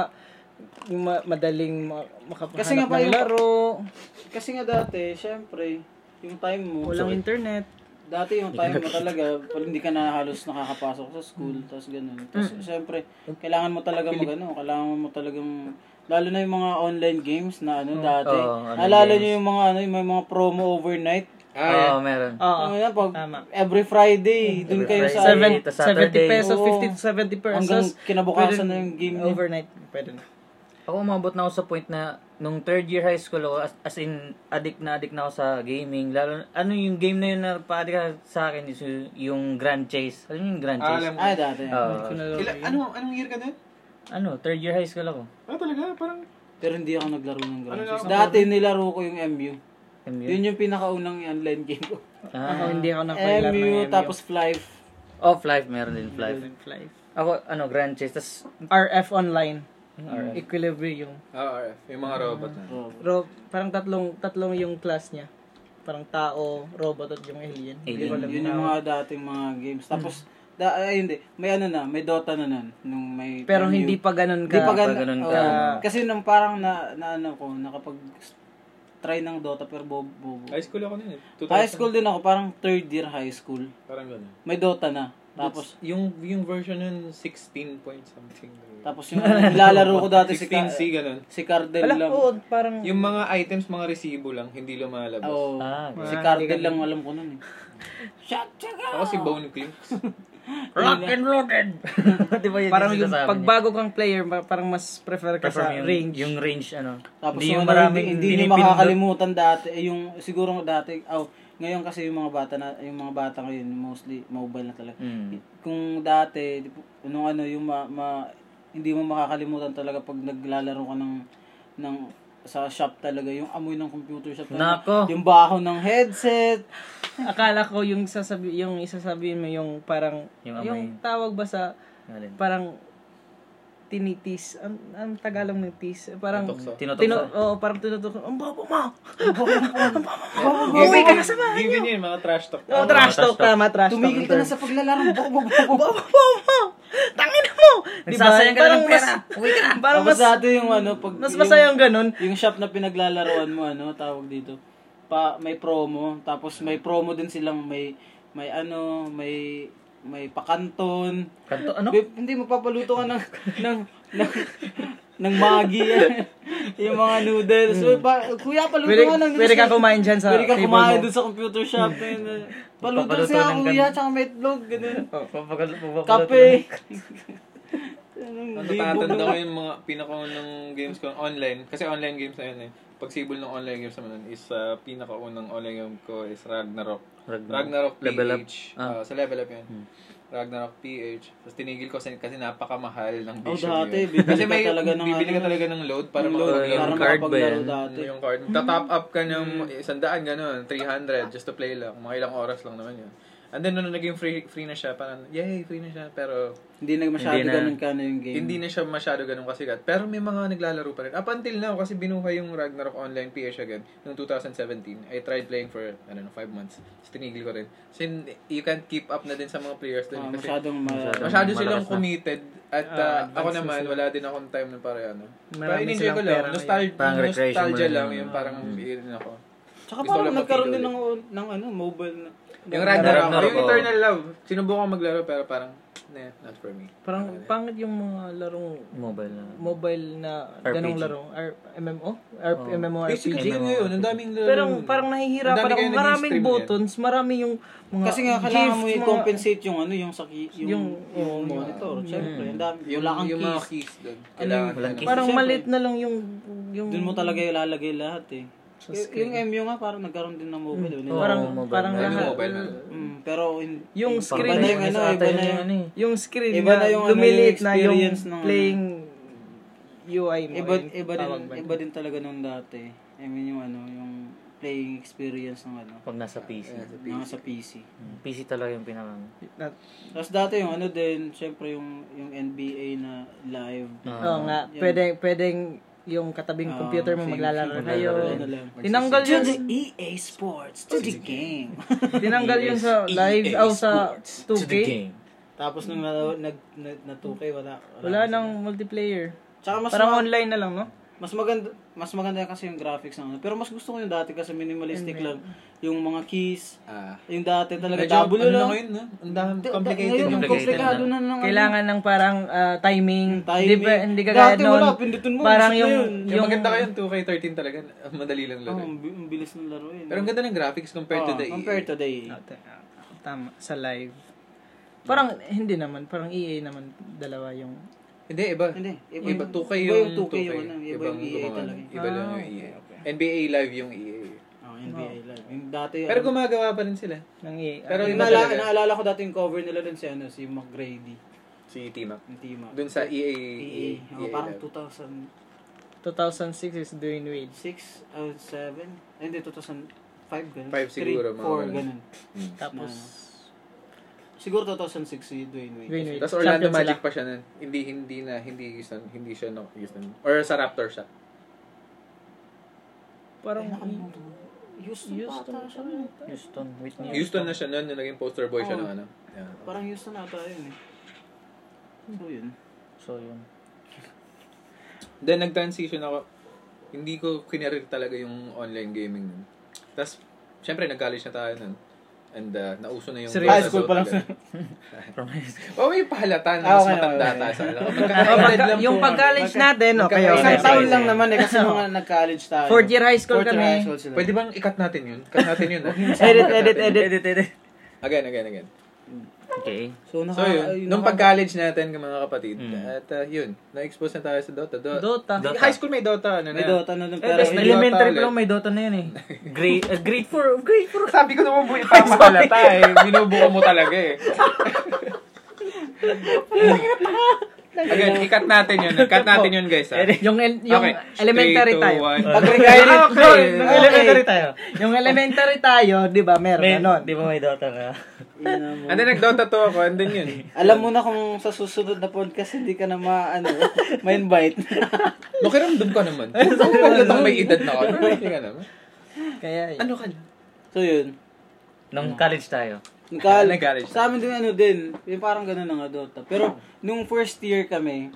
[SPEAKER 2] yung ma- madaling ma- makapahanap
[SPEAKER 4] Kasi nga pa
[SPEAKER 2] ng
[SPEAKER 4] yung-
[SPEAKER 2] laro,
[SPEAKER 4] Kasi nga dati, syempre, yung time mo,
[SPEAKER 2] walang internet.
[SPEAKER 4] Dati yung time mo talaga, pag hindi ka na halos nakakapasok sa
[SPEAKER 1] Mm.
[SPEAKER 4] school, tapos ganun. Tapos syempre, kailangan mo talaga mag ano, kailangan mo talagang lalo na yung mga online games na ano dati.
[SPEAKER 1] Mm. Oo, online
[SPEAKER 4] Naalala
[SPEAKER 1] games.
[SPEAKER 4] niyo yung mga ano, yung may mga promo overnight.
[SPEAKER 3] Ah,
[SPEAKER 1] Oo,
[SPEAKER 3] yeah.
[SPEAKER 1] meron.
[SPEAKER 2] Oo.
[SPEAKER 4] Ano yan, pag
[SPEAKER 2] Tama.
[SPEAKER 4] every Friday,
[SPEAKER 1] Every
[SPEAKER 4] dun kayo
[SPEAKER 1] Friday.
[SPEAKER 4] sa
[SPEAKER 2] Seven-
[SPEAKER 1] tas Saturday.
[SPEAKER 2] 70 pesos,
[SPEAKER 4] Oo.
[SPEAKER 2] 50 to 70 pesos.
[SPEAKER 4] hanggang kinabukasan
[SPEAKER 2] Pwede-
[SPEAKER 4] na yung game niya.
[SPEAKER 2] Overnight, pwede na.
[SPEAKER 1] Ako umabot na ako sa point na nung third year high school ako, as, as in, addict na addict na ako sa gaming. Lalo, ano yung game na yun na pa-addict sa akin is yung- yung Grand Chase. Alam niyo yung Grand
[SPEAKER 5] ah,
[SPEAKER 1] Chase?
[SPEAKER 5] alam mo.
[SPEAKER 4] Ay, dati.
[SPEAKER 1] Oo.
[SPEAKER 2] Hindi ko nalaro
[SPEAKER 3] Ila,
[SPEAKER 2] yun.
[SPEAKER 3] ano, anong year ka din?
[SPEAKER 1] ano, third year high school ako.
[SPEAKER 5] Ah, talaga? Parang,
[SPEAKER 4] Pero hindi ako naglaro ng Grand
[SPEAKER 5] Ano
[SPEAKER 4] Chess.
[SPEAKER 5] lang-
[SPEAKER 4] Dati nilaro ko yung MU.
[SPEAKER 1] MU.
[SPEAKER 4] Yun yung pinakaunang online game ko.
[SPEAKER 2] Ako
[SPEAKER 1] Ah,
[SPEAKER 2] hindi ako nakapaglaro ng
[SPEAKER 4] MU, tapos Flive.
[SPEAKER 1] off life, meron din life.
[SPEAKER 2] Fly.
[SPEAKER 1] Ako, ano, Grand Chase. Tapos,
[SPEAKER 2] RF Online. Equilibrium.
[SPEAKER 3] Ah, RF. Yung mga robot na.
[SPEAKER 4] Oh.
[SPEAKER 2] Pero parang tatlong tatlong yung class niya. parang tao, robot at yung alien. Hindi
[SPEAKER 1] Alien.
[SPEAKER 2] ko alam
[SPEAKER 4] Yun yung
[SPEAKER 2] na-
[SPEAKER 4] mga dating mga games. Tapos,
[SPEAKER 2] Hmm.
[SPEAKER 4] da, ay, hindi. May ano na, may Dota na nun. Nung may,
[SPEAKER 2] Pero
[SPEAKER 4] nung
[SPEAKER 2] hindi
[SPEAKER 4] new-
[SPEAKER 2] pa ganun ka.
[SPEAKER 4] Hindi pa
[SPEAKER 1] pa ganun
[SPEAKER 4] ganun.
[SPEAKER 1] ka.
[SPEAKER 4] Oo. kasi nung parang na, na ano ko, nakapag try ng Dota pero bobo. bobo.
[SPEAKER 3] High school ako nun eh. 2000.
[SPEAKER 4] High school din ako, parang third year high school.
[SPEAKER 3] Parang gano'n.
[SPEAKER 4] May Dota na. Tapos,
[SPEAKER 3] Tapos, yung yung version nun, 16 point something.
[SPEAKER 4] tapos yung ano, nilalaro ko dati si, Ka-
[SPEAKER 3] 16C, ganun.
[SPEAKER 4] si Cardel
[SPEAKER 2] Wala,
[SPEAKER 4] lang.
[SPEAKER 2] oo, parang...
[SPEAKER 3] Yung mga items, mga resibo lang, hindi lumalabas.
[SPEAKER 4] Oo.
[SPEAKER 1] Ah,
[SPEAKER 4] si Cardel lang alam ko nun eh.
[SPEAKER 3] Ako si Bone Clinks.
[SPEAKER 2] Rock and loaded!
[SPEAKER 1] di ba Diba? yun
[SPEAKER 2] parang yung
[SPEAKER 1] sinasabi niya?
[SPEAKER 2] pagbago kang player, ma- parang mas prefer ka
[SPEAKER 1] Prefer
[SPEAKER 2] sa
[SPEAKER 1] yung,
[SPEAKER 2] range.
[SPEAKER 1] Yung range, ano.
[SPEAKER 4] Tapos
[SPEAKER 1] Hindi
[SPEAKER 4] yung
[SPEAKER 1] yung
[SPEAKER 4] ano,
[SPEAKER 1] maraming
[SPEAKER 4] hindi, hindi niyo
[SPEAKER 1] pinipindot.
[SPEAKER 4] makakalimutan dati, eh, yung siguro dati, aw, ngayon kasi yung mga bata na, yung mga bata ngayon, mostly mobile na talaga.
[SPEAKER 1] Mm.
[SPEAKER 4] Kung dati, di po- nung ano, yung ma, ma- hindi mo makakalimutan talaga pag naglalaro ka ng, ng sa shop talaga, yung amoy ng computer shop. talaga.
[SPEAKER 1] Nako.
[SPEAKER 4] Yung baho ng headset.
[SPEAKER 2] Akala ko yung sasabi yung isasabihin mo yung parang
[SPEAKER 1] Yung
[SPEAKER 2] yung,
[SPEAKER 1] amoy.
[SPEAKER 2] tawag ba sa
[SPEAKER 1] Alin?
[SPEAKER 2] parang tinitis ang, ang tagalog ng tis parang
[SPEAKER 3] Tukso.
[SPEAKER 1] Tinutok
[SPEAKER 2] tino,
[SPEAKER 1] sa-
[SPEAKER 2] oo, parang tinutok ang babo mo
[SPEAKER 3] Uwi ka na sa bahay Given yun, mga trash talk.
[SPEAKER 2] oh, trash
[SPEAKER 1] trash
[SPEAKER 2] talk tama trash talk
[SPEAKER 4] Ano, Tumigil ka na sa paglalaro. Babo, babo, babo.
[SPEAKER 2] babo mo tangin mo
[SPEAKER 1] Nagsasayang ka na ng
[SPEAKER 2] mas-
[SPEAKER 1] pera. Uwi ka na.
[SPEAKER 2] parang
[SPEAKER 4] Tapos
[SPEAKER 2] mas
[SPEAKER 4] dati yung ano, pag,
[SPEAKER 2] mas
[SPEAKER 4] yung-
[SPEAKER 2] masaya yung ganun
[SPEAKER 4] yung shop na pinaglalaroan mo ano tawag dito pa may promo tapos may promo din silang may may ano may may pakanton
[SPEAKER 1] Kanto, ano?
[SPEAKER 4] Babe, hindi mapapaluto ka ng ng ng, ng magi yung mga noodles so, pa, kuya paluto
[SPEAKER 2] Hmm. Pwede-
[SPEAKER 4] ka ng
[SPEAKER 2] pwede ka kumain dyan sa
[SPEAKER 4] pwede ka
[SPEAKER 2] table mo. Hmm.
[SPEAKER 4] kumain dun sa computer shop eh. paluto
[SPEAKER 1] Papaluto
[SPEAKER 4] siya
[SPEAKER 1] ng
[SPEAKER 4] kuya
[SPEAKER 1] gan-
[SPEAKER 4] tsaka may itlog ganun
[SPEAKER 2] Oh,
[SPEAKER 1] Papagal- papagal-
[SPEAKER 4] kape
[SPEAKER 3] Natatanda ko yung mga pinakaunang games ko online. Kasi online games na yun eh. Pagsibol ng online games naman nun is uh, pinakaunang online game ko is Ragnarok.
[SPEAKER 1] Ragnarok.
[SPEAKER 3] Ragnarok, PH.
[SPEAKER 1] Level up. Hmm.
[SPEAKER 3] Ah, sa level up yun. Ragnarok PH. Tapos tinigil ko kasi, kasi napakamahal ng
[SPEAKER 4] Oh,
[SPEAKER 3] vision
[SPEAKER 4] dati,
[SPEAKER 3] yun.
[SPEAKER 4] bibili
[SPEAKER 3] Kasi
[SPEAKER 4] ka
[SPEAKER 3] may
[SPEAKER 4] talaga ng
[SPEAKER 3] bibili ka
[SPEAKER 4] ano.
[SPEAKER 3] talaga ng load para makapaglaro
[SPEAKER 4] Parang
[SPEAKER 1] Yung
[SPEAKER 3] ka.
[SPEAKER 1] card ba
[SPEAKER 4] makapaglaro
[SPEAKER 1] yan?
[SPEAKER 4] dati. Hmm.
[SPEAKER 3] Yung card. Tatop up ka ng isandaan, ganun. 300 just to play lang. Mga ilang oras lang naman yun. And then, nung naging free, free na siya, parang, yay, free na siya. Pero,
[SPEAKER 4] Hindi na masyado
[SPEAKER 1] Hindi na.
[SPEAKER 4] ganun ka na yung game.
[SPEAKER 3] hindi na siya masyado ganun kasikat. Pero may mga naglalaro pa rin. Up until now, kasi binuhay yung Ragnarok Online PH again noong 2017. I tried playing for, I don't know, 5 months. Tapos tinigil ko rin. So, hindi- you can't keep up na din sa mga players din.
[SPEAKER 4] Ah,
[SPEAKER 3] kasi
[SPEAKER 4] masyadong ma-
[SPEAKER 1] Masyado.
[SPEAKER 3] masyado silang
[SPEAKER 1] Malakas na.
[SPEAKER 3] committed. At
[SPEAKER 2] Ah,
[SPEAKER 3] ah, ako
[SPEAKER 2] advanced na
[SPEAKER 3] naman,
[SPEAKER 2] sila.
[SPEAKER 3] wala din akong time na para ano. Pero
[SPEAKER 2] Marami
[SPEAKER 3] in-enjoy ko
[SPEAKER 2] silang
[SPEAKER 3] lang.
[SPEAKER 2] pera
[SPEAKER 3] Nostal-
[SPEAKER 1] Parang recreation mo
[SPEAKER 3] nostalgia
[SPEAKER 1] Mm.
[SPEAKER 3] lang
[SPEAKER 1] lang.
[SPEAKER 3] yun. Parang, yun ako.
[SPEAKER 4] Tsaka
[SPEAKER 3] Gusto
[SPEAKER 4] parang
[SPEAKER 3] lang
[SPEAKER 4] nagkaroon din
[SPEAKER 3] mapigil
[SPEAKER 4] ng, ng ano, mobile na.
[SPEAKER 3] Yung Ragnarok,
[SPEAKER 1] Ragnarok,
[SPEAKER 3] yung
[SPEAKER 1] oo.
[SPEAKER 3] Eternal Love. Sinubukan ko maglaro pero parang, nah, not for me.
[SPEAKER 2] parang
[SPEAKER 3] Parang,
[SPEAKER 2] pangit yung mga larong
[SPEAKER 1] Mobile na.
[SPEAKER 2] mobile na
[SPEAKER 1] RPG.
[SPEAKER 2] ganong laro R- MMO R-
[SPEAKER 4] Oh.
[SPEAKER 1] Oo.
[SPEAKER 3] Basic
[SPEAKER 2] MMORPG
[SPEAKER 3] game ngayon, ang daming laro.
[SPEAKER 2] Pero parang nahihirapan
[SPEAKER 3] Madami
[SPEAKER 2] ako.
[SPEAKER 3] kayo
[SPEAKER 2] Maraming
[SPEAKER 3] nag-stream
[SPEAKER 2] buttons, marami yung mga
[SPEAKER 4] Kasi nga, kailangan
[SPEAKER 2] gift,
[SPEAKER 4] mo
[SPEAKER 2] mga-
[SPEAKER 4] i-compensate yung ano, yung, saki, yung, yung,
[SPEAKER 2] Yung- mm.
[SPEAKER 4] monitor. Siyempre, ang dami.
[SPEAKER 3] Yung,
[SPEAKER 4] Wala kang
[SPEAKER 3] yung mga
[SPEAKER 4] keys.
[SPEAKER 3] keys doon. Kailangan
[SPEAKER 1] walang
[SPEAKER 3] ano,
[SPEAKER 1] keys.
[SPEAKER 2] Parang
[SPEAKER 4] Siyempre.
[SPEAKER 2] malit na lang yung... yung
[SPEAKER 4] Doon mo talaga ilalagay lahat eh. Y- yung MU nga, parang nagkaroon din ng mobile. yun.
[SPEAKER 1] Oo,
[SPEAKER 2] Mm. parang
[SPEAKER 1] mobile.
[SPEAKER 2] parang
[SPEAKER 1] Maraming
[SPEAKER 2] lahat.
[SPEAKER 3] mobile na.
[SPEAKER 4] Mm, pero, in,
[SPEAKER 2] Yung
[SPEAKER 4] in-
[SPEAKER 2] screen
[SPEAKER 4] iba na
[SPEAKER 1] Parang
[SPEAKER 4] yung ano,
[SPEAKER 1] isa
[SPEAKER 4] iba
[SPEAKER 1] ata
[SPEAKER 4] na
[SPEAKER 1] yun
[SPEAKER 4] yung,
[SPEAKER 1] ano eh.
[SPEAKER 2] Yung screen
[SPEAKER 4] Iba
[SPEAKER 2] na,
[SPEAKER 4] na yung ano,
[SPEAKER 2] lumilit
[SPEAKER 4] yung
[SPEAKER 2] na yung
[SPEAKER 4] experience ng- ano.
[SPEAKER 2] playing UI mo.
[SPEAKER 4] iba,
[SPEAKER 2] yung
[SPEAKER 4] iba, din,
[SPEAKER 2] tawag ba?
[SPEAKER 4] iba din talaga nung dati. I mean, yung ano, yung playing experience ng ano,
[SPEAKER 1] Pag nasa PC.
[SPEAKER 4] ng sa PC.
[SPEAKER 1] PC talaga yung pinaka.
[SPEAKER 2] Na-
[SPEAKER 4] Tapos dati yung ano din, syempre yung, yung NBA na live.
[SPEAKER 2] Oo nga,
[SPEAKER 4] Yun.
[SPEAKER 2] pwedeng, pwedeng yung katabing
[SPEAKER 4] Ah,
[SPEAKER 2] computer mo
[SPEAKER 4] same,
[SPEAKER 2] maglalaro
[SPEAKER 4] same.
[SPEAKER 2] kayo.
[SPEAKER 4] Ano lang.
[SPEAKER 2] Tinanggal
[SPEAKER 4] To
[SPEAKER 2] yun.
[SPEAKER 4] the EA Sports, to the game.
[SPEAKER 2] Tinanggal yun sa live,
[SPEAKER 1] EA
[SPEAKER 2] o sa
[SPEAKER 1] Sports To the
[SPEAKER 2] 2K.
[SPEAKER 1] game.
[SPEAKER 4] Tapos nung na, nag, na, na 2K, wala.
[SPEAKER 2] Wala nang multiplayer.
[SPEAKER 4] Tsaka mas,
[SPEAKER 2] Parang
[SPEAKER 4] ma-
[SPEAKER 2] online na lang, no?
[SPEAKER 4] mas maganda, mas maganda kasi yung graphics ng ano. Pero mas gusto ko yung dati kasi minimalistic lang. Yung mga keys,
[SPEAKER 3] Ah.
[SPEAKER 4] yung dati talaga.
[SPEAKER 3] Medyo,
[SPEAKER 4] Double
[SPEAKER 3] ano na
[SPEAKER 4] lang.
[SPEAKER 3] ngayon, no? Ang dami,
[SPEAKER 4] Da- da-
[SPEAKER 3] complicated.
[SPEAKER 4] Ngayon, yung
[SPEAKER 1] Complicated
[SPEAKER 4] komplikado na ng
[SPEAKER 2] Kailangan ng parang ah, timing.
[SPEAKER 4] timing.
[SPEAKER 2] Hindi, pa- hindi ka
[SPEAKER 4] Dati
[SPEAKER 2] gaya
[SPEAKER 4] wala,
[SPEAKER 2] noon.
[SPEAKER 4] pindutin mo,
[SPEAKER 2] Parang
[SPEAKER 4] isa na
[SPEAKER 2] yung,
[SPEAKER 4] yun.
[SPEAKER 2] yung,
[SPEAKER 3] Yung maganda kayo, 2K13 talaga. ang Madali lang
[SPEAKER 4] Oh,
[SPEAKER 3] laro.
[SPEAKER 4] ang bi- ang bilis ng laro eh.
[SPEAKER 3] Pero ang ganda ng graphics compared to
[SPEAKER 4] Oh,
[SPEAKER 3] the E EA.
[SPEAKER 4] Compared to the EA.
[SPEAKER 2] Tama, sa live. Parang, hindi naman. Parang EA naman dalawa yung...
[SPEAKER 3] Hindi, iba.
[SPEAKER 4] Hindi, iba
[SPEAKER 3] Iba,
[SPEAKER 4] yung-
[SPEAKER 3] 2K
[SPEAKER 4] iba
[SPEAKER 3] yung,
[SPEAKER 4] yung 2K yung ano,
[SPEAKER 3] Ibang
[SPEAKER 4] iba yung EA
[SPEAKER 3] gumawa
[SPEAKER 4] talaga. Ah,
[SPEAKER 3] nun. Iba lang yung E EA. NBA live yung EA.
[SPEAKER 4] Oh, NBA live. Yung dati.
[SPEAKER 3] Pero
[SPEAKER 4] ano,
[SPEAKER 3] gumagawa pa rin sila.
[SPEAKER 2] Ng E EA.
[SPEAKER 3] Pero
[SPEAKER 4] Yung
[SPEAKER 3] iba
[SPEAKER 4] naala-
[SPEAKER 3] talaga.
[SPEAKER 4] naalala ko dati yung cover nila dun si ano, si McGrady,
[SPEAKER 3] Si Tima.
[SPEAKER 4] yung team up.
[SPEAKER 3] Dun sa E EA.
[SPEAKER 4] EA. Oh, parang
[SPEAKER 3] E live.
[SPEAKER 2] Ah,
[SPEAKER 4] 2006,
[SPEAKER 2] 2006 is Dwayne Wade.
[SPEAKER 4] oh, 7, hindi, 2005, ganun.
[SPEAKER 3] Five
[SPEAKER 4] Three,
[SPEAKER 3] siguro, mga
[SPEAKER 4] four,
[SPEAKER 3] ganun.
[SPEAKER 4] ganun.
[SPEAKER 3] Mm.
[SPEAKER 2] Tapos,
[SPEAKER 4] Siguro 2006 si Dwayne Wade.
[SPEAKER 2] Dwayne Wade.
[SPEAKER 3] Tapos
[SPEAKER 2] Champion
[SPEAKER 3] Orlando
[SPEAKER 2] sila.
[SPEAKER 3] Magic pa siya nun. Hindi, hindi na, hindi Houston, hindi siya na Houston. Or sa Raptor
[SPEAKER 2] E
[SPEAKER 3] siya.
[SPEAKER 2] Parang,
[SPEAKER 4] Houston,
[SPEAKER 2] Houston
[SPEAKER 4] pa ata siya. eh. nun.
[SPEAKER 1] Houston, Whitney.
[SPEAKER 3] Houston na siya noon, nung naging poster boy siya
[SPEAKER 4] Oo.
[SPEAKER 3] ng ano. Yeah.
[SPEAKER 4] Parang Houston ata yun eh. So yun.
[SPEAKER 1] So, yun.
[SPEAKER 3] Then, nag-transition ako. Hindi ko kinarir talaga yung online gaming nun. Tapos, syempre, nag-college na tayo nun. And, uh, nauso na yung...
[SPEAKER 2] Serious?
[SPEAKER 4] High school pa lang.
[SPEAKER 1] From high school.
[SPEAKER 3] Oo, may pahalatan.
[SPEAKER 4] Ah,
[SPEAKER 3] Mas
[SPEAKER 4] okay,
[SPEAKER 3] matanda
[SPEAKER 4] okay.
[SPEAKER 3] tayo sa akin.
[SPEAKER 2] Pagka-
[SPEAKER 3] Magkaka-grade lang
[SPEAKER 2] yung
[SPEAKER 3] po.
[SPEAKER 2] pag-college natin, okay,
[SPEAKER 3] Magka-
[SPEAKER 2] okay.
[SPEAKER 4] Isang
[SPEAKER 3] okay.
[SPEAKER 4] taon lang naman eh kasi mga nag-college tayo.
[SPEAKER 2] Fourth year high school
[SPEAKER 4] Fourth year high
[SPEAKER 2] kami.
[SPEAKER 4] school sila.
[SPEAKER 3] Pwede bang ikat natin yun? Ikat natin yun. ah.
[SPEAKER 2] Edit, edit, edit, edit, edit.
[SPEAKER 3] Again, again, again.
[SPEAKER 1] Okay.
[SPEAKER 4] So, naka,
[SPEAKER 3] So yun, nung pag-college natin mga kapatid,
[SPEAKER 1] Mm.
[SPEAKER 3] at uh, yun, na-expose na tayo sa Dota. Do-
[SPEAKER 2] Dota.
[SPEAKER 1] Dota.
[SPEAKER 3] High school may Dota, ano na
[SPEAKER 4] May
[SPEAKER 3] yan?
[SPEAKER 4] Dota na lang
[SPEAKER 2] Eh,
[SPEAKER 4] pero
[SPEAKER 2] best
[SPEAKER 4] yun.
[SPEAKER 3] Dota
[SPEAKER 1] Elementary
[SPEAKER 3] ulit.
[SPEAKER 1] pa lang may Dota na yun eh. Grade, uh, grade 4, grade 4.
[SPEAKER 5] Sabi ko naman buhay pa mahalata eh.
[SPEAKER 3] Binubuo mo talaga eh. Again, ikat natin yun. Ikat natin yun guys ah. ha.
[SPEAKER 2] Yung, el- yung
[SPEAKER 3] Okay.
[SPEAKER 2] elementary
[SPEAKER 3] Three, two,
[SPEAKER 2] tayo.
[SPEAKER 3] one.
[SPEAKER 4] Pag regarded
[SPEAKER 2] Ah,
[SPEAKER 4] ko
[SPEAKER 2] okay.
[SPEAKER 4] eh.
[SPEAKER 2] Nung
[SPEAKER 4] Okay.
[SPEAKER 2] elementary tayo. Yung elementary tayo, di ba,
[SPEAKER 4] Ano
[SPEAKER 2] meron
[SPEAKER 1] May,
[SPEAKER 2] ganon.
[SPEAKER 1] di ba may Dota na?
[SPEAKER 4] Ina mo.
[SPEAKER 3] And then nag-Dota 2 ako and then yun.
[SPEAKER 4] Alam mo na kung sa susunod na podcast hindi ka na ma, ano, ma-invite.
[SPEAKER 3] Makiramdam ka naman. Ang pagkatang may edad na ako. Hindi ka naman.
[SPEAKER 2] Kaya, yun.
[SPEAKER 3] Ano ka na?
[SPEAKER 4] so yun.
[SPEAKER 1] Nung
[SPEAKER 4] Ano?
[SPEAKER 1] college tayo.
[SPEAKER 4] Nagkal-
[SPEAKER 3] Nag-college.
[SPEAKER 4] Sa amin din ano din, yung parang ganun na nga Dota. Pero nung first year kami,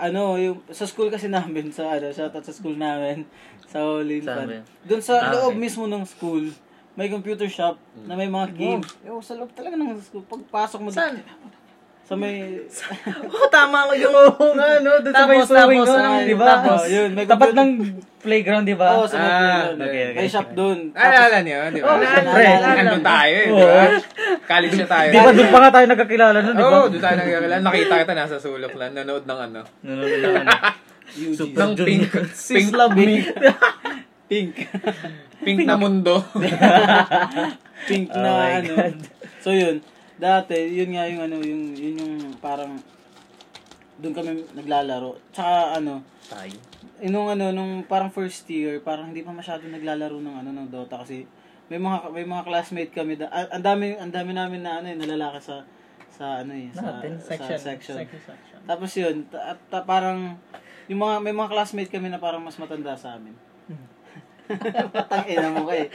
[SPEAKER 4] ano, yung, sa school kasi namin, sa ano, shout out sa school namin, sa Olin
[SPEAKER 1] Saan ba
[SPEAKER 4] Pan.
[SPEAKER 1] yun?
[SPEAKER 4] Doon sa
[SPEAKER 1] Ah,
[SPEAKER 4] loob
[SPEAKER 1] okay.
[SPEAKER 4] mismo ng school, may computer shop na may mga games. Yo, sa loob talaga ng school. Pagpasok mo
[SPEAKER 2] Saan?
[SPEAKER 4] Sa may...
[SPEAKER 2] Oo, tama ko yung...
[SPEAKER 1] ano, doon
[SPEAKER 2] sa may swimming pool,
[SPEAKER 1] di ba?
[SPEAKER 4] Tapos, yun, may
[SPEAKER 1] Tapat
[SPEAKER 4] computer-
[SPEAKER 1] ng playground, di ba?
[SPEAKER 4] Oo, sa may
[SPEAKER 3] Ah,
[SPEAKER 4] playground.
[SPEAKER 3] okay, Ah!
[SPEAKER 1] okay.
[SPEAKER 4] May shop doon.
[SPEAKER 3] Alala niyo, di ba?
[SPEAKER 2] Oh, naalala, naalala.
[SPEAKER 3] Ano tayo eh, di ba? College na tayo.
[SPEAKER 1] Di ba, doon pa nga tayo nagkakilala nun, di ba?
[SPEAKER 3] Oo, doon tayo nagkakilala. Nakita kita nasa sulok lang, nanood ng ano.
[SPEAKER 1] Nanonood na ano.
[SPEAKER 4] UG.
[SPEAKER 3] Ng pink, pink,
[SPEAKER 2] Love me.
[SPEAKER 4] Pink.
[SPEAKER 3] pink na mundo.
[SPEAKER 4] pink
[SPEAKER 1] Oh
[SPEAKER 4] na
[SPEAKER 1] my
[SPEAKER 4] ano.
[SPEAKER 1] God.
[SPEAKER 4] So yun, dati, yun nga yung ano, yung, yun yung parang, doon kami naglalaro. Tsaka ano,
[SPEAKER 1] Tayo.
[SPEAKER 4] eh, nung ano, nung parang first year, parang hindi pa masyado naglalaro ng ano, ng Dota kasi may mga may mga classmate kami da, ah, ang dami ang dami namin na ano eh nalalaki sa sa ano eh sa,
[SPEAKER 1] Natin,
[SPEAKER 4] sa
[SPEAKER 2] Section.
[SPEAKER 4] section.
[SPEAKER 2] section.
[SPEAKER 4] Tapos yun, ta, ta- parang yung mga may mga classmate kami na parang mas matanda sa amin. Patang ina mo kay.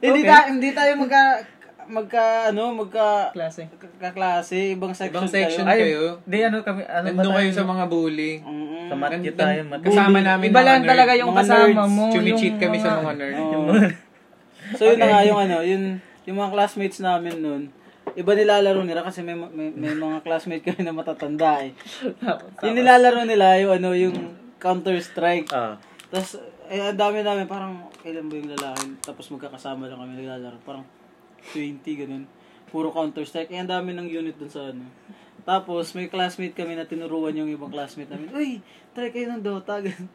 [SPEAKER 4] Hindi ta hindi tayo magka magka ano, magka
[SPEAKER 2] Klase.
[SPEAKER 4] kaklase, ibang
[SPEAKER 3] Ibang
[SPEAKER 4] section.
[SPEAKER 3] section
[SPEAKER 4] Tayo.
[SPEAKER 3] kayo.
[SPEAKER 1] Di, ano kami, ano ba
[SPEAKER 3] Nandun
[SPEAKER 1] tayo?
[SPEAKER 3] kayo sa mga bully.
[SPEAKER 4] Mm-mm.
[SPEAKER 1] Sa mat
[SPEAKER 3] Nandun-
[SPEAKER 1] tayo, mat
[SPEAKER 3] Kasama namin
[SPEAKER 2] Iba lang
[SPEAKER 3] mga nerd.
[SPEAKER 2] talaga yung
[SPEAKER 4] Mga
[SPEAKER 2] kasama
[SPEAKER 4] nerds.
[SPEAKER 2] mo.
[SPEAKER 3] Chumicheat
[SPEAKER 2] yung
[SPEAKER 3] kami sa
[SPEAKER 2] mga-
[SPEAKER 3] mga nerd.
[SPEAKER 5] Oh.
[SPEAKER 4] Oo. so yun na nga yung ano, yun yung mga classmates namin noon. Iba nilalaro nila kasi may, may, may mga classmate kami na matatanda eh. Yung nilalaro nila yung ano, yung Counter-Strike.
[SPEAKER 1] Ah.
[SPEAKER 4] Tapos, eh, ang dami namin, parang, kailan ba yung lalaki? Tapos magkakasama lang kami naglalaro. Parang 20, ganun. Puro Counter-Strike. Eh, ang dami ng unit dun sa ano. Tapos, may classmate kami na tinuruan yung ibang classmate namin. Uy, try kayo ng Dota. ganun.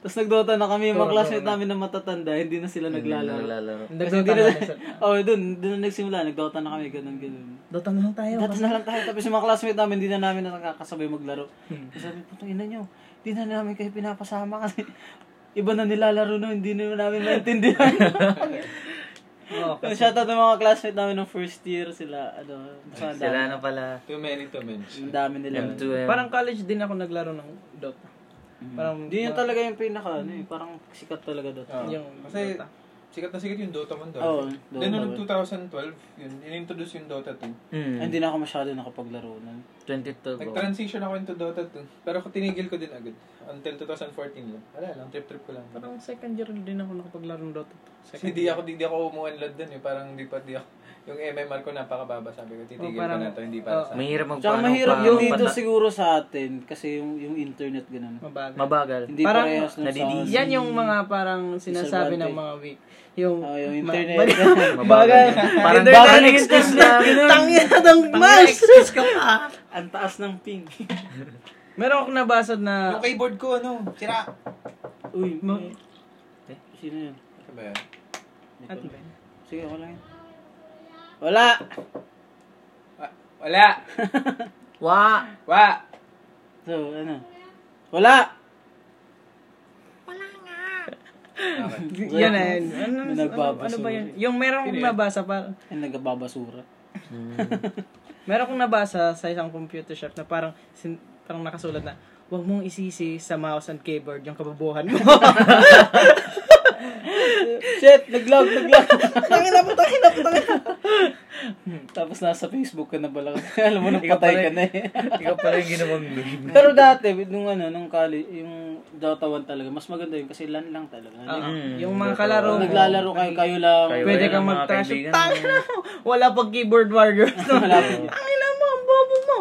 [SPEAKER 4] Tapos nag-Dota na kami. Yung mga classmate namin na matatanda, hindi na sila naglalaro.
[SPEAKER 1] Naglalaro.
[SPEAKER 4] Kasi hindi na, oh, dun, dun na nagsimula. Nag-Dota na kami, ganun, ganun.
[SPEAKER 2] Dota na lang tayo.
[SPEAKER 4] Tapos na lang tayo. Tapos yung mga classmate namin, hindi na namin nakakasabay maglaro.
[SPEAKER 2] Hmm.
[SPEAKER 4] Kasi sabi, putang ina nyo, hindi na namin kayo pinapasama kasi iba na nilalaro no, hindi na namin maintindihan.
[SPEAKER 2] Oh,
[SPEAKER 4] Shout out ng mga classmate namin ng first year sila, ano, basta ang dami.
[SPEAKER 1] Sila na pala.
[SPEAKER 3] Too many to mention.
[SPEAKER 4] Ang dami nila.
[SPEAKER 1] M2M.
[SPEAKER 2] Parang college din ako naglaro ng Dota. Parang
[SPEAKER 4] Hindi yun talaga yung pinaka, ano eh, parang sikat talaga doon.
[SPEAKER 2] yung
[SPEAKER 5] Oh. Kasi
[SPEAKER 2] Dota.
[SPEAKER 5] sikat na sikat yung Dota man doon.
[SPEAKER 1] Hmm.
[SPEAKER 4] Oo, Oh, Dota
[SPEAKER 5] Then ano, noong
[SPEAKER 4] man.
[SPEAKER 5] 2012, yun, in-introduce yung Dota 2.
[SPEAKER 4] Ay,
[SPEAKER 1] Hmm.
[SPEAKER 4] Ah, Hindi na ako masyado nakapaglaro nun.
[SPEAKER 1] 22 ko.
[SPEAKER 5] Nag-transition ako into Dota 2. Pero ko tinigil ko din agad. Until 2014 lang. Wala lang, trip-trip ko lang.
[SPEAKER 2] Parang second year din ako nakapaglaro ng Dota.
[SPEAKER 5] Kasi di ako, di, di ako umuunlad dun eh. Parang di pa di ako. Yung MMR ko napakababa. Sabi ko, titigil
[SPEAKER 2] Oh, parang-
[SPEAKER 5] ko na to. Hindi para sa akin.
[SPEAKER 1] Mahirap magpaano
[SPEAKER 4] Tsaka mahirap
[SPEAKER 1] pa-
[SPEAKER 4] yung dito
[SPEAKER 1] pata-
[SPEAKER 4] siguro sa atin kasi yung yung internet ganun.
[SPEAKER 2] Mabagal.
[SPEAKER 1] Mabagal.
[SPEAKER 4] Hindi
[SPEAKER 2] Parang
[SPEAKER 4] parehas nun sa
[SPEAKER 1] nadidis.
[SPEAKER 2] Yan yung mga parang sinasabi ng
[SPEAKER 4] Disadvantage.
[SPEAKER 2] mga weak. Yung,
[SPEAKER 4] Oh, yung
[SPEAKER 2] ma-
[SPEAKER 4] internet.
[SPEAKER 1] Mabagal. Parang
[SPEAKER 2] Internet.
[SPEAKER 1] parang excuse lang.
[SPEAKER 2] Tangina ng mas!
[SPEAKER 4] Ang taas ng ping.
[SPEAKER 2] Meron akong nabasa na...
[SPEAKER 5] Yung keyboard ko, ano, sira.
[SPEAKER 4] Uy,
[SPEAKER 2] Ma-
[SPEAKER 4] ma- Sino yun?
[SPEAKER 5] Ano ba yan?
[SPEAKER 2] Ano ba?
[SPEAKER 4] Sige, ako lang yun. Wala!
[SPEAKER 5] Wala!
[SPEAKER 1] Wa!
[SPEAKER 5] Wa!
[SPEAKER 4] So, ano? Wala!
[SPEAKER 2] Yan na yun. Ano,
[SPEAKER 4] May
[SPEAKER 2] ano,
[SPEAKER 4] nagbabasura.
[SPEAKER 2] ano ba yun? Yung meron akong nabasa parang...
[SPEAKER 4] Yung nagababasura.
[SPEAKER 2] Meron akong nabasa sa isang computer shop na parang sin, parang nakasulat na huwag mong isisi sa mouse and keyboard yung kababuhan mo.
[SPEAKER 4] Shit, nag-log, nag-log. Tangin na, putangin na, putangin na. Tapos nasa Facebook ka na pala. Alam mo, nang
[SPEAKER 1] Ikaw
[SPEAKER 4] patay
[SPEAKER 1] pala-
[SPEAKER 4] ka na eh.
[SPEAKER 1] Ikaw pala yung ginawang loob.
[SPEAKER 4] Pero dati, nung ano, nung college, yung Dota 1 talaga, mas maganda yun kasi LAN lang talaga.
[SPEAKER 2] Ah,
[SPEAKER 1] Mm.
[SPEAKER 2] yung mga kalaro mo.
[SPEAKER 4] Naglalaro kayo, kayo lang.
[SPEAKER 1] Ah. Kayo
[SPEAKER 2] Pwede
[SPEAKER 1] lang,
[SPEAKER 2] kang
[SPEAKER 1] mga
[SPEAKER 2] mag-trash.
[SPEAKER 1] kaibigan. eh.
[SPEAKER 2] Tangin na mo. Wala pang keyboard warriors.
[SPEAKER 4] Wala pa.
[SPEAKER 2] Tangin na mo, ang bobo mo.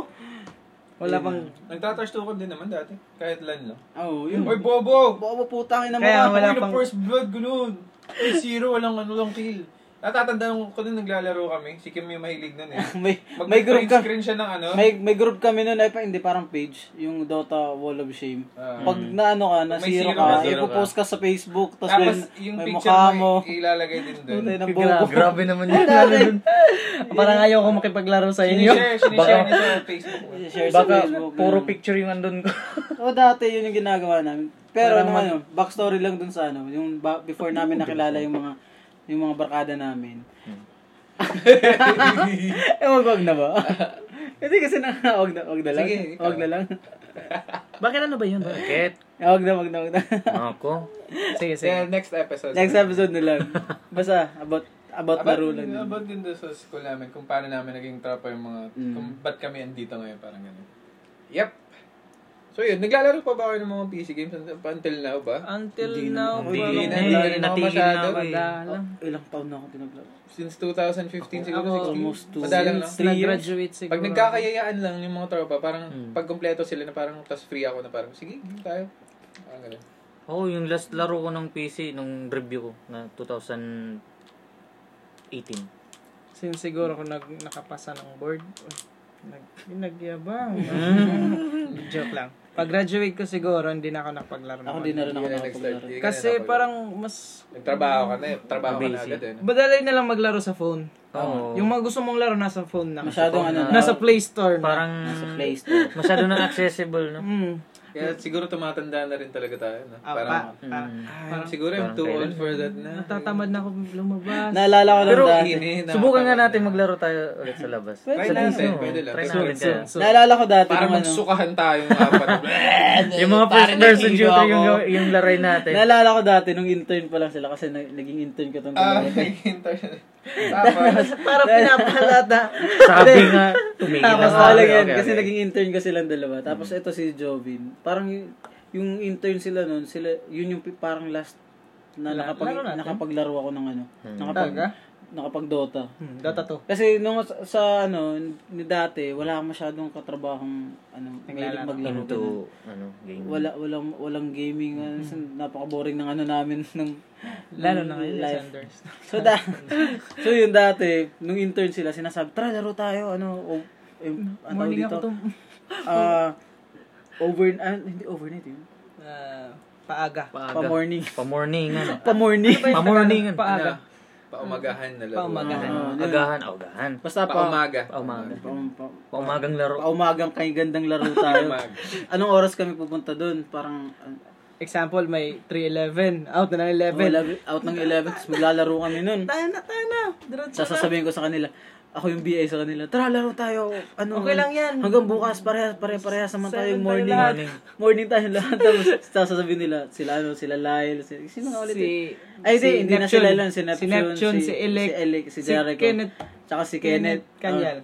[SPEAKER 2] Wala pang...
[SPEAKER 3] Nagtatrash talk din naman dati. Kahit lan lang.
[SPEAKER 4] Oo, yun.
[SPEAKER 3] Oy, Bobo!
[SPEAKER 4] Bobo, putangin na
[SPEAKER 2] Kaya
[SPEAKER 4] mga.
[SPEAKER 2] wala
[SPEAKER 3] Wala
[SPEAKER 2] pang-
[SPEAKER 3] first blood, ganun. Ay, zero, walang ano lang kill. Natatandaan ko din naglalaro kami. Si Kim yung mahilig nun eh.
[SPEAKER 4] May,
[SPEAKER 3] Mag
[SPEAKER 4] may group ka.
[SPEAKER 3] screen siya ng ano.
[SPEAKER 4] May may group kami noon ay pa- hindi parang page, yung Dota Wall of Shame.
[SPEAKER 3] Ah.
[SPEAKER 4] Pag
[SPEAKER 1] Hmm.
[SPEAKER 4] naano ka, na
[SPEAKER 3] Pag may
[SPEAKER 4] zero
[SPEAKER 3] zero ka,
[SPEAKER 4] ka,
[SPEAKER 3] zero
[SPEAKER 4] ipopost ka sa Facebook, tapos,
[SPEAKER 3] Tapos
[SPEAKER 4] may,
[SPEAKER 3] yung
[SPEAKER 4] may
[SPEAKER 3] picture
[SPEAKER 4] mukha mo.
[SPEAKER 3] mo, i- ilalagay din doon.
[SPEAKER 4] Tunay ng bobo.
[SPEAKER 1] Grabe, grabe naman yun.
[SPEAKER 2] Parang ayaw ko makipaglaro sa inyo.
[SPEAKER 3] Sinishare, sinishare niya sa Facebook.
[SPEAKER 4] Share sa
[SPEAKER 1] Baka
[SPEAKER 4] Facebook.
[SPEAKER 1] puro
[SPEAKER 4] ganun.
[SPEAKER 1] picture yung andun ko.
[SPEAKER 4] O dati yun yung ginagawa namin. Pero
[SPEAKER 1] Parang
[SPEAKER 4] ano, ano, backstory lang dun sa ano, yung ba- before namin nakilala yung mga yung mga barkada namin.
[SPEAKER 3] Hmm.
[SPEAKER 4] Ewan ko, wag na ba? Hindi kasi na, wag na, wag na lang.
[SPEAKER 3] Sige, ikaw.
[SPEAKER 4] wag na lang. Eh,
[SPEAKER 2] Bakit ano ba yun?
[SPEAKER 1] Bakit?
[SPEAKER 4] Wag na, wag na, wag na.
[SPEAKER 1] Ako?
[SPEAKER 2] Sige, sige.
[SPEAKER 3] Yeah, next episode.
[SPEAKER 4] Next episode na lang. Basta, about, about
[SPEAKER 3] About,
[SPEAKER 4] laro lang.
[SPEAKER 3] about din doon sa school namin, kung paano namin naging tropa yung mga,
[SPEAKER 4] Mm.
[SPEAKER 3] kung ba't kami andito ngayon, parang gano'n. Yep. So yun, naglalaro pa ba kayo ng mga PC games up until now
[SPEAKER 4] Ah.
[SPEAKER 3] ba?
[SPEAKER 2] Until now,
[SPEAKER 1] Hindi na,
[SPEAKER 2] wala akong-
[SPEAKER 1] hindi
[SPEAKER 3] Wala
[SPEAKER 1] na natigil na
[SPEAKER 3] masyado
[SPEAKER 1] ako eh.
[SPEAKER 2] Madalang.
[SPEAKER 4] Ilang taon na ako tinaglaro.
[SPEAKER 3] Since 2015 siguro,
[SPEAKER 2] Ako,
[SPEAKER 3] 16?
[SPEAKER 4] almost two
[SPEAKER 3] Madalang
[SPEAKER 4] years.
[SPEAKER 3] lang.
[SPEAKER 4] Three years?
[SPEAKER 2] Nag-graduate siguro.
[SPEAKER 3] Pag nagkakayayaan lang yung mga tropa, parang pag kumpleto sila na parang tas free ako na parang, sige, game tayo. Parang ganun.
[SPEAKER 1] Oo, Oh, yung last laro ko ng PC, nung review ko, na 2018.
[SPEAKER 2] Since siguro ako nag nakapasa ng board, uy, nag yung nagyabang. Joke lang. Pag-graduate ko siguro, hindi na ako nakapaglaro. ng
[SPEAKER 4] Ako din na
[SPEAKER 2] online.
[SPEAKER 4] rin ako
[SPEAKER 3] Hindi ka nag-start.
[SPEAKER 4] nakapaglaro.
[SPEAKER 3] Hindi ka na
[SPEAKER 2] Kasi
[SPEAKER 3] nakapag-
[SPEAKER 2] parang mas
[SPEAKER 3] Nagtrabaho ka na, eh. trabaho ka na
[SPEAKER 1] Busy.
[SPEAKER 3] agad eh. no?
[SPEAKER 2] madali na lang maglaro sa phone.
[SPEAKER 1] Oo.
[SPEAKER 2] Yung mga gusto mong laro nasa phone na.
[SPEAKER 4] Masyadong ano,
[SPEAKER 2] Nasa Play Store. Na.
[SPEAKER 1] Parang
[SPEAKER 4] sa Play Store.
[SPEAKER 1] masyado na accessible, no?
[SPEAKER 2] Mm.
[SPEAKER 3] Kaya siguro tumatanda na rin talaga tayo. No?
[SPEAKER 2] Ah, pa-
[SPEAKER 3] Parang,
[SPEAKER 2] pa-
[SPEAKER 3] parang siguro I'm too old for that na.
[SPEAKER 2] Natatamad na ako lumabas.
[SPEAKER 4] Naalala ko lang
[SPEAKER 1] Pero,
[SPEAKER 4] dati.
[SPEAKER 3] Hindi, na-
[SPEAKER 1] Subukan nga natin maglaro tayo ulit sa labas. sa
[SPEAKER 3] Pwede lang,
[SPEAKER 1] Disney,
[SPEAKER 3] pwede lang.
[SPEAKER 1] Try
[SPEAKER 3] Pwede
[SPEAKER 1] natin
[SPEAKER 2] So,
[SPEAKER 1] yan.
[SPEAKER 2] so,
[SPEAKER 4] Naalala ko dati
[SPEAKER 3] Para
[SPEAKER 4] nung ano.
[SPEAKER 3] magsukahan tayo ng apat.
[SPEAKER 1] Yung mga first person
[SPEAKER 4] nakikigo
[SPEAKER 1] shooter
[SPEAKER 4] ako.
[SPEAKER 1] yung, yung laray natin.
[SPEAKER 4] Naalala ko dati nung intern pa lang sila kasi na- naging intern ko tong
[SPEAKER 3] Ah,
[SPEAKER 4] dalawa.
[SPEAKER 3] nag-internet. Tapos,
[SPEAKER 2] Parang pinapalata.
[SPEAKER 1] Sabi nga, tumigil na
[SPEAKER 4] Tapos
[SPEAKER 1] ako.
[SPEAKER 4] wala
[SPEAKER 1] Ah, Okay,
[SPEAKER 4] yan
[SPEAKER 1] okay,
[SPEAKER 4] kasi
[SPEAKER 1] okay.
[SPEAKER 4] naging intern ko silang dalawa. Tapos ito si Jovin. Parang y- yung intern sila noon, sila yun yung pi- parang last na
[SPEAKER 2] La-
[SPEAKER 4] nakapag,
[SPEAKER 2] laro natin?
[SPEAKER 4] nakapaglaro ako ng ano. Nakapag,
[SPEAKER 2] Talaga?
[SPEAKER 4] nakapag Dota.
[SPEAKER 2] Hmm, Dota 2.
[SPEAKER 4] Kasi nung sa, sa ano, ni dati, wala akong masyadong katrabahong ano, mahilig maglaro.
[SPEAKER 1] Into, ano, game.
[SPEAKER 4] Wala walang walang gaming, ano, napaka-boring ng ano namin ng
[SPEAKER 2] Mm-hmm. Lalo na
[SPEAKER 4] ng
[SPEAKER 2] ngayon,
[SPEAKER 4] life.
[SPEAKER 2] Sanders.
[SPEAKER 4] So, da- so yun dati, nung intern sila, sinasabi, tara laro tayo, ano, o, eh,
[SPEAKER 2] Mm-hmm.
[SPEAKER 4] ano
[SPEAKER 2] Morning
[SPEAKER 4] dito?
[SPEAKER 2] ako to.
[SPEAKER 4] Ah, over, ah, hindi overnight yun.
[SPEAKER 2] Ah, paaga.
[SPEAKER 1] Paaga.
[SPEAKER 4] Pa-morning.
[SPEAKER 1] Pa-morning, ano.
[SPEAKER 4] Pa-morning.
[SPEAKER 1] Pa-morning, ano.
[SPEAKER 2] Paaga.
[SPEAKER 3] paumagahan na laro.
[SPEAKER 2] Paumagahan.
[SPEAKER 4] Ah, ano yun?
[SPEAKER 1] Agahan, oh, agahan.
[SPEAKER 4] Basta pa,
[SPEAKER 3] Paumaga.
[SPEAKER 1] Paumaga.
[SPEAKER 4] pa- pa-
[SPEAKER 1] Paumagang laro.
[SPEAKER 4] paumagang kay gandang laro tayo.
[SPEAKER 3] Paumaga.
[SPEAKER 4] Anong oras kami pupunta doon? Parang, ah,
[SPEAKER 2] Example, may 311. Out na ng
[SPEAKER 4] oh,
[SPEAKER 2] 11.
[SPEAKER 4] eleven- out ng 11, tapos maglalaro kami nun.
[SPEAKER 2] Tayo na, tayo na. Diretso
[SPEAKER 4] Tapos
[SPEAKER 2] na.
[SPEAKER 4] sasabihin ko sa kanila, ako yung BA sa kanila, tara laro tayo. Ano,
[SPEAKER 2] Okay lang yan.
[SPEAKER 4] Hanggang bukas, pareha, pareha, pareha naman
[SPEAKER 2] Seven
[SPEAKER 4] tayo
[SPEAKER 2] tayo
[SPEAKER 4] morning.
[SPEAKER 2] lahat.
[SPEAKER 4] Morning. morning tayo lahat. Tapos sasabihin nila, sila ano, sila Lyle, sila, sino nga ulit? yun?
[SPEAKER 2] Si,
[SPEAKER 4] Ay, hindi, hindi na sila
[SPEAKER 2] Neptune.
[SPEAKER 4] lang. Si Neptune,
[SPEAKER 2] si, Neptune, si, Elec,
[SPEAKER 4] si Elec, si Jericho.
[SPEAKER 2] Kenneth.
[SPEAKER 4] Tsaka si
[SPEAKER 2] Kenneth
[SPEAKER 4] Kenneth.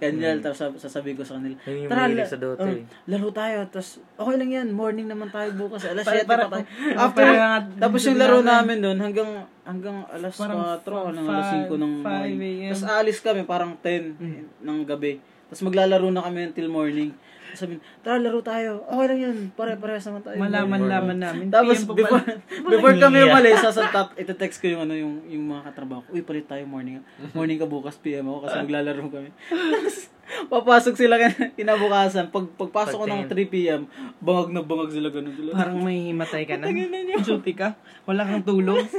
[SPEAKER 2] Kanyal. Hmm.
[SPEAKER 4] Oh, Kanyal. Tapos sab- sasabihin ko sa kanila,
[SPEAKER 1] Yun yung
[SPEAKER 4] tara,
[SPEAKER 1] mahilig
[SPEAKER 4] la-
[SPEAKER 1] sa Dota
[SPEAKER 4] oh,
[SPEAKER 1] eh."
[SPEAKER 4] laro tayo. Tapos, okay lang yan. Morning naman tayo bukas. Alas
[SPEAKER 2] Para-
[SPEAKER 4] 7 pa
[SPEAKER 2] para-
[SPEAKER 4] tayo.
[SPEAKER 2] para-
[SPEAKER 4] After,
[SPEAKER 2] para mga
[SPEAKER 4] tapos yung
[SPEAKER 2] dito
[SPEAKER 4] laro
[SPEAKER 2] namin.
[SPEAKER 4] namin doon, hanggang hanggang alas
[SPEAKER 2] Parang
[SPEAKER 4] 4, hanggang
[SPEAKER 2] five,
[SPEAKER 4] alas 5
[SPEAKER 2] 5
[SPEAKER 4] ng morning.
[SPEAKER 2] AM. Mm.
[SPEAKER 4] Tapos aalis kami, parang 10 ng gabi. Tapos maglalaro na kami until morning. Tapos sabihin, tara laro tayo. Okay lang yan. Pare-parehas naman tayo.
[SPEAKER 2] Malaman-laman namin.
[SPEAKER 4] Tapos
[SPEAKER 2] PM pa
[SPEAKER 4] before,
[SPEAKER 2] pala.
[SPEAKER 4] before kami umalis, sasantak, itetext ko yung ano yung yung mga katrabaho. ko, Uy, palit tayo morning. Morning ka bukas PM ako kasi maglalaro kami. Tapos papasok sila kan- kinabukasan. Pag pagpasok ko ng 3 PM, bangag na bangag sila ganun sila.
[SPEAKER 2] Parang may himatay ka na. Duty ka. Wala kang tulog.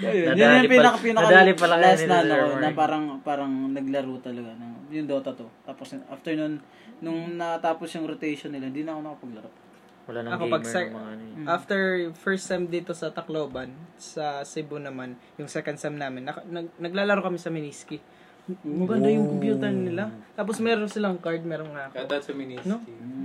[SPEAKER 4] Ayun, yun
[SPEAKER 1] nadali
[SPEAKER 4] yung pinaka
[SPEAKER 1] pa-
[SPEAKER 4] pinaka
[SPEAKER 1] nadali pala kayo
[SPEAKER 4] last
[SPEAKER 1] nila sa
[SPEAKER 4] na ano, ko, na
[SPEAKER 1] morning.
[SPEAKER 4] parang parang naglaro talaga ng yung Dota to. Tapos after nun, nung natapos yung rotation nila, hindi na ako nakapaglaro.
[SPEAKER 1] Wala nang
[SPEAKER 2] Ako
[SPEAKER 1] gamer.
[SPEAKER 2] pag sa-
[SPEAKER 1] ng mga ano yun.
[SPEAKER 2] After first sem dito sa Tacloban, sa Cebu naman, yung second sem namin, nak- nag- naglalaro kami sa Miniski. Maganda yung computer nila. Tapos meron silang card, meron nga
[SPEAKER 3] Kaya
[SPEAKER 2] ako.
[SPEAKER 3] that's a ministry.
[SPEAKER 2] No?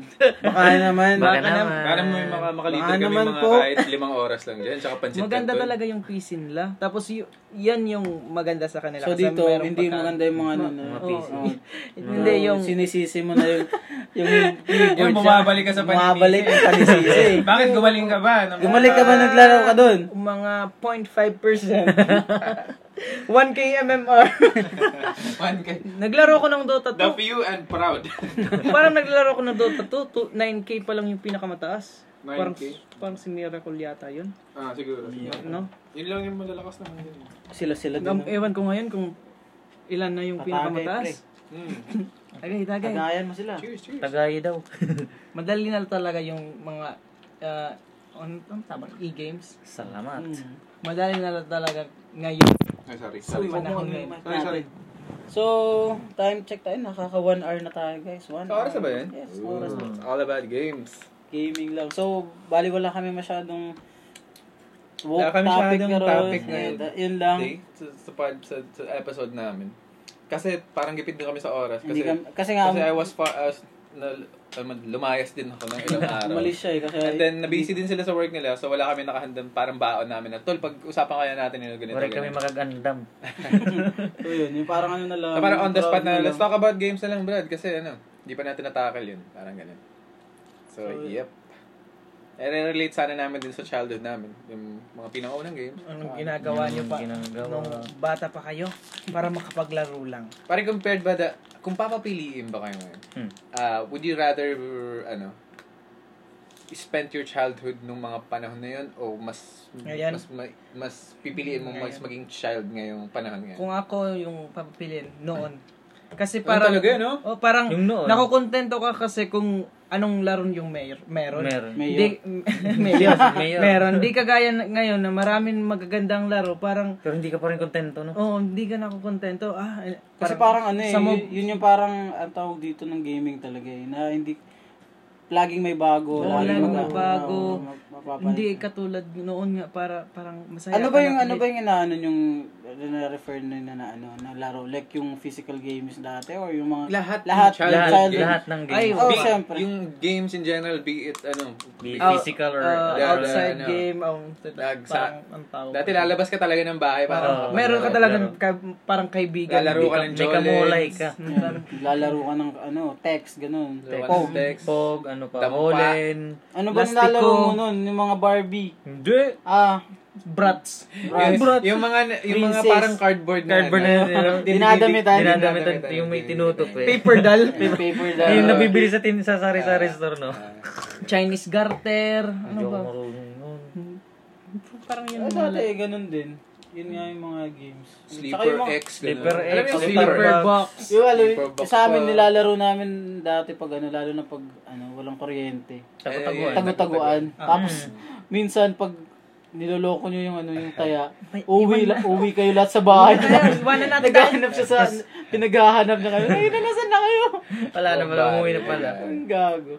[SPEAKER 4] Baka naman.
[SPEAKER 1] Baka
[SPEAKER 2] naman.
[SPEAKER 1] naman.
[SPEAKER 3] Para may mga makaliter
[SPEAKER 4] Baka
[SPEAKER 3] kami
[SPEAKER 4] naman
[SPEAKER 3] mga
[SPEAKER 4] po.
[SPEAKER 3] kahit limang oras lang dyan. Tsaka pansit
[SPEAKER 2] Maganda talaga yung PC nila. Tapos y- yan yung maganda sa kanila.
[SPEAKER 4] So
[SPEAKER 2] Kasi
[SPEAKER 4] dito,
[SPEAKER 2] merong
[SPEAKER 4] hindi
[SPEAKER 2] pagka-
[SPEAKER 4] maganda yung mga ano. no?
[SPEAKER 1] Mga
[SPEAKER 2] Oo,
[SPEAKER 1] PC.
[SPEAKER 2] oo.
[SPEAKER 4] Oh.
[SPEAKER 2] Hindi yung...
[SPEAKER 4] Sinisisi mo na yung... yung
[SPEAKER 3] Yung bumabalik ka sa panisisi.
[SPEAKER 4] Bumabalik ang panisisi.
[SPEAKER 3] Bakit gumaling ka ba? Nung-
[SPEAKER 4] Gumalik ka ba naglaro ka doon?
[SPEAKER 2] mga 0.5%. 1k MMR.
[SPEAKER 3] One ka.
[SPEAKER 2] naglaro ko ng Dota
[SPEAKER 3] The
[SPEAKER 2] 2.
[SPEAKER 3] few and proud.
[SPEAKER 2] parang naglaro ko ng Dota 2. 2 9k pa lang yung pinakamataas. Parang,
[SPEAKER 3] 9K?
[SPEAKER 2] parang si Miracle yata yun.
[SPEAKER 3] ah, siguro.
[SPEAKER 2] No?
[SPEAKER 3] Yun lang yung malalakas naman yun. eh.
[SPEAKER 4] Sila-sila din.
[SPEAKER 2] Ang, ewan ko ngayon kung ilan na yung
[SPEAKER 4] Tatagay,
[SPEAKER 2] pinakamataas.
[SPEAKER 3] Hmm.
[SPEAKER 2] Tagay, tagay.
[SPEAKER 4] Tagayan mo sila.
[SPEAKER 3] Cheers, cheers.
[SPEAKER 1] Tagay daw.
[SPEAKER 2] Madali na talaga yung mga uh, on, on, tama, e-games.
[SPEAKER 1] Salamat.
[SPEAKER 4] Hmm.
[SPEAKER 2] Madali na talaga ngayon.
[SPEAKER 3] Ay,
[SPEAKER 2] Uy,
[SPEAKER 3] sorry. Sorry,
[SPEAKER 2] wag mo
[SPEAKER 4] Panahon
[SPEAKER 2] kami.
[SPEAKER 4] ngayon.
[SPEAKER 3] sorry. sorry.
[SPEAKER 4] So, time check tayo. Nakaka 1 hour na tayo, guys. 1
[SPEAKER 3] Sa oras na ba yan?
[SPEAKER 4] Yes, oras na.
[SPEAKER 3] All about games.
[SPEAKER 4] Gaming lang. So, bali wala kami masyadong woke
[SPEAKER 3] Wala kami
[SPEAKER 4] topic
[SPEAKER 3] masyadong
[SPEAKER 4] pero
[SPEAKER 3] topic
[SPEAKER 4] eh,
[SPEAKER 3] ngayon.
[SPEAKER 4] da- yun lang.
[SPEAKER 3] Day, sa, sa, pod- sa, sa episode namin. Kasi parang gipit din kami sa oras.
[SPEAKER 4] Hindi
[SPEAKER 3] Kasi,
[SPEAKER 4] kami, kasi nga,
[SPEAKER 3] kasi I was fa- as, na, um, lumayas din ako ng ilang araw.
[SPEAKER 4] umalis siya eh. Kasi,
[SPEAKER 3] And then, nabusy din sila sa work nila, so wala kami nakahandang parang baon namin na, Tol, pag-usapan kaya natin yung ganito.
[SPEAKER 1] Wala kami
[SPEAKER 3] ganito."
[SPEAKER 1] magagandam.
[SPEAKER 4] so, yun, yung parang ano na lang.
[SPEAKER 3] So, parang on the spot na,
[SPEAKER 4] lang.
[SPEAKER 3] let's talk about games na lang, Brad, kasi ano, hindi pa natin natakal yun. Parang ganun. So,
[SPEAKER 4] So,
[SPEAKER 3] yep. Eh, relate sana namin din sa childhood namin. Yung mga pinakaunang games.
[SPEAKER 2] Anong ginagawa niyo pa
[SPEAKER 1] Ginagawa.
[SPEAKER 2] nung bata pa kayo para makapaglaro lang?
[SPEAKER 3] Parang compared ba the, kung papapiliin ba kayo ngayon,
[SPEAKER 1] Hmm.
[SPEAKER 3] ah, would you rather, ano, spend your childhood nung mga panahon na yun o mas
[SPEAKER 2] Ngayon?
[SPEAKER 3] mas ma- mas pipiliin mo mas
[SPEAKER 2] Ngayon.
[SPEAKER 3] maging child ngayong panahon ngayon.
[SPEAKER 2] Kung ako yung papapilin noon. Kasi
[SPEAKER 3] Ano
[SPEAKER 2] parang
[SPEAKER 3] talaga, no?
[SPEAKER 2] Oh, parang
[SPEAKER 1] Yung noon.
[SPEAKER 2] nakukontento ka kasi kung anong laro yung mayor, meron.
[SPEAKER 1] Meron.
[SPEAKER 4] Mayor.
[SPEAKER 2] Di, mayor. meron. Di kagaya na- ngayon na maraming magagandang laro, parang
[SPEAKER 1] Pero hindi ka pa rin kontento, no?
[SPEAKER 2] oh, hindi ka nakukontento. Ah, eh,
[SPEAKER 4] Kasi parang ano eh,
[SPEAKER 2] sa mo-
[SPEAKER 4] y- yun yung parang ang tawag dito ng gaming talaga eh, na hindi, laging may bago.
[SPEAKER 2] Oo, laging may
[SPEAKER 4] mag-
[SPEAKER 2] bago.
[SPEAKER 4] oo, map- mapapansin.
[SPEAKER 2] hindi eh, katulad noon nga para parang masaya. ka
[SPEAKER 4] Ano ba yung
[SPEAKER 2] na-
[SPEAKER 4] ano ba yung inaano yung na-refer na na, na ano na laro like yung physical games date or yung mga
[SPEAKER 3] Lahat ng
[SPEAKER 4] lahat
[SPEAKER 3] childhood
[SPEAKER 1] Lahat,
[SPEAKER 3] Childhood.
[SPEAKER 1] lahat ng
[SPEAKER 2] Ay,
[SPEAKER 1] game.
[SPEAKER 4] Oh,
[SPEAKER 3] Be-
[SPEAKER 4] syempre.
[SPEAKER 3] Yung games in general, be it ano,
[SPEAKER 1] Be
[SPEAKER 3] be-
[SPEAKER 2] Out-
[SPEAKER 1] physical or...
[SPEAKER 2] uh,
[SPEAKER 3] Yeah,
[SPEAKER 2] outside
[SPEAKER 3] ano.
[SPEAKER 2] game, um,
[SPEAKER 3] Nagsa-
[SPEAKER 2] parang ang tawag.
[SPEAKER 3] dati lalabas ka talaga ng bahay para
[SPEAKER 1] Oo.
[SPEAKER 2] Meron ka
[SPEAKER 1] Laro,
[SPEAKER 2] talaga
[SPEAKER 1] laro.
[SPEAKER 2] parang kaibigan. Hmm.
[SPEAKER 3] Lalaro ka ng
[SPEAKER 1] may kamulay
[SPEAKER 3] Jolens.
[SPEAKER 1] ka.
[SPEAKER 4] lalaro ka ng ano text ganun.
[SPEAKER 3] Text.
[SPEAKER 4] Oh,
[SPEAKER 3] Text.
[SPEAKER 1] Pog, ano pa,
[SPEAKER 3] Dampa.
[SPEAKER 1] Hollen.
[SPEAKER 4] ano ba
[SPEAKER 2] Plastiko.
[SPEAKER 4] nilalaro mo nun yung mga Barbie?
[SPEAKER 1] Hindi.
[SPEAKER 4] Ah,
[SPEAKER 2] Brats.
[SPEAKER 3] Yung, yung mga yung mga
[SPEAKER 4] Princess.
[SPEAKER 3] parang cardboard na ano,
[SPEAKER 1] Cardboard na yun.
[SPEAKER 4] dinadamitan.
[SPEAKER 1] Dinadamitan yung may tinutukoy.
[SPEAKER 2] Paper doll.
[SPEAKER 4] Yung paper
[SPEAKER 1] Yung
[SPEAKER 4] doll.
[SPEAKER 1] nabibili sa tin sa sari-sari store, no?
[SPEAKER 3] Ah,
[SPEAKER 2] Chinese garter. Ano
[SPEAKER 1] Hindi ako
[SPEAKER 2] ba? Hmm.
[SPEAKER 1] marunong nun.
[SPEAKER 2] Parang yun.
[SPEAKER 4] Ah, dati ganun din. Yun nga yung mga games. Tsaka
[SPEAKER 3] Sleeper
[SPEAKER 4] yung mga-
[SPEAKER 3] X. ganun.
[SPEAKER 1] Sleeper
[SPEAKER 3] Alam mo
[SPEAKER 1] X, Sleeper
[SPEAKER 3] yung Sleeper
[SPEAKER 1] X.
[SPEAKER 2] Paper box.
[SPEAKER 4] Yung alam,
[SPEAKER 3] Sleeper box
[SPEAKER 4] sa amin
[SPEAKER 3] pa.
[SPEAKER 4] nilalaro namin dati pag ano, lalo na pag ano, walang
[SPEAKER 3] Eh,
[SPEAKER 4] kuryente.
[SPEAKER 3] Oh,
[SPEAKER 1] Tago-taguan.
[SPEAKER 4] Tago-taguan. Tapos,
[SPEAKER 2] Mm.
[SPEAKER 4] minsan pag niloloko nyo yung ano yung taya, uwi, la, uwi kayo lahat sa bahay.
[SPEAKER 2] Ayun, iwanan natin.
[SPEAKER 4] Naghahanap siya sa, pinaghahanap na kayo. Ay, nanasan na kayo?
[SPEAKER 1] Wala na pala, umuwi na pala.
[SPEAKER 4] Ang gago.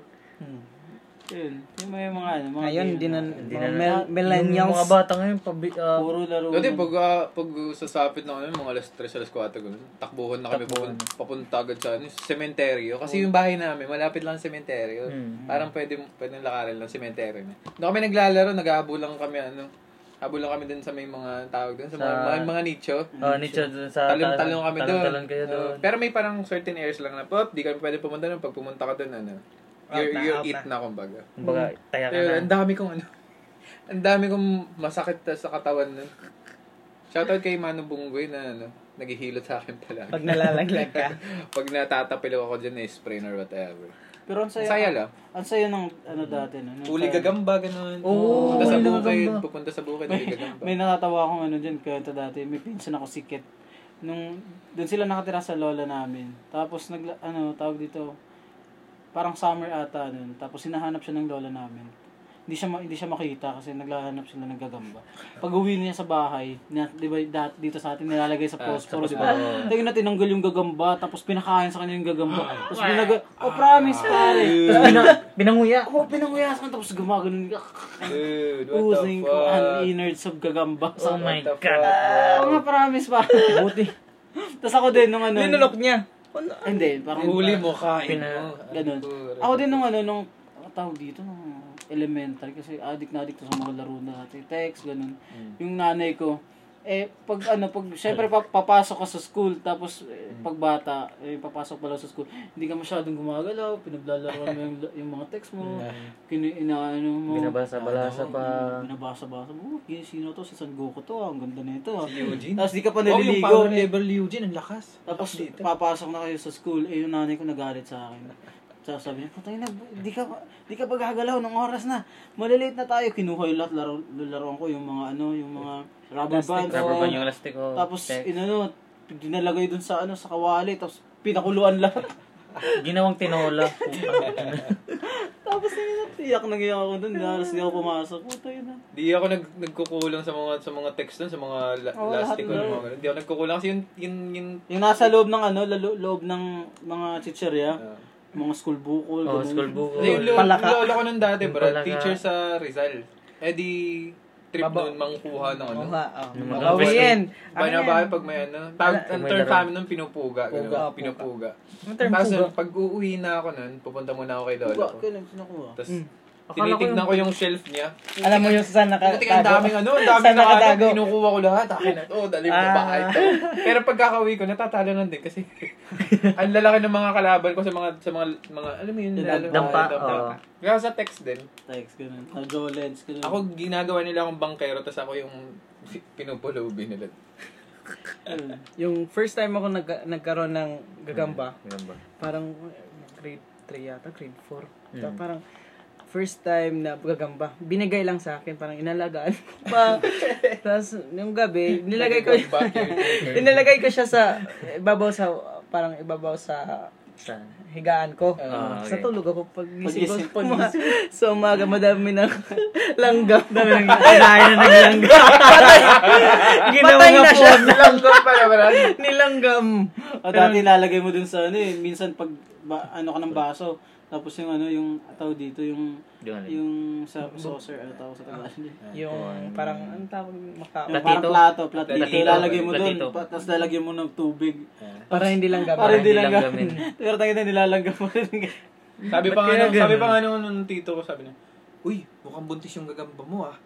[SPEAKER 4] Yun. Yung mga, mga ano, mga
[SPEAKER 2] Hmm. Ngayon,
[SPEAKER 4] game
[SPEAKER 2] hindi na,
[SPEAKER 1] Hindi na-
[SPEAKER 2] mga mil-
[SPEAKER 1] Yung
[SPEAKER 2] millennials.
[SPEAKER 1] mga bata ngayon, pabi, ah,
[SPEAKER 4] Puro laro.
[SPEAKER 3] Dati
[SPEAKER 4] nun.
[SPEAKER 3] pag, ah, pag sasapit na kami, mga alas 3, alas 4, ganun, takbuhan na kami papunta, papunta agad sa ano, sementeryo. Kasi yung bahay namin, malapit lang ang sementeryo.
[SPEAKER 1] Hmm.
[SPEAKER 3] Parang pwede, pwede lakarin lang sementeryo na. Doon kami naglalaro, nag-aabo lang kami, ano, abo lang kami dun sa may mga tawag dun, sa, mga,
[SPEAKER 1] Sa-
[SPEAKER 3] mga, mga nicho.
[SPEAKER 1] ah, nicho dun sa
[SPEAKER 3] Talong-talong kami doon.
[SPEAKER 1] Talong-talong kayo
[SPEAKER 3] Oo.
[SPEAKER 1] doon.
[SPEAKER 3] pero may parang certain areas lang na, pop, di kami pwede pumunta doon. Pag pumunta ka doon, ano,
[SPEAKER 2] Out
[SPEAKER 3] you're,
[SPEAKER 2] na,
[SPEAKER 3] you're
[SPEAKER 2] out
[SPEAKER 3] eat
[SPEAKER 2] na.
[SPEAKER 3] na. kumbaga.
[SPEAKER 1] Kumbaga, taya ka
[SPEAKER 3] Pero
[SPEAKER 1] na.
[SPEAKER 3] ang dami kong ano, ang dami kong masakit na sa katawan nun. Shoutout kay Manong Bunggoy na ano, naghihilot sa akin talaga.
[SPEAKER 2] Pag nalalaglag ka.
[SPEAKER 3] Pag natatapilo ako dyan, eh, sprain or whatever.
[SPEAKER 4] Pero ang saya.
[SPEAKER 3] Ang saya lang.
[SPEAKER 4] Ang saya ng ano dati. No? Nung
[SPEAKER 3] Uli
[SPEAKER 4] saya-
[SPEAKER 3] gagamba, ganun.
[SPEAKER 1] Oo,
[SPEAKER 3] pupunta sa
[SPEAKER 1] uli
[SPEAKER 3] bukid,
[SPEAKER 1] gagamba.
[SPEAKER 3] pupunta sa bukid, uli gagamba.
[SPEAKER 4] May nakatawa akong ano dyan, kwento dati, may pinsan ako sikat. Nung, doon sila nakatira sa lola namin. Tapos, nag, ano, tawag dito, parang summer ata nun. Tapos, hinahanap siya ng lola namin. Hindi siya, ma- hindi siya makita kasi naglahanap sila ng gagamba. Pag uwi niya sa bahay, na, di ba, dat, dito sa atin nilalagay
[SPEAKER 3] Ah,
[SPEAKER 4] sa posporo, di ba? Tingnan na tinanggal yung gagamba, tapos pinakain sa kanya yung gagamba.
[SPEAKER 3] Ah.
[SPEAKER 4] Tapos pinag- oh promise pare. Tapos pina-
[SPEAKER 1] Pinanguya.
[SPEAKER 4] oh, pinanguyasan, tapos gumagano'n.
[SPEAKER 3] Dude, what the
[SPEAKER 4] Using ko,
[SPEAKER 3] fuck?
[SPEAKER 4] uninert sa gagamba.
[SPEAKER 1] Oh my God.
[SPEAKER 3] What the fuck, bro?
[SPEAKER 4] Oo nga, promise pa.
[SPEAKER 1] Buti.
[SPEAKER 4] Tapos ako din nung ano.
[SPEAKER 2] Linulok niya. Ano?
[SPEAKER 4] Ah, Hindi, parang
[SPEAKER 6] Huli mo, kain mo.
[SPEAKER 3] Oh.
[SPEAKER 1] Pina-
[SPEAKER 4] Ganun. Ako din nung ano, nung ano tawag dito, nung elementary kasi adik na adik to sa mga laro na natin. Text, ganun.
[SPEAKER 6] Hmm.
[SPEAKER 4] Yung nanay ko, eh, pag ano, pag, syempre, pa- papasok ka sa school, tapos, eh,
[SPEAKER 6] Hmm.
[SPEAKER 4] pag bata, eh, papasok pala sa school, hindi ka masyadong gumagalaw, pinaglalaro mo yung, yung mga text mo,
[SPEAKER 6] Hmm.
[SPEAKER 4] kini, inaano mo,
[SPEAKER 1] Binabasa-balasa pa.
[SPEAKER 4] binabasa-basa mo, oh, sino to, si San Goku to, ah, ang ganda nito. ah."
[SPEAKER 6] Si Eugene?
[SPEAKER 4] Tapos di ka pa
[SPEAKER 6] Oh, yung
[SPEAKER 4] naliligo.
[SPEAKER 6] power level ni Eugene, ang lakas.
[SPEAKER 4] Tapos papasok na kayo sa school, eh yung nanay ko nagalit sa akin. Tapos sabi niya, putang ina, di ka, pa- di ka pa gagalaw ng oras na. Malilate na tayo. Kinuha yung lahat, laro, laruan ko, yung mga ano, yung mga rubber band.
[SPEAKER 1] Rubber
[SPEAKER 4] oo.
[SPEAKER 1] band yung elastic oh, ko.
[SPEAKER 4] Tapos,
[SPEAKER 1] Tek.
[SPEAKER 4] inano, dinalagay dun sa ano, sa kawali. Tapos, pinakuluan lahat.
[SPEAKER 1] ginawang tinola.
[SPEAKER 4] tapos, yun, tiyak nang iyak ako dun. Halos di ako pumasok. Putang ina.
[SPEAKER 3] Di ako nag nagkukulang sa mga sa mga text doon, sa mga la-
[SPEAKER 4] Oo,
[SPEAKER 3] last
[SPEAKER 4] lahat
[SPEAKER 3] ko
[SPEAKER 4] na.
[SPEAKER 3] mga ganun. Di ako nagkukulang kasi yun yun yun
[SPEAKER 4] Yung nasa loob ng ano, lalo, loob ng mga chicherya,
[SPEAKER 3] Ah.
[SPEAKER 4] mga school bukol.
[SPEAKER 1] oh,
[SPEAKER 4] ganun.
[SPEAKER 1] school Oh, buko.
[SPEAKER 3] Kasi yung lo-
[SPEAKER 2] Palaka.
[SPEAKER 3] lolo ko nun dati,
[SPEAKER 1] Yung
[SPEAKER 3] bro,
[SPEAKER 1] palaka.
[SPEAKER 3] teacher sa Rizal. Eh di trip noon mangkuha ng ano.
[SPEAKER 2] Oo nga, oh.
[SPEAKER 1] Yung mga-
[SPEAKER 2] Bawiin. Ano yan?
[SPEAKER 3] Binabahay pag may ano. Tawag, ang
[SPEAKER 1] May
[SPEAKER 3] term
[SPEAKER 1] laro.
[SPEAKER 3] kami nun, pinupuga. Ganun,
[SPEAKER 2] Puga, puga.
[SPEAKER 3] pinupuga.
[SPEAKER 2] Ang term
[SPEAKER 3] Tapos
[SPEAKER 2] po ba?
[SPEAKER 3] nun, pag uuwi na ako nun, pupunta muna ako kay lolo ko.
[SPEAKER 4] Bakit? Sinakuha.
[SPEAKER 3] Tapos,
[SPEAKER 2] Mm.
[SPEAKER 1] Akala ko
[SPEAKER 3] tinitignan ko yung shelf niya.
[SPEAKER 2] Alam mo yung saan nakatago?
[SPEAKER 3] Buti ang daming ano, ang daming
[SPEAKER 2] Saan nakatago?
[SPEAKER 3] nakatago. Kinukuha ko lahat. Akin na to, dali mo
[SPEAKER 2] Ah.
[SPEAKER 3] ba ito. Pero pagkakawi ko, natatalo lang din kasi ang lalaki ng mga kalaban ko sa mga, sa mga, mga alam mo yun,
[SPEAKER 4] Dampa,
[SPEAKER 3] lalo-
[SPEAKER 1] dampa, oo.
[SPEAKER 3] Kaya sa text din,
[SPEAKER 4] Text, ganun. Ah, Jolens, ganun.
[SPEAKER 3] ako ginagawa nila akong bangkero, tapos ako yung pinupulubi nila.
[SPEAKER 4] Ganun.
[SPEAKER 2] Yung first time ako nag- nagkaroon ng gagamba,
[SPEAKER 3] Ganun ba?
[SPEAKER 2] parang grade 3 yata, grade 4. Parang first time na gagamba, binigay lang sa akin, parang inalagaan ko pa. Tapos, yung gabi, nilagay ko,
[SPEAKER 3] Backyard poker.
[SPEAKER 2] inilagay ko siya sa, ibabaw sa, parang ibabaw sa
[SPEAKER 1] Saan?
[SPEAKER 2] higaan ko.
[SPEAKER 1] Ah, okay.
[SPEAKER 2] Sa tulog ako pag gising ko. sa
[SPEAKER 4] Pagising,
[SPEAKER 2] uma- sa umaga, madami ng langgam. Dami ng
[SPEAKER 1] Kaya na naglangga.
[SPEAKER 2] Patay na siya.
[SPEAKER 3] Lang ko pala, pala.
[SPEAKER 2] Nilanggam.
[SPEAKER 4] O dati lalagay mo dun sa ano eh, minsan pag ba, ano ka ng baso, tapos yung ano, yung ataw dito, yung
[SPEAKER 1] Yun.
[SPEAKER 4] yung sa saucer, ano tawag sa Tagalog.
[SPEAKER 2] Yung parang, ano tawag, makao.
[SPEAKER 4] Yung
[SPEAKER 1] Platito.
[SPEAKER 4] parang plato, plato.
[SPEAKER 1] Platito.
[SPEAKER 4] Ilalagay mo dun,
[SPEAKER 1] Platito. Eh,
[SPEAKER 4] pa- tapos lalagyan mo ng tubig.
[SPEAKER 2] Para hindi lang gabi.
[SPEAKER 4] Para hindi
[SPEAKER 1] hindi
[SPEAKER 4] lang
[SPEAKER 1] lang
[SPEAKER 4] gamin. Pero tangin na nilalagay mo rin.
[SPEAKER 3] Sabi pa
[SPEAKER 1] Ba't
[SPEAKER 3] nga,
[SPEAKER 1] kaya
[SPEAKER 3] nung- sabi
[SPEAKER 1] ganun?
[SPEAKER 3] pa nga nung, nung tito ko, sabi niya, Uy, mukhang buntis yung gagamba mo ah.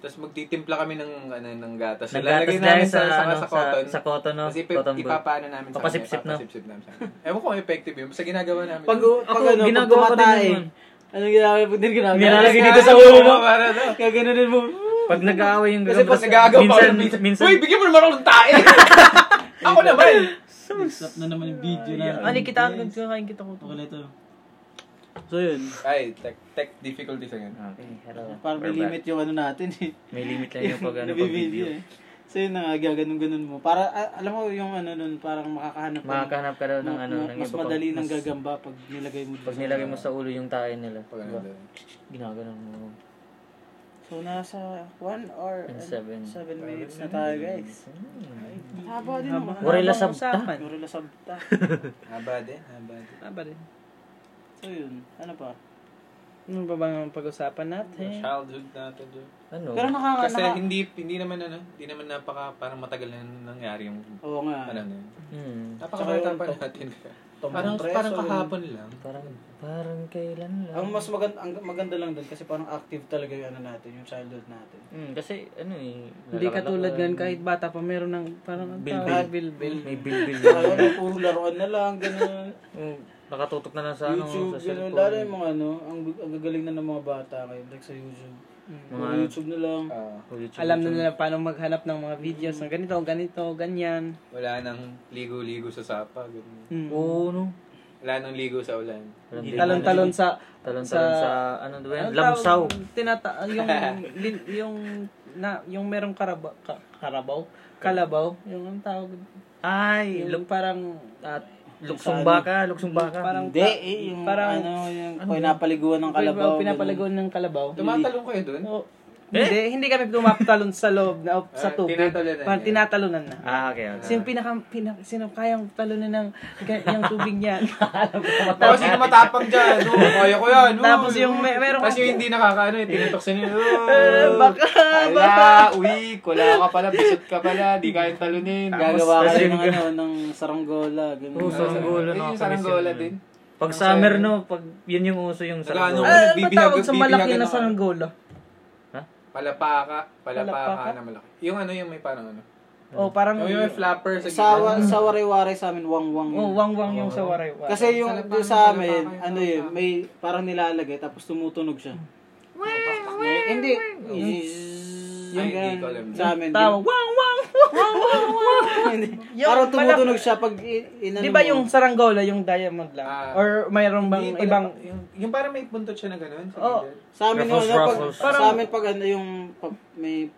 [SPEAKER 3] Tapos magtitimpla kami ng ano ng gatas.
[SPEAKER 1] Naggatas
[SPEAKER 3] Ilalagay
[SPEAKER 1] dahil
[SPEAKER 3] namin
[SPEAKER 1] sa,
[SPEAKER 3] sa, sa,
[SPEAKER 1] ano,
[SPEAKER 3] sa, cotton.
[SPEAKER 1] sa, sa cotton, no?
[SPEAKER 3] Kasi ipa-
[SPEAKER 1] cotton bud.
[SPEAKER 3] ipapaano namin sa
[SPEAKER 1] Papasipsip, no?
[SPEAKER 3] kanya, papasipsip namin sa kanya. Ewan ko kung effective yun. Basta ginagawa namin.
[SPEAKER 4] Pag,
[SPEAKER 3] yun.
[SPEAKER 4] pag
[SPEAKER 1] Ako,
[SPEAKER 4] ano, pag
[SPEAKER 1] ginagawa ko din
[SPEAKER 4] tumatae,
[SPEAKER 1] yun.
[SPEAKER 4] anong ginagawa mo din ginagawa?
[SPEAKER 1] Nilalagay
[SPEAKER 4] Nilalagay
[SPEAKER 1] dito
[SPEAKER 4] dito sa
[SPEAKER 3] Ginagawa
[SPEAKER 4] ulo
[SPEAKER 3] mo,
[SPEAKER 4] mo.
[SPEAKER 3] para to.
[SPEAKER 4] Kaya ganun mo.
[SPEAKER 1] Pag nag-aaway yung
[SPEAKER 3] Kasi
[SPEAKER 1] ganun,
[SPEAKER 3] pag
[SPEAKER 1] basta-
[SPEAKER 3] nagagawa pa
[SPEAKER 1] minsan,
[SPEAKER 3] ako, minsan,
[SPEAKER 1] minsan,
[SPEAKER 3] Uy, bigyan mo naman ako ng tae! ako naman!
[SPEAKER 4] Stop na naman yung video na.
[SPEAKER 2] Ano, kitaan ko, kakain kita ko.
[SPEAKER 4] Okay na ito. So yun.
[SPEAKER 3] Ay, tech, tech difficulties again.
[SPEAKER 1] Okay, hello.
[SPEAKER 4] Parang may
[SPEAKER 1] We're back.
[SPEAKER 4] limit yung ano natin eh.
[SPEAKER 1] May limit lang yung pag ano,
[SPEAKER 4] Nabibidyo
[SPEAKER 1] pag-video.
[SPEAKER 4] eh. So yun na nga, gaganon-ganon mo. Para, a- alam mo yung ano nun, parang makakahanap ka ng-
[SPEAKER 1] Makakahanap ka daw ng
[SPEAKER 4] ma-
[SPEAKER 1] ano,
[SPEAKER 4] ma-
[SPEAKER 1] ng iba
[SPEAKER 4] mas
[SPEAKER 1] pa.
[SPEAKER 4] madali ng
[SPEAKER 1] Mas-
[SPEAKER 4] gagamba pag nilagay mo dun
[SPEAKER 1] Pag
[SPEAKER 4] sa-
[SPEAKER 1] nilagay mo sa ulo yung tae nila,
[SPEAKER 3] Pag ano
[SPEAKER 1] diba?
[SPEAKER 3] doon.
[SPEAKER 1] ginaganon mo.
[SPEAKER 4] So nasa 1 or
[SPEAKER 1] And seven.
[SPEAKER 4] 7 minutes na tayo guys. Haba din naman.
[SPEAKER 1] Gorilla
[SPEAKER 2] Habang
[SPEAKER 1] sabta.
[SPEAKER 2] usapan.
[SPEAKER 4] Gorilla sabta.
[SPEAKER 3] Haba din, haba din.
[SPEAKER 2] Tama rin.
[SPEAKER 4] So yun, ano pa?
[SPEAKER 2] Ano ba bang pag-usapan natin?
[SPEAKER 3] Childhood natin doon.
[SPEAKER 1] Ano?
[SPEAKER 4] Pero nakaka...
[SPEAKER 3] Kasi
[SPEAKER 4] naka-
[SPEAKER 3] hindi hindi naman ano, hindi naman napaka parang matagal na nangyari yung
[SPEAKER 4] Oo nga.
[SPEAKER 3] ano na. yun.
[SPEAKER 1] Hmm.
[SPEAKER 3] Napakabata
[SPEAKER 4] Tsaka
[SPEAKER 3] pa
[SPEAKER 4] yung
[SPEAKER 3] natin.
[SPEAKER 4] Tombong
[SPEAKER 3] Parang
[SPEAKER 4] preso,
[SPEAKER 3] parang
[SPEAKER 4] yun.
[SPEAKER 3] kahapon lang.
[SPEAKER 1] Parang, parang kailan lang.
[SPEAKER 4] Ang mas maganda, ang maganda lang doon kasi parang active talaga yung ano natin, yung childhood natin.
[SPEAKER 1] Hmm, kasi ano eh.
[SPEAKER 2] Hindi
[SPEAKER 1] lalakad
[SPEAKER 2] katulad
[SPEAKER 1] ako.
[SPEAKER 2] ngayon kahit bata pa meron ng parang ang
[SPEAKER 1] Bilbil.
[SPEAKER 2] tawag, bilbil.
[SPEAKER 1] May bilbil
[SPEAKER 4] Kaya
[SPEAKER 1] na.
[SPEAKER 4] ano, puro laruan na lang, ganun.
[SPEAKER 1] Hmm, Nakatutok na lang sa ano,
[SPEAKER 4] YouTube,
[SPEAKER 1] sa
[SPEAKER 4] gano'n.
[SPEAKER 1] cellphone.
[SPEAKER 4] Lalo yung mga ano, ang, ang gagaling na ng mga bata ngayon, like sa YouTube. Mm. Mga
[SPEAKER 1] Mga-
[SPEAKER 4] YouTube na lang.
[SPEAKER 3] Ah,
[SPEAKER 1] Oh, YouTube,
[SPEAKER 2] Alam na
[SPEAKER 1] YouTube.
[SPEAKER 2] nila paano maghanap ng mga videos na ganito, ganito, ganyan.
[SPEAKER 3] wala nang ligo-ligo sa sapa. ganun.
[SPEAKER 1] Oo, no.
[SPEAKER 3] Wala nang ligo sa ulan.
[SPEAKER 1] Alam din nila.
[SPEAKER 2] Talon-talon sa...
[SPEAKER 1] Talon-talon sa, ano doon, yan?
[SPEAKER 2] Anong
[SPEAKER 1] lamsaw.
[SPEAKER 2] tawag? Tinata... Yung... lin- yung... Na, yung merong karaba, ka, karabaw? Kalabaw? Yung ang tawag...
[SPEAKER 1] Ay,
[SPEAKER 2] Yung
[SPEAKER 1] luk-
[SPEAKER 2] parang... At,
[SPEAKER 1] luksong baka, luksong baka.
[SPEAKER 2] parang...
[SPEAKER 4] Hindi, eh, yung
[SPEAKER 2] parang-
[SPEAKER 4] ano, yung pinapaliguan ng kalabaw.
[SPEAKER 2] pinapalagon ng kalabaw.
[SPEAKER 3] Tumatalong kayo doon?
[SPEAKER 2] Oo. Hindi,
[SPEAKER 4] Eh?
[SPEAKER 2] hindi kami tumaptalon sa loob na o sa
[SPEAKER 3] Ah,
[SPEAKER 2] tubig.
[SPEAKER 3] tinatalunan
[SPEAKER 2] Parang
[SPEAKER 3] niya.
[SPEAKER 2] tinatalunan na.
[SPEAKER 1] Ah, okay. okay.
[SPEAKER 2] Sino pinaka, pinaka sino kayang talunan ng yung tubig Ah, niya?
[SPEAKER 3] Tapos sino matapang dyan, no? Kaya ko yan, no?
[SPEAKER 2] Tapos yung may- meron
[SPEAKER 3] Tapos
[SPEAKER 2] ka-
[SPEAKER 3] yung hindi nakakaano, eh, tinitok sa nila.
[SPEAKER 2] Eh, baka, baka.
[SPEAKER 3] Ala, weak, wala ka pala, bisot ka pala, di kaya talunin.
[SPEAKER 4] Gagawa ka
[SPEAKER 1] Tapos
[SPEAKER 4] rin
[SPEAKER 1] yung-
[SPEAKER 4] ng, ano, ng saranggola. Ganun.
[SPEAKER 1] Oo, saranggola,
[SPEAKER 3] Yun yung
[SPEAKER 1] nakakamiss
[SPEAKER 3] saranggola
[SPEAKER 1] yun.
[SPEAKER 3] din.
[SPEAKER 1] Pag summer, no? Pag yun yung uso yung saranggola.
[SPEAKER 3] Nagano
[SPEAKER 4] Ano,
[SPEAKER 3] ko.
[SPEAKER 2] Ah,
[SPEAKER 3] Bibihag-
[SPEAKER 2] matawag sa malaki
[SPEAKER 3] bibihagan
[SPEAKER 2] na
[SPEAKER 3] ako.
[SPEAKER 2] saranggola.
[SPEAKER 3] Palapaka, palapaka
[SPEAKER 2] Palapaka?
[SPEAKER 3] na malaki. Yung ano yung may parang ano.
[SPEAKER 2] O parang,
[SPEAKER 3] Yung may flapper sa
[SPEAKER 4] Sawa,
[SPEAKER 3] gitna.
[SPEAKER 4] sa wari-wari sa amin, wang-wang. yun.
[SPEAKER 2] oh, wang-wang yung sa waray.
[SPEAKER 4] Kasi yung
[SPEAKER 3] Salapang,
[SPEAKER 4] yung sa amin,
[SPEAKER 3] salapang,
[SPEAKER 4] ano yun, may parang nilalagay tapos tumutunog siya. May- Hindi. Zzz,
[SPEAKER 3] Ay,
[SPEAKER 4] Yung
[SPEAKER 3] hindi ko alam.
[SPEAKER 4] ganun. Sa amin.
[SPEAKER 2] Tawag, wang, wang, wang, wang, wang.
[SPEAKER 4] Hindi.
[SPEAKER 2] Yung
[SPEAKER 4] Parang
[SPEAKER 2] malap-
[SPEAKER 4] tumutunog siya pag i- inano
[SPEAKER 2] Di ba
[SPEAKER 4] mo.
[SPEAKER 2] yung saranggola, yung diamond lang?
[SPEAKER 3] Ah.
[SPEAKER 2] Or mayroon
[SPEAKER 3] Hindi,
[SPEAKER 2] bang
[SPEAKER 3] palapa-
[SPEAKER 2] ibang...
[SPEAKER 3] Yung, yung parang may buntot siya na gano'n.
[SPEAKER 2] Oo.
[SPEAKER 4] Sa amin
[SPEAKER 1] Ruffles,
[SPEAKER 4] yung ano, pag,
[SPEAKER 1] ruffles.
[SPEAKER 4] sa
[SPEAKER 2] Parang-
[SPEAKER 4] amin pag ano yung pa- may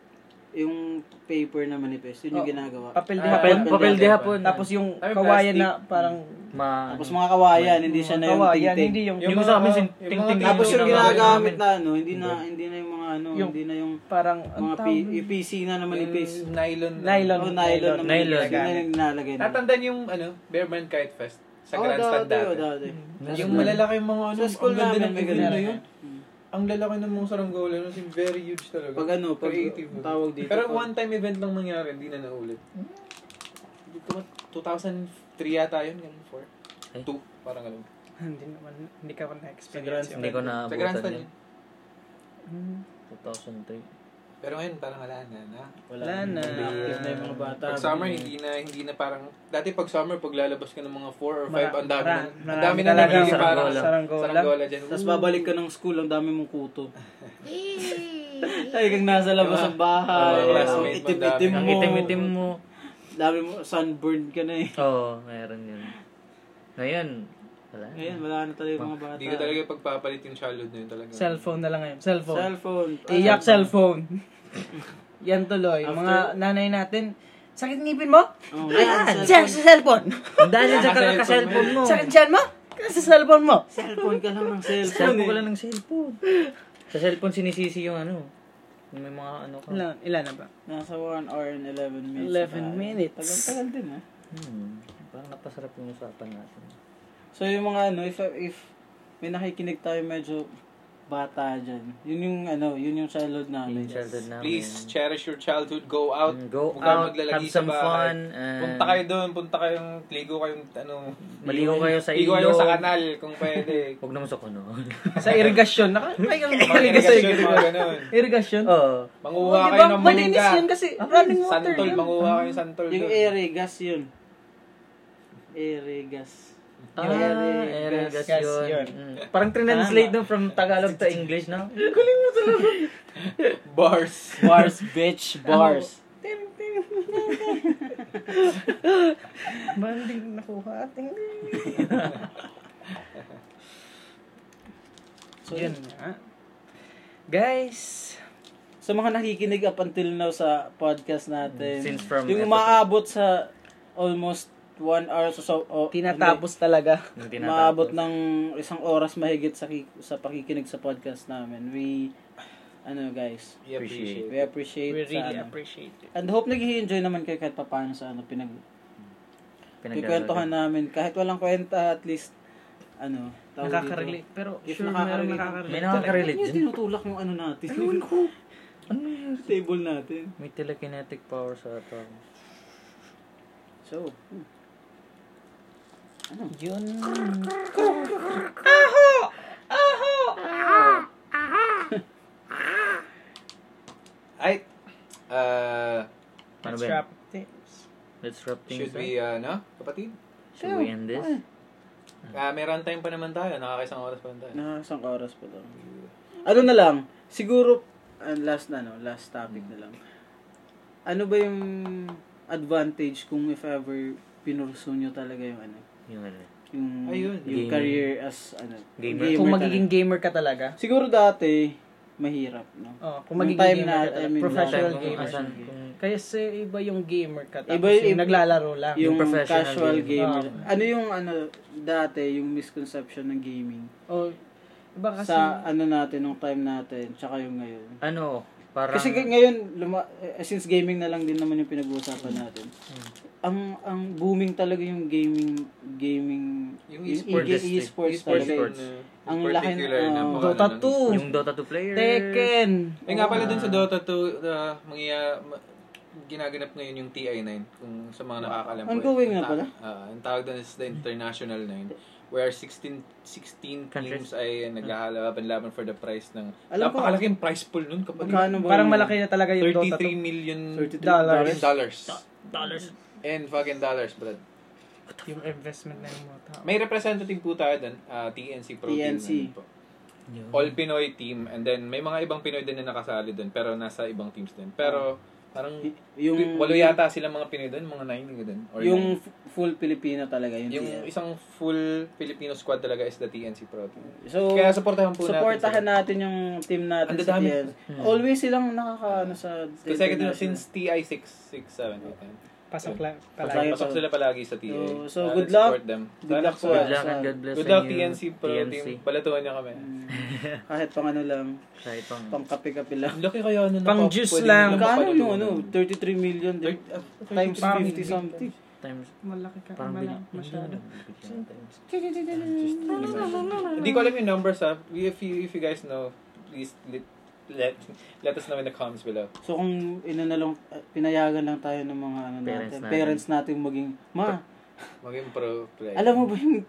[SPEAKER 4] yung paper na manifest, yun yung
[SPEAKER 2] Oh.
[SPEAKER 4] ginagawa.
[SPEAKER 2] Papel di
[SPEAKER 3] Ah,
[SPEAKER 1] Papel,
[SPEAKER 2] hapon.
[SPEAKER 1] papel di hapon.
[SPEAKER 2] Tapos yung
[SPEAKER 3] Ay,
[SPEAKER 2] kawayan
[SPEAKER 3] plastic.
[SPEAKER 2] na parang
[SPEAKER 1] Ma,
[SPEAKER 4] Tapos mga kawayan, hindi siya na Ah. yung
[SPEAKER 2] kawayan,
[SPEAKER 4] ting-ting.
[SPEAKER 2] hindi yung,
[SPEAKER 1] yung, sa amin, sin-
[SPEAKER 3] yung mga-
[SPEAKER 1] ting-ting.
[SPEAKER 4] Tapos yung
[SPEAKER 1] ginagamit namin.
[SPEAKER 4] ginagamit na ano, hindi na hindi na yung mga ano,
[SPEAKER 2] Yung-
[SPEAKER 4] hindi na yung
[SPEAKER 2] parang
[SPEAKER 4] mga
[SPEAKER 2] ang
[SPEAKER 4] P,
[SPEAKER 2] tawag
[SPEAKER 4] yung PC na na manifest.
[SPEAKER 3] Yung nylon. na-
[SPEAKER 2] Nylon.
[SPEAKER 4] Oh, nylon
[SPEAKER 1] Nylon.
[SPEAKER 4] na manifest. Yun na yung nilalagay na.
[SPEAKER 3] Tatandaan yung ano, Bear Brand Kite Fest sa
[SPEAKER 4] Oh,
[SPEAKER 3] Grandstand
[SPEAKER 4] dati, oh,
[SPEAKER 3] dati.
[SPEAKER 4] dati.
[SPEAKER 3] Yung malalaki yung mga ano,
[SPEAKER 4] Sa school
[SPEAKER 3] ang ganda
[SPEAKER 4] namin,
[SPEAKER 3] ng
[SPEAKER 4] may
[SPEAKER 3] event
[SPEAKER 4] ganun.
[SPEAKER 3] na yun. Ang lalaki ng mga saranggola nun, yung very huge talaga.
[SPEAKER 4] Pag ano, pag
[SPEAKER 3] Creative.
[SPEAKER 4] tawag dito.
[SPEAKER 3] Pero
[SPEAKER 4] pag-
[SPEAKER 3] one-time event lang mangyari, hindi na naulit. Dito, 2003 yata yun, ganun, 4.
[SPEAKER 1] Ay.
[SPEAKER 3] 2, parang ganun.
[SPEAKER 2] Hindi naman, hindi ka pa
[SPEAKER 4] Grand
[SPEAKER 2] na-experience. yun. Mm.
[SPEAKER 1] Hindi ko na
[SPEAKER 3] Sa
[SPEAKER 1] abutan Ah,
[SPEAKER 3] Grandstand
[SPEAKER 1] yun.
[SPEAKER 3] yun.
[SPEAKER 1] 2003.
[SPEAKER 3] Pero ngayon, parang wala na. na.
[SPEAKER 2] Wala na.
[SPEAKER 4] Active na yung mga bata.
[SPEAKER 3] Pag summer, hindi na, hindi na parang, dati pag summer, pag lalabas ka ng mga 4 or 5, ang dami na,
[SPEAKER 2] Mara-
[SPEAKER 3] ang
[SPEAKER 2] marami
[SPEAKER 3] dami na
[SPEAKER 2] talaga
[SPEAKER 3] nagiging parang
[SPEAKER 1] saranggola.
[SPEAKER 2] Saranggola.
[SPEAKER 3] saranggola dyan.
[SPEAKER 4] Tapos babalik ka ng school, ang dami mong kuto. Ay, kang nasa
[SPEAKER 1] Diba?
[SPEAKER 4] labas ng bahay.
[SPEAKER 3] Oo,
[SPEAKER 4] ang
[SPEAKER 3] classmate mo,
[SPEAKER 4] itim-itim
[SPEAKER 1] Ang
[SPEAKER 4] mo.
[SPEAKER 1] itim-itim mo.
[SPEAKER 4] Dami mo, sunburned ka na eh.
[SPEAKER 1] Oo, meron yun. Ngayon, wala. na.
[SPEAKER 4] Ngayon, wala na talaga yung mga bata.
[SPEAKER 3] Hindi ko talaga pagpapalit yung childhood na yun talaga.
[SPEAKER 2] Cellphone na lang ngayon. Cellphone.
[SPEAKER 4] Cellphone.
[SPEAKER 2] Iyak cellphone. Yan tuloy. Mga nanay natin, sakit ngipin mo?
[SPEAKER 4] Oh,
[SPEAKER 2] Ah,
[SPEAKER 4] yan,
[SPEAKER 2] dyan sa cellphone.
[SPEAKER 1] Dahil sa kaka-cellphone
[SPEAKER 4] Oh.
[SPEAKER 1] mo.
[SPEAKER 2] Sakit dyan mo? Kasi sa cellphone mo.
[SPEAKER 4] Cellphone ka lang ng cellphone.
[SPEAKER 1] Cellphone ko lang ng cellphone. Sa cellphone sinisisi yung ano. Yung May mga ano ka.
[SPEAKER 2] Ilan, ilan na ba?
[SPEAKER 4] Nasa 1 hour and 11 Oh.
[SPEAKER 2] 11
[SPEAKER 4] minutes. na.
[SPEAKER 2] minutes.
[SPEAKER 4] Tagal-tagal din ah.
[SPEAKER 1] Hmm. Parang napasarap yung usapan natin.
[SPEAKER 4] So yung mga ano, if, if may nakikinig tayo medyo bata dyan. Yun yung ano, yun yung childhood
[SPEAKER 1] Yung
[SPEAKER 4] namin.
[SPEAKER 1] childhood namin.
[SPEAKER 3] Please, cherish your childhood. Go out.
[SPEAKER 1] Mm, go
[SPEAKER 3] Huwag kang
[SPEAKER 1] out,
[SPEAKER 3] maglalagi
[SPEAKER 1] have some
[SPEAKER 3] sa bahay.
[SPEAKER 1] fun, and-
[SPEAKER 3] Punta kayo doon. Punta kayong, ligo kayong, ano,
[SPEAKER 1] Maligo kayo sa
[SPEAKER 3] ligo
[SPEAKER 1] ilog.
[SPEAKER 3] kayo sa kanal kung pwede.
[SPEAKER 1] Huwag naman sa kuno.
[SPEAKER 2] Sa irigasyon. Nakakaya ka talaga
[SPEAKER 3] Mga
[SPEAKER 2] sa
[SPEAKER 3] irigasyon, mga
[SPEAKER 2] irigasyon.
[SPEAKER 3] ganun.
[SPEAKER 2] Irigasyon?
[SPEAKER 1] Oo.
[SPEAKER 3] Manguha
[SPEAKER 2] Oh, di
[SPEAKER 3] kayo
[SPEAKER 2] ba?
[SPEAKER 3] ng
[SPEAKER 2] Malinis
[SPEAKER 3] mangga.
[SPEAKER 2] yun kasi
[SPEAKER 4] Ah,
[SPEAKER 2] running water
[SPEAKER 3] Santol,
[SPEAKER 2] yun.
[SPEAKER 3] manguha kayo ng santol
[SPEAKER 4] Yung
[SPEAKER 3] doon.
[SPEAKER 4] ere, gas yun. Ere, gas.
[SPEAKER 1] Ah,
[SPEAKER 4] Yung ere,
[SPEAKER 1] ere,
[SPEAKER 4] gas.
[SPEAKER 1] gas
[SPEAKER 2] gas
[SPEAKER 1] yun.
[SPEAKER 2] yun.
[SPEAKER 1] Mm. Parang translate no from Tagalog to English, no?
[SPEAKER 3] Bars.
[SPEAKER 4] Bars, bitch. Bars.
[SPEAKER 2] Banding nakuha ating... so, yun nga. Guys,
[SPEAKER 4] Sa mga nakikinig up until now sa podcast natin.
[SPEAKER 1] Since from
[SPEAKER 4] yung
[SPEAKER 1] episode-
[SPEAKER 4] umaabot sa almost one hour sa... So, oh,
[SPEAKER 2] tinatapos talaga.
[SPEAKER 1] Yung
[SPEAKER 4] hindi,
[SPEAKER 1] tinatapos.
[SPEAKER 4] Maabot ng isang oras mahigit sa, ki- sa pakikinig sa podcast namin. We, ano guys,
[SPEAKER 3] We appreciate
[SPEAKER 4] we appreciate
[SPEAKER 2] We really
[SPEAKER 4] sa ano.
[SPEAKER 2] appreciate it.
[SPEAKER 4] And hope nag-enjoy naman kayo kahit papaano sa ano pinag
[SPEAKER 1] Pinagdadala.
[SPEAKER 4] kikwentuhan namin. Kahit walang kwenta, at least, ano, tawag
[SPEAKER 2] Nakaka-relate. Pero
[SPEAKER 4] If
[SPEAKER 2] sure, meron
[SPEAKER 4] nakaka-relate.
[SPEAKER 1] May
[SPEAKER 2] nakaka-relate.
[SPEAKER 4] Dito. Ba't
[SPEAKER 1] nakaka-relate
[SPEAKER 4] niya
[SPEAKER 1] dyan.
[SPEAKER 4] tinutulak yung ano natin? Ano ko?
[SPEAKER 1] Ano yun?
[SPEAKER 4] table natin?
[SPEAKER 1] May telekinetic power sa ito.
[SPEAKER 4] So, hmm. ano?
[SPEAKER 2] Yun.
[SPEAKER 3] Ay, uh,
[SPEAKER 1] Ano
[SPEAKER 2] Let's
[SPEAKER 1] ba?
[SPEAKER 2] wrap
[SPEAKER 1] yun?
[SPEAKER 2] things.
[SPEAKER 1] Let's wrap things
[SPEAKER 3] should
[SPEAKER 1] up.
[SPEAKER 3] we, uh, no? Kapatid?
[SPEAKER 1] Should we end this?
[SPEAKER 3] Ah, may runtime pa naman tayo. Nakakaisang oras pa naman tayo.
[SPEAKER 4] Nakakasang oras pa daw. Ano na lang, siguro, ah, last na no, last topic na lang. Ano ba yung advantage kung if ever pinurso nyo talaga yung ano?
[SPEAKER 1] Yung ano.
[SPEAKER 4] Yung,
[SPEAKER 3] Ayun.
[SPEAKER 4] yung
[SPEAKER 1] Gaming.
[SPEAKER 4] career as ano,
[SPEAKER 1] Gamer.
[SPEAKER 2] Kung
[SPEAKER 4] talaga.
[SPEAKER 2] magiging gamer ka talaga.
[SPEAKER 4] Siguro dati, mahirap, no?
[SPEAKER 2] Oh, kung
[SPEAKER 4] Yung
[SPEAKER 2] magiging
[SPEAKER 4] time
[SPEAKER 2] gamer
[SPEAKER 4] na,
[SPEAKER 2] ka
[SPEAKER 4] I
[SPEAKER 2] talaga.
[SPEAKER 4] mean,
[SPEAKER 2] professional
[SPEAKER 4] time
[SPEAKER 1] kung
[SPEAKER 2] gamer.
[SPEAKER 1] asan,
[SPEAKER 4] siya.
[SPEAKER 1] kung
[SPEAKER 2] Kasi iba yung gamer ka. Tapos
[SPEAKER 4] Iba
[SPEAKER 2] yung,
[SPEAKER 4] yung-
[SPEAKER 2] naglalaro lang.
[SPEAKER 4] Yung,
[SPEAKER 1] professional Oh.
[SPEAKER 4] casual gamer.
[SPEAKER 2] gamer.
[SPEAKER 4] Ano yung ano, dati, yung misconception ng gaming?
[SPEAKER 2] O, Oh, iba kasi...
[SPEAKER 4] sa ano natin, nung time natin, tsaka yung ngayon.
[SPEAKER 1] ano, Parang,
[SPEAKER 4] Kasi g- ngayon, luma, eh, since gaming na lang din naman yung
[SPEAKER 3] Mm.
[SPEAKER 4] pinag-uusapan natin, ang ang booming talaga yung gaming, gaming,
[SPEAKER 7] Yung
[SPEAKER 4] e-
[SPEAKER 7] esports.
[SPEAKER 4] e- e-sports
[SPEAKER 7] Esports.
[SPEAKER 4] talaga.
[SPEAKER 7] Esports.
[SPEAKER 4] eh. Ang lahin, ah,
[SPEAKER 3] ng
[SPEAKER 2] Dota 2.
[SPEAKER 1] yung Dota 2 players.
[SPEAKER 2] Tekken.
[SPEAKER 3] Eh nga pala dun sa Dota 2, uh, mangya, ma- ginaganap ngayon yung TI9 kung sa mga nakakalam po.
[SPEAKER 4] Ongoing
[SPEAKER 3] Ang
[SPEAKER 4] nga pala.
[SPEAKER 3] ah, ang tawag doon is the International 9 where 16 16 teams
[SPEAKER 1] Countries.
[SPEAKER 3] ay naglalaban-laban for the prize ng
[SPEAKER 4] Alam ko-
[SPEAKER 3] napakalaking prize pool nun kapag
[SPEAKER 4] Magkano Ano ba
[SPEAKER 2] Parang
[SPEAKER 4] yun?
[SPEAKER 2] malaki na talaga yung Dota 2.
[SPEAKER 3] 33 million
[SPEAKER 4] 33
[SPEAKER 2] dollars.
[SPEAKER 3] dollars
[SPEAKER 1] Dollars.
[SPEAKER 3] and fucking dollars brad
[SPEAKER 2] Yung investment na yung mga tao.
[SPEAKER 3] may representative po tayo doon ah, TNC Pro Team
[SPEAKER 4] TNC.
[SPEAKER 3] na yun po. all Pinoy team and then may mga ibang Pinoy din na nakasali doon pero nasa ibang teams din pero parang
[SPEAKER 4] Y- Yung,
[SPEAKER 3] walo yata sila mga Pinoy doon, mga nine nga doon. Or nine.
[SPEAKER 4] yung f- full Filipino talaga yun.
[SPEAKER 3] yung
[SPEAKER 4] TL.
[SPEAKER 3] isang full Filipino squad talaga is the TNC Pro Team.
[SPEAKER 4] so,
[SPEAKER 3] Kaya supportahan po
[SPEAKER 4] supportahan
[SPEAKER 3] natin.
[SPEAKER 4] natin, yung team
[SPEAKER 3] Ang
[SPEAKER 4] natin sa
[SPEAKER 3] dadami. Hmm.
[SPEAKER 4] TL. Always silang nakakaano sa
[SPEAKER 3] Kasi kasi
[SPEAKER 4] international.
[SPEAKER 3] since TI 6, 6, 7, 8, 9.
[SPEAKER 2] Pasok la,
[SPEAKER 4] Pasok.
[SPEAKER 2] pala.
[SPEAKER 4] Palagi
[SPEAKER 3] Pasok
[SPEAKER 4] po.
[SPEAKER 3] sila palagi sa TI.
[SPEAKER 4] So- so,
[SPEAKER 3] Sana
[SPEAKER 4] good
[SPEAKER 3] support
[SPEAKER 4] luck.
[SPEAKER 3] Them.
[SPEAKER 4] Good
[SPEAKER 3] Sana
[SPEAKER 4] luck po.
[SPEAKER 3] support
[SPEAKER 1] Good luck and God bless
[SPEAKER 3] Good luck
[SPEAKER 1] sa inyo,
[SPEAKER 3] TNC Pro Team. Balatuhan niyo kami.
[SPEAKER 4] Hmm. Kahit pang ano lang,
[SPEAKER 1] Kahit pang,
[SPEAKER 4] pang kape-kape lang.
[SPEAKER 3] Ang laki kaya nun.
[SPEAKER 2] Pang
[SPEAKER 3] napa-
[SPEAKER 2] juice
[SPEAKER 3] pwede
[SPEAKER 2] lang.
[SPEAKER 3] nilang
[SPEAKER 4] Magkano yung ano,
[SPEAKER 3] mapatutunan.
[SPEAKER 4] 33 million di-
[SPEAKER 3] Thir- ah,
[SPEAKER 4] times
[SPEAKER 3] 35
[SPEAKER 4] 50 something.
[SPEAKER 1] times,
[SPEAKER 2] Malaki ka.
[SPEAKER 1] parang
[SPEAKER 2] mala-
[SPEAKER 1] bilang,
[SPEAKER 2] Masyado.
[SPEAKER 3] Hindi ko alam yung numbers ha. If you, if you guys know, please let, let, let us know in the comments below.
[SPEAKER 4] So kung ina na lang, uh, pinayagan lang tayo ng mga ano
[SPEAKER 1] Parents
[SPEAKER 4] natin,
[SPEAKER 1] natin.
[SPEAKER 4] parents natin maging, ma,
[SPEAKER 3] Maging pro player.
[SPEAKER 4] alam mo ba yung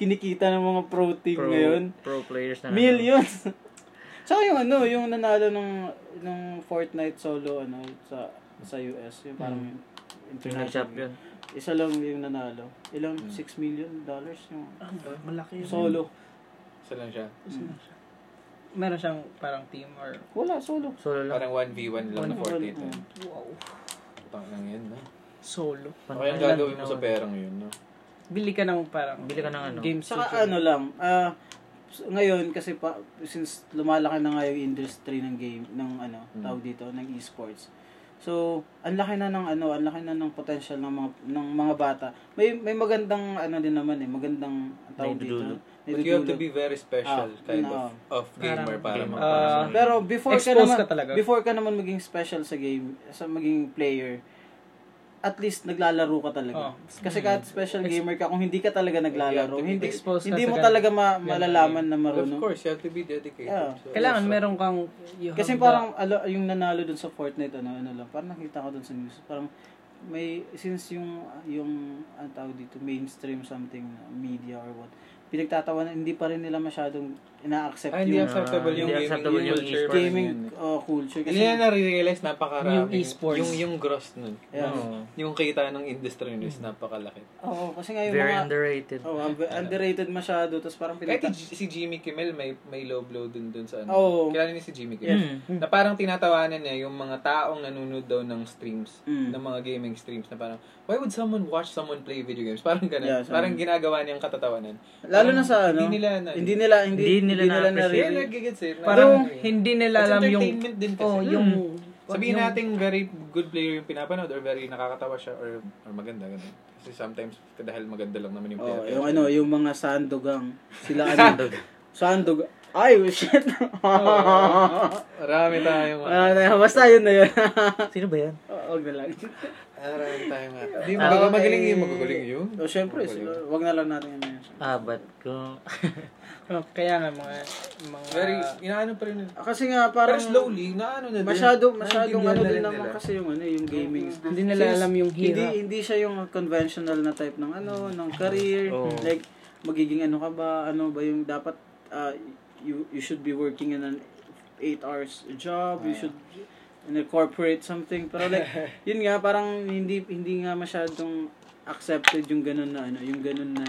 [SPEAKER 4] kinikita ng mga pro team
[SPEAKER 1] pro,
[SPEAKER 4] ngayon?
[SPEAKER 1] pro players na
[SPEAKER 4] Millions! Tsaka yung ano, yung nanalo ng, ng Fortnite solo ano, sa sa US, yung parang
[SPEAKER 1] Hmm. Yung nag-shop yun. Hmm.
[SPEAKER 4] Isa lang yung nanalo. Ilang 6 million dollars yung
[SPEAKER 2] Malaki yun.
[SPEAKER 4] solo.
[SPEAKER 3] Isa lang siya.
[SPEAKER 2] Meron siyang parang team or...
[SPEAKER 4] Wala, solo.
[SPEAKER 1] Solo lang.
[SPEAKER 3] Parang 1v1 lang na 48.
[SPEAKER 4] Mm.
[SPEAKER 2] Wow.
[SPEAKER 3] Putang lang yun, no?
[SPEAKER 2] Solo.
[SPEAKER 3] Okay, ang
[SPEAKER 1] Pantay ano lang
[SPEAKER 3] gagawin mo sa
[SPEAKER 1] ginawa.
[SPEAKER 3] pera ngayon, no?
[SPEAKER 2] Bili ka ng parang...
[SPEAKER 1] Bili ka ng ano?
[SPEAKER 2] Game
[SPEAKER 4] Saka ano lang, ah, s- ngayon kasi pa, since lumalaki na nga yung industry ng game, ng ano, tawag dito, ng esports. So, ang laki na ng ano, ang laki na ng potential ng mga ng mga bata. May may magandang ano din naman eh, magandang ang tawag dito.
[SPEAKER 1] Naidudulot.
[SPEAKER 3] But you have to
[SPEAKER 4] naidudulot.
[SPEAKER 3] be very special
[SPEAKER 4] Ah,
[SPEAKER 3] kind
[SPEAKER 4] yun,
[SPEAKER 3] of,
[SPEAKER 4] ah.
[SPEAKER 3] of gamer para
[SPEAKER 1] gamer.
[SPEAKER 3] makapasok.
[SPEAKER 2] Ah,
[SPEAKER 4] Pero before ka
[SPEAKER 2] Exposed
[SPEAKER 4] naman
[SPEAKER 2] ka talaga.
[SPEAKER 4] before ka naman maging special sa game, sa maging player, at least naglalaro ka
[SPEAKER 2] Oh.
[SPEAKER 4] talaga. Kasi kahit special gamer ka, kung hindi ka talaga
[SPEAKER 3] You have
[SPEAKER 4] naglalaro,
[SPEAKER 3] to be
[SPEAKER 4] hindi
[SPEAKER 2] exposed ka
[SPEAKER 4] hindi
[SPEAKER 2] sa
[SPEAKER 4] mo
[SPEAKER 2] ganun.
[SPEAKER 4] talaga ma- malalaman na
[SPEAKER 3] of
[SPEAKER 4] marunong.
[SPEAKER 3] course, you have to be dedicated.
[SPEAKER 4] Yeah.
[SPEAKER 3] So,
[SPEAKER 2] Kailangan
[SPEAKER 3] yes.
[SPEAKER 2] meron kang... you have
[SPEAKER 4] Kasi
[SPEAKER 2] the-
[SPEAKER 4] parang alo, yung nanalo dun sa Fortnite ano ano lang, parang nakita ko dun sa news, parang may since yung yung ang tawag dito mainstream something uh, media or what pinagtatawanan hindi pa rin nila masyadong ina-accept
[SPEAKER 3] Ah, hindi
[SPEAKER 4] yung
[SPEAKER 3] acceptable yung
[SPEAKER 1] Hindi
[SPEAKER 3] gaming,
[SPEAKER 1] acceptable
[SPEAKER 3] yung
[SPEAKER 1] yung
[SPEAKER 3] culture.
[SPEAKER 1] e-sport.
[SPEAKER 4] gaming uh, culture
[SPEAKER 3] Hindi ano,
[SPEAKER 4] kasi
[SPEAKER 3] na nare-realize napakarami.
[SPEAKER 2] Yung esports.
[SPEAKER 3] Yung, yung gross nun.
[SPEAKER 4] Yeah.
[SPEAKER 3] Oo. Yung kita ng industry nun is
[SPEAKER 2] Mm.
[SPEAKER 3] napakalaki.
[SPEAKER 4] oo, kasi nga yung
[SPEAKER 1] Very
[SPEAKER 4] mga
[SPEAKER 1] underrated.
[SPEAKER 4] oh, ab- underrated masyado tapos parang
[SPEAKER 3] Kahit
[SPEAKER 4] pinagta-
[SPEAKER 3] si- si Jimmy Kimmel may may low blow dun dun sa ano.
[SPEAKER 4] Oo.
[SPEAKER 3] Kilala niyo si Jimmy Kimmel?
[SPEAKER 1] Mm.
[SPEAKER 3] Na parang tinatawanan niya yung mga taong nanonood daw ng streams,
[SPEAKER 4] Mm.
[SPEAKER 3] ng mga gaming streams na parang, why would someone watch someone play video games? Parang ganun.
[SPEAKER 4] Yeah,
[SPEAKER 3] parang ginagawa niyang katatawanan.
[SPEAKER 4] lalo
[SPEAKER 3] Parang
[SPEAKER 4] na sa ano
[SPEAKER 3] Hindi nila na.
[SPEAKER 4] hindi nila hindi,
[SPEAKER 1] Hindi nila na-appreciate.
[SPEAKER 3] Kaya
[SPEAKER 4] na-realize.
[SPEAKER 3] nagigits eh.
[SPEAKER 2] Parang
[SPEAKER 3] Nag-
[SPEAKER 2] hindi
[SPEAKER 3] It's
[SPEAKER 2] nila alam yung...
[SPEAKER 3] entertainment din kasi.
[SPEAKER 2] Oh, yung...
[SPEAKER 4] Mm.
[SPEAKER 3] Sabihin
[SPEAKER 2] yung-
[SPEAKER 3] natin very good player yung pinapanood or very nakakatawa siya or, or maganda. Ganun. Kasi sometimes dahil maganda lang naman yung
[SPEAKER 4] Oh,
[SPEAKER 3] pinapanood.
[SPEAKER 4] yung ano, yung mga sandogang. Sila ano? Sandog. Ay, oh, shit.
[SPEAKER 3] Marami tayong
[SPEAKER 4] Ah, na- basta yun na yun.
[SPEAKER 1] Sino ba yan?
[SPEAKER 4] Oh, Huwag na lang.
[SPEAKER 3] Marami tayong
[SPEAKER 4] Ah,
[SPEAKER 3] Hindi, magaling, magaling yun. Magaling yun.
[SPEAKER 4] O, syempre, sila- huwag na lang natin yun.
[SPEAKER 1] Ah, ba't ko?
[SPEAKER 2] Oh, kaya nga mga... mga
[SPEAKER 3] Very, inaano pa rin. yun.
[SPEAKER 4] Ah, Kasi nga,
[SPEAKER 3] Pero
[SPEAKER 4] parang
[SPEAKER 3] slowly, naano na din.
[SPEAKER 4] masyado, masyadong
[SPEAKER 3] Naiintindihan
[SPEAKER 4] ano
[SPEAKER 3] na
[SPEAKER 4] din
[SPEAKER 3] rin
[SPEAKER 4] naman
[SPEAKER 3] nila. Mm-hmm.
[SPEAKER 4] kasi yung ano, yung gaming.
[SPEAKER 2] hindi nila alam yung
[SPEAKER 4] Hindi,
[SPEAKER 2] hirap. Mm.
[SPEAKER 4] hindi siya yung conventional na type ng ano, ng career. Like, magiging ano ka ba, ano ba yung dapat, ah, you, you should be working in an 8 hours job,
[SPEAKER 2] Ah.
[SPEAKER 4] you should in a corporate something. Pero like, yun nga, parang hindi, hindi nga masyadong accepted yung ganun na ano, yung ganun na,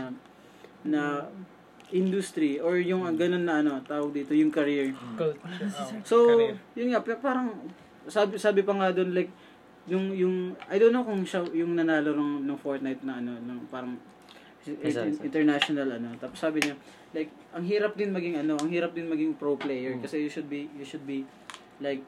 [SPEAKER 4] na
[SPEAKER 2] Mm.
[SPEAKER 4] industry or yung ganun na ano, tawag dito, yung career.
[SPEAKER 2] Mm. Culture.
[SPEAKER 4] So, yun nga, pa- parang sabi sabi pa nga doon like yung yung I don't know kung siya yung nanalo ng ng Fortnite na ano ng parang
[SPEAKER 1] Isa, isa.
[SPEAKER 4] international ano. Tapos sabi niya like ang hirap din maging ano, ang hirap din maging pro player kasi you should be you should be like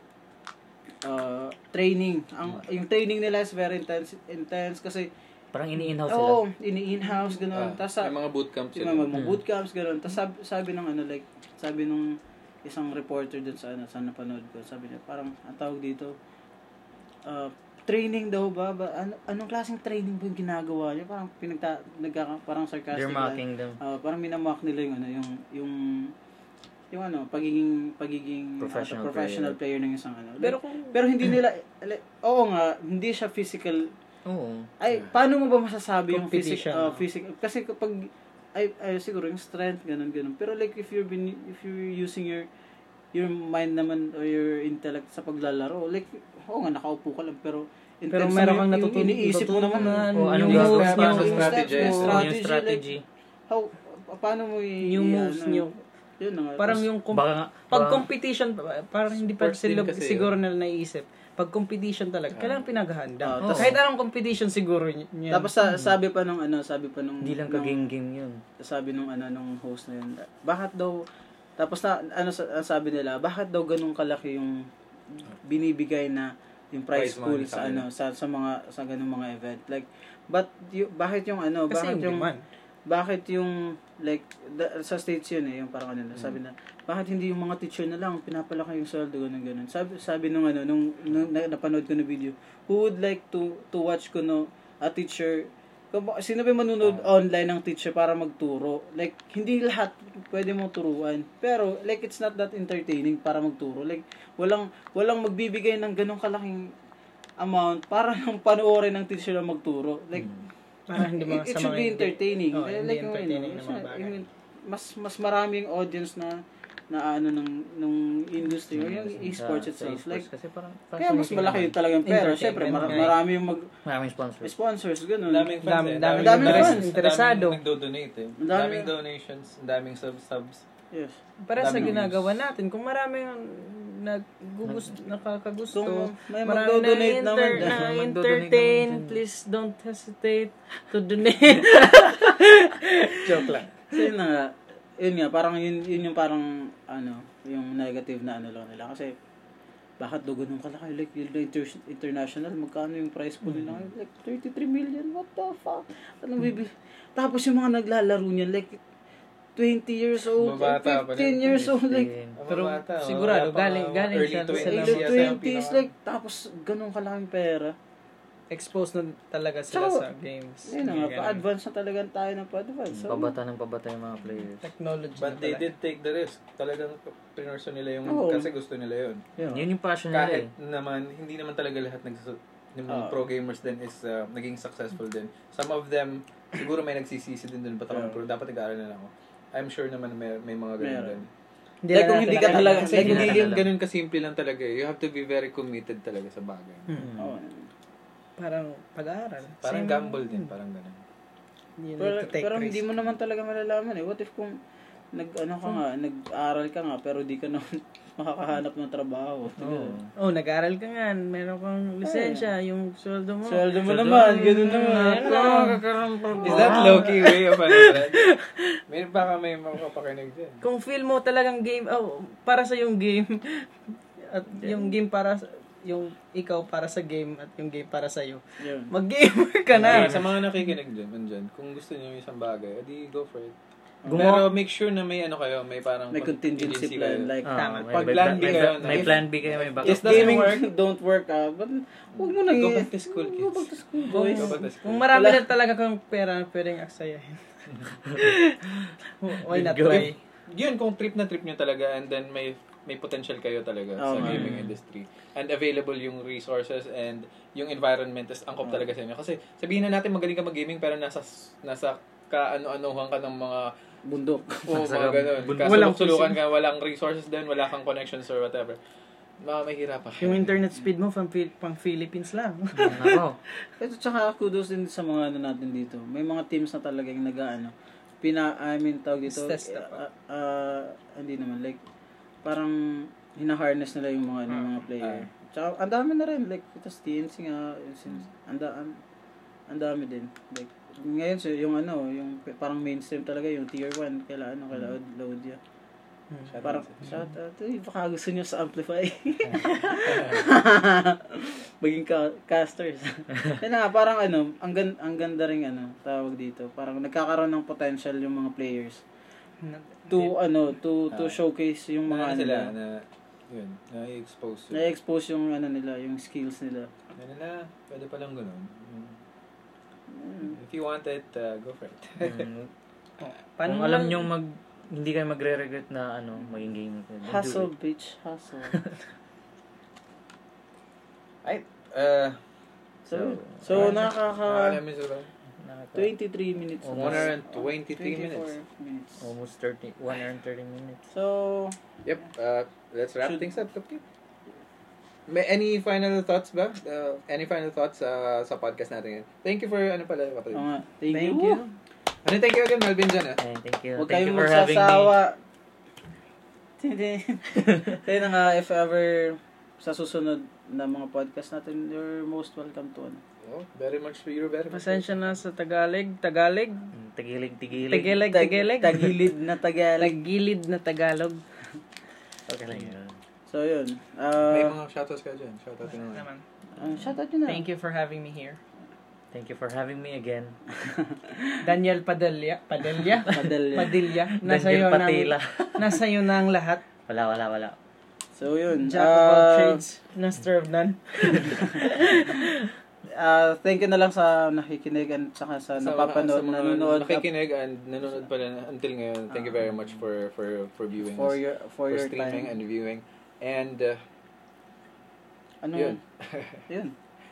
[SPEAKER 4] uh, training. Ang yung training nila is very intense intense kasi
[SPEAKER 1] Parang ini-in-house sila.
[SPEAKER 4] oh, ini-in-house
[SPEAKER 3] Ah,
[SPEAKER 4] ganun. Tapos sa-
[SPEAKER 3] may mga bootcamp
[SPEAKER 4] yung
[SPEAKER 3] sila.
[SPEAKER 4] mga mag- bootcamps, gano'n. Tapos sabi, sabi ng ano, like, sabi nung isang reporter dun sa, ano, sa napanood ko. Sabi niya, parang ang tawag dito, ah, training daw ba? ba ano, anong klaseng training ba yung ginagawa niya? Parang pinagta, nagka, parang sarcastic.
[SPEAKER 1] They're
[SPEAKER 4] lang.
[SPEAKER 1] mocking them.
[SPEAKER 4] Ah, parang minamock nila yung ano, yung yung yung ano, pagiging pagiging
[SPEAKER 1] Professional
[SPEAKER 4] ah, professional player. ng isang ano.
[SPEAKER 2] Pero
[SPEAKER 4] Pero
[SPEAKER 2] kung
[SPEAKER 4] pero hindi nila like, oo nga, hindi siya physical.
[SPEAKER 1] Oo.
[SPEAKER 4] Ay, paano mo ba masasabi yung physical
[SPEAKER 2] Competition,
[SPEAKER 4] ah,
[SPEAKER 2] no?
[SPEAKER 4] physical kasi kapag ay, ay siguro yung strength ganun ganun. Pero like if you're been, if you're using your your mind naman or your intellect sa paglalaro, like oo nga nakaupo ka lang pero
[SPEAKER 2] pero meron
[SPEAKER 4] intense naman
[SPEAKER 2] kang
[SPEAKER 4] yung-
[SPEAKER 2] natutun-
[SPEAKER 4] yung iniisip mo naman Oh,
[SPEAKER 2] natutunan,
[SPEAKER 1] O, anong
[SPEAKER 2] yung
[SPEAKER 1] gagawin
[SPEAKER 2] moves
[SPEAKER 1] para sa
[SPEAKER 2] mo,
[SPEAKER 4] yung steps
[SPEAKER 8] strategy?
[SPEAKER 4] mo,
[SPEAKER 1] Oo, yung
[SPEAKER 4] like,
[SPEAKER 1] strategy.
[SPEAKER 4] how, pa- paano mo i-
[SPEAKER 2] yung moves
[SPEAKER 4] ano,
[SPEAKER 2] nyo.
[SPEAKER 4] Yun na nga.
[SPEAKER 2] Parang yung kom-
[SPEAKER 1] Baka nga,
[SPEAKER 2] pag
[SPEAKER 1] baka-
[SPEAKER 2] competition, parang hindi pa
[SPEAKER 8] Sports din
[SPEAKER 2] sila
[SPEAKER 8] kasi
[SPEAKER 2] siguro nila naiisip. Pag competition talaga, kailangan pinaghahanda.
[SPEAKER 4] Ah,
[SPEAKER 2] Oo.
[SPEAKER 4] tas-
[SPEAKER 2] Kahit anong competition siguro y- yun.
[SPEAKER 4] Tapos sa, sabi pa nung ano, sabi pa nung
[SPEAKER 1] Hindi lang
[SPEAKER 4] nung-
[SPEAKER 1] ka-game-game yun.
[SPEAKER 4] sabi nung ano nung host na yun. Bakit daw tapos na ano sa- ang sabi nila, bakit daw ganun kalaki yung binibigay na yung
[SPEAKER 8] Prize
[SPEAKER 4] prize pool
[SPEAKER 8] money sa
[SPEAKER 4] sa ano sa, sa mga sa ganung mga event like but y- bakit yung ano
[SPEAKER 2] kasi
[SPEAKER 4] bakit
[SPEAKER 2] yung
[SPEAKER 4] yung
[SPEAKER 2] demand.
[SPEAKER 4] bakit yung like da- sa states yun eh yung parang ano na sabi na bakit hindi yung mga teacher na lang pinapalaki yung sweldo ganun ganun sabi sabi nung ano nung, nung na- napanood ko na video who would like to to watch ko no a teacher Kung- sino ba yung manunood online ng teacher para magturo like hindi lahat pwede mong turuan pero like it's not that entertaining para magturo like walang walang magbibigay ng ganung kalaking amount para lang panoorin ng teacher na magturo like
[SPEAKER 2] Parang hindi mga
[SPEAKER 4] it, it
[SPEAKER 2] sa mga
[SPEAKER 4] should be
[SPEAKER 2] hindi.
[SPEAKER 4] entertaining.
[SPEAKER 2] Oo,
[SPEAKER 4] Eh,
[SPEAKER 2] hindi
[SPEAKER 4] like, yung
[SPEAKER 2] entertaining
[SPEAKER 4] ano,
[SPEAKER 2] na mga bagay.
[SPEAKER 4] yung- mas mas maraming audience na na ano ng nung industry or yung esports
[SPEAKER 1] Sa- sa
[SPEAKER 4] itself like
[SPEAKER 1] esports Kasi parang, parang
[SPEAKER 4] kaya mas
[SPEAKER 1] sumisigil
[SPEAKER 4] malaki
[SPEAKER 1] naman.
[SPEAKER 4] talaga yung pera
[SPEAKER 2] Entertainment
[SPEAKER 4] syempre
[SPEAKER 2] nga
[SPEAKER 4] mar-
[SPEAKER 2] eh.
[SPEAKER 4] marami yung mag
[SPEAKER 1] Maraming sponsors.
[SPEAKER 4] sponsors ganun
[SPEAKER 3] Daming fans
[SPEAKER 2] Dami-
[SPEAKER 3] eh.
[SPEAKER 2] dami-
[SPEAKER 4] daming fans.
[SPEAKER 3] ang daming
[SPEAKER 2] Interesado.
[SPEAKER 3] nagdo-donate eh.
[SPEAKER 4] Ang
[SPEAKER 3] Ang
[SPEAKER 4] dami-
[SPEAKER 3] daming donations, ang daming sub-subs.
[SPEAKER 4] yes
[SPEAKER 2] Para sa
[SPEAKER 3] Dami ng
[SPEAKER 2] ginagawa natin, kung marami ang naggugus,
[SPEAKER 4] kung
[SPEAKER 2] nakakagusto,
[SPEAKER 4] may
[SPEAKER 2] marami
[SPEAKER 4] magdo-donate
[SPEAKER 2] na
[SPEAKER 4] naman
[SPEAKER 1] dahil-
[SPEAKER 2] enter- na
[SPEAKER 1] Magdo-donate
[SPEAKER 2] entertain,
[SPEAKER 1] naman dyan.
[SPEAKER 2] please don't hesitate to donate. Joke lang.
[SPEAKER 4] so yun na nga yun nga parang yun, yun yung parang ano yung negative na ano lang nila kasi bakit daw ganun kalaki like yung inter- international magkano yung price pool nila ngayon? like 33 million what the fuck ano baby tapos yung mga naglalaro niyan like 20 years old
[SPEAKER 3] Mabata pa
[SPEAKER 4] 15 years old like
[SPEAKER 2] Pero
[SPEAKER 3] Mga bata, oh,
[SPEAKER 2] sigurado,
[SPEAKER 3] wala pa
[SPEAKER 2] galing-
[SPEAKER 3] mga
[SPEAKER 2] galing
[SPEAKER 3] early
[SPEAKER 2] siya sa
[SPEAKER 3] 20s
[SPEAKER 2] Sila-
[SPEAKER 4] late
[SPEAKER 3] yata yung
[SPEAKER 4] 20s
[SPEAKER 3] pinaka-
[SPEAKER 4] like tapos ganun kalaking pera
[SPEAKER 2] Exposed na talaga sila
[SPEAKER 4] Tsaka,
[SPEAKER 2] sa games.
[SPEAKER 4] yun na nga
[SPEAKER 2] Ganun.
[SPEAKER 4] pa-advance na talaga tayo na pa-advance so,
[SPEAKER 1] Pabata ng pabata yung mga players.
[SPEAKER 2] Technology
[SPEAKER 3] But
[SPEAKER 2] na
[SPEAKER 3] they
[SPEAKER 2] pala.
[SPEAKER 3] did take the risk. Talagang pinorso nila yung
[SPEAKER 4] Oo.
[SPEAKER 3] kasi gusto nila yun.
[SPEAKER 4] yun.
[SPEAKER 1] Yun yung passion nila eh.
[SPEAKER 3] Kahit naman, hindi naman talaga lahat nagsus- yung mga
[SPEAKER 4] Oo.
[SPEAKER 3] pro gamers din is uh, naging successful din. Some of them, siguro may nagsisisi din dun, ba't ako
[SPEAKER 4] Oo.
[SPEAKER 3] pro? Dapat nag-aaral na lang ako. I'm sure naman may, may mga ganun
[SPEAKER 4] Meron.
[SPEAKER 3] din.
[SPEAKER 2] Hindi
[SPEAKER 3] Like,
[SPEAKER 2] na
[SPEAKER 3] kung hindi ka
[SPEAKER 2] natin
[SPEAKER 3] talaga,
[SPEAKER 2] alam.
[SPEAKER 3] like,
[SPEAKER 1] hindi
[SPEAKER 3] hindi
[SPEAKER 1] natin
[SPEAKER 3] yung
[SPEAKER 1] alam.
[SPEAKER 3] ganun kasimple lang talaga eh. You have to be very committed talaga sa bagay.
[SPEAKER 4] Oo.
[SPEAKER 2] Parang pag-aaral.
[SPEAKER 3] Parang
[SPEAKER 2] Same,
[SPEAKER 3] gamble din, parang ganun.
[SPEAKER 2] You need
[SPEAKER 4] Pero,
[SPEAKER 2] to take
[SPEAKER 4] pero
[SPEAKER 2] risk.
[SPEAKER 4] hindi mo naman talaga malalaman eh. What if kung nag ano ka nga, nag-aral ka nga pero di ka naman makakahanap ng trabaho.
[SPEAKER 1] Oo.
[SPEAKER 2] Oh, nag-aral ka nga, meron kang lisensya, yung sweldo mo.
[SPEAKER 4] Eh. Sweldo Ah. mo naman, ganun naman.
[SPEAKER 2] Ano, makakaroon pa ba?
[SPEAKER 3] Is that low-key way of ano? may baka may makapakinig din.
[SPEAKER 2] Kung feel mo talagang game, oh, para sa yung game, at yung game para sa- yung ikaw para sa game at yung game para sa iyo.
[SPEAKER 4] Yun.
[SPEAKER 2] Mag-gamer ka na.
[SPEAKER 3] Kaya sa mga nakikinig dyan, andyan, kung gusto niyo yung isang bagay, adi go for it.
[SPEAKER 1] Gumawa-
[SPEAKER 3] Pero make sure na may ano kayo, may parang
[SPEAKER 4] May contingency plan like
[SPEAKER 1] Oo,
[SPEAKER 2] Tama.
[SPEAKER 1] may-
[SPEAKER 3] Pag
[SPEAKER 1] may
[SPEAKER 3] plan
[SPEAKER 1] pla-
[SPEAKER 3] B
[SPEAKER 1] may
[SPEAKER 3] kayo,
[SPEAKER 1] pla- May
[SPEAKER 3] no?
[SPEAKER 1] plan B kayo, may backup.
[SPEAKER 3] Yes, doesn't
[SPEAKER 4] Gaming
[SPEAKER 3] work.
[SPEAKER 4] don't work ah. But huwag mo nang
[SPEAKER 3] Go back to school,
[SPEAKER 4] Go back
[SPEAKER 3] kids.
[SPEAKER 4] to school,
[SPEAKER 3] Go
[SPEAKER 4] boys.
[SPEAKER 3] back to school.
[SPEAKER 2] Kung marami na talaga kang pera, pwedeng aksayahin. Why not
[SPEAKER 1] Go.
[SPEAKER 2] try?
[SPEAKER 3] yun kung trip na trip nyo talaga and then may may potential kayo talaga sa
[SPEAKER 4] Tama.
[SPEAKER 3] gaming industry and available yung resources and yung environment is angkop talaga sa inyo kasi sabihin na natin magaling ka mag-gaming pero nasa nasa kaano-anuhan ka ng mga
[SPEAKER 4] Bundok.
[SPEAKER 3] o
[SPEAKER 1] Nasa
[SPEAKER 3] mga ganun
[SPEAKER 1] bundok.
[SPEAKER 2] Walang
[SPEAKER 3] kasulok-sulukan ka walang resources din wala kang connections or whatever mga mahirapan
[SPEAKER 2] Yung internet speed mo pang, Phil- pang Philippines lang.
[SPEAKER 1] Nako.
[SPEAKER 4] At tsaka kudos din sa mga ano natin dito. May mga teams na talagang nag-ano. Pina, I mean, tawag dito.
[SPEAKER 2] Test na
[SPEAKER 4] ah, ah, hindi naman. Like, parang hinaharness nila yung mga, ano, mga player. Tsaka, ang dami na rin. Like, itas TNC nga. yung sin- Ang da- ang- ang dami din. Like, ngayon, so, yung ano, yung p- parang mainstream talaga, yung tier 1, kaila, ano, kaila Od- Laudia. Parang, Hmm. shout out, eh, baka gusto nyo sa Amplify. Maging ka- casters. Yun na nga, parang ano, ang, gan- ang ganda rin ano, tawag dito. Parang nagkakaroon ng potential yung mga players to ano to to
[SPEAKER 5] Ah.
[SPEAKER 4] showcase yung mga
[SPEAKER 5] Mga
[SPEAKER 4] ano
[SPEAKER 5] sila
[SPEAKER 4] nila.
[SPEAKER 5] na, yun, na-expose sila.
[SPEAKER 4] Na-expose yung ano nila, yung skills nila.
[SPEAKER 5] Ano na, pwede palang ganun. If you want it, uh, go for it.
[SPEAKER 1] Hmm. Kung alam nyo mag hindi kayo magre-regret na ano, maging gamer kayo. then do
[SPEAKER 4] Hustle,
[SPEAKER 1] it.
[SPEAKER 4] bitch, hustle.
[SPEAKER 5] Ay,
[SPEAKER 3] Eh,
[SPEAKER 5] uh,
[SPEAKER 4] So,
[SPEAKER 5] so,
[SPEAKER 4] so nakaka
[SPEAKER 5] nakakalamin sila.
[SPEAKER 4] 23 minutes.
[SPEAKER 3] 1
[SPEAKER 1] Almost.
[SPEAKER 3] hour and 23 minutes.
[SPEAKER 4] 24 minutes.
[SPEAKER 1] Almost 30, 1 hour and 30 minutes.
[SPEAKER 4] So,
[SPEAKER 3] Yep, uh, let's wrap
[SPEAKER 4] Should-
[SPEAKER 3] things up, Kapit. May any final thoughts ba? Uh, any final thoughts uh, sa podcast natin ngayon? Thank you for ano pala, Kapit.
[SPEAKER 4] oo nga. Thank,
[SPEAKER 2] Thank you.
[SPEAKER 4] you.
[SPEAKER 3] Ano, thank you again, Melvin, dyan ah.
[SPEAKER 1] Ayan, thank you.
[SPEAKER 4] Huwag
[SPEAKER 1] thank you
[SPEAKER 4] kayong
[SPEAKER 1] for having me.
[SPEAKER 4] magsasawa. Hindi. Kaya na nga, if ever sa susunod na mga podcast natin, you're most welcome to ano.
[SPEAKER 3] Oh, very much, you're very much.
[SPEAKER 2] Pasensya na sa Tagalog. Tagalog.
[SPEAKER 1] Mm, Tagilig, tigilig.
[SPEAKER 2] Tagalog.
[SPEAKER 4] Tag-
[SPEAKER 2] Tagalog.
[SPEAKER 4] Tagilid na Tagalog.
[SPEAKER 2] Tagilid na Tagalog.
[SPEAKER 1] Okay lang yun.
[SPEAKER 4] So, yun.
[SPEAKER 5] May
[SPEAKER 3] Ah,
[SPEAKER 4] Uh,
[SPEAKER 5] mga shoutouts ka dyan. Shoutout na naman.
[SPEAKER 4] uh, shoutout nyo na.
[SPEAKER 2] Thank you for having me here.
[SPEAKER 1] Thank you for having me again.
[SPEAKER 2] Daniel Padilla. Padilla?
[SPEAKER 4] Madal.
[SPEAKER 2] Padilla. Nasa
[SPEAKER 1] Daniel
[SPEAKER 2] iyo na
[SPEAKER 1] Patila.
[SPEAKER 2] Nasa iyo na ang lahat.
[SPEAKER 1] Wala, wala, wala.
[SPEAKER 4] So, yun.
[SPEAKER 2] Jack of all
[SPEAKER 4] Uh,
[SPEAKER 2] trades. Master of none.
[SPEAKER 4] uh, thank you na lang sa nakikinig at saka sa napapanood,
[SPEAKER 3] mga
[SPEAKER 4] nanonood up
[SPEAKER 3] Nakikinig and nanonood pala na- until ngayon. Thank you very much for for for viewing
[SPEAKER 4] for
[SPEAKER 3] us.
[SPEAKER 4] your
[SPEAKER 3] for
[SPEAKER 4] for, your
[SPEAKER 3] streaming
[SPEAKER 4] time.
[SPEAKER 3] and viewing. And uh,
[SPEAKER 4] ano
[SPEAKER 3] yun.
[SPEAKER 4] yun? Yun.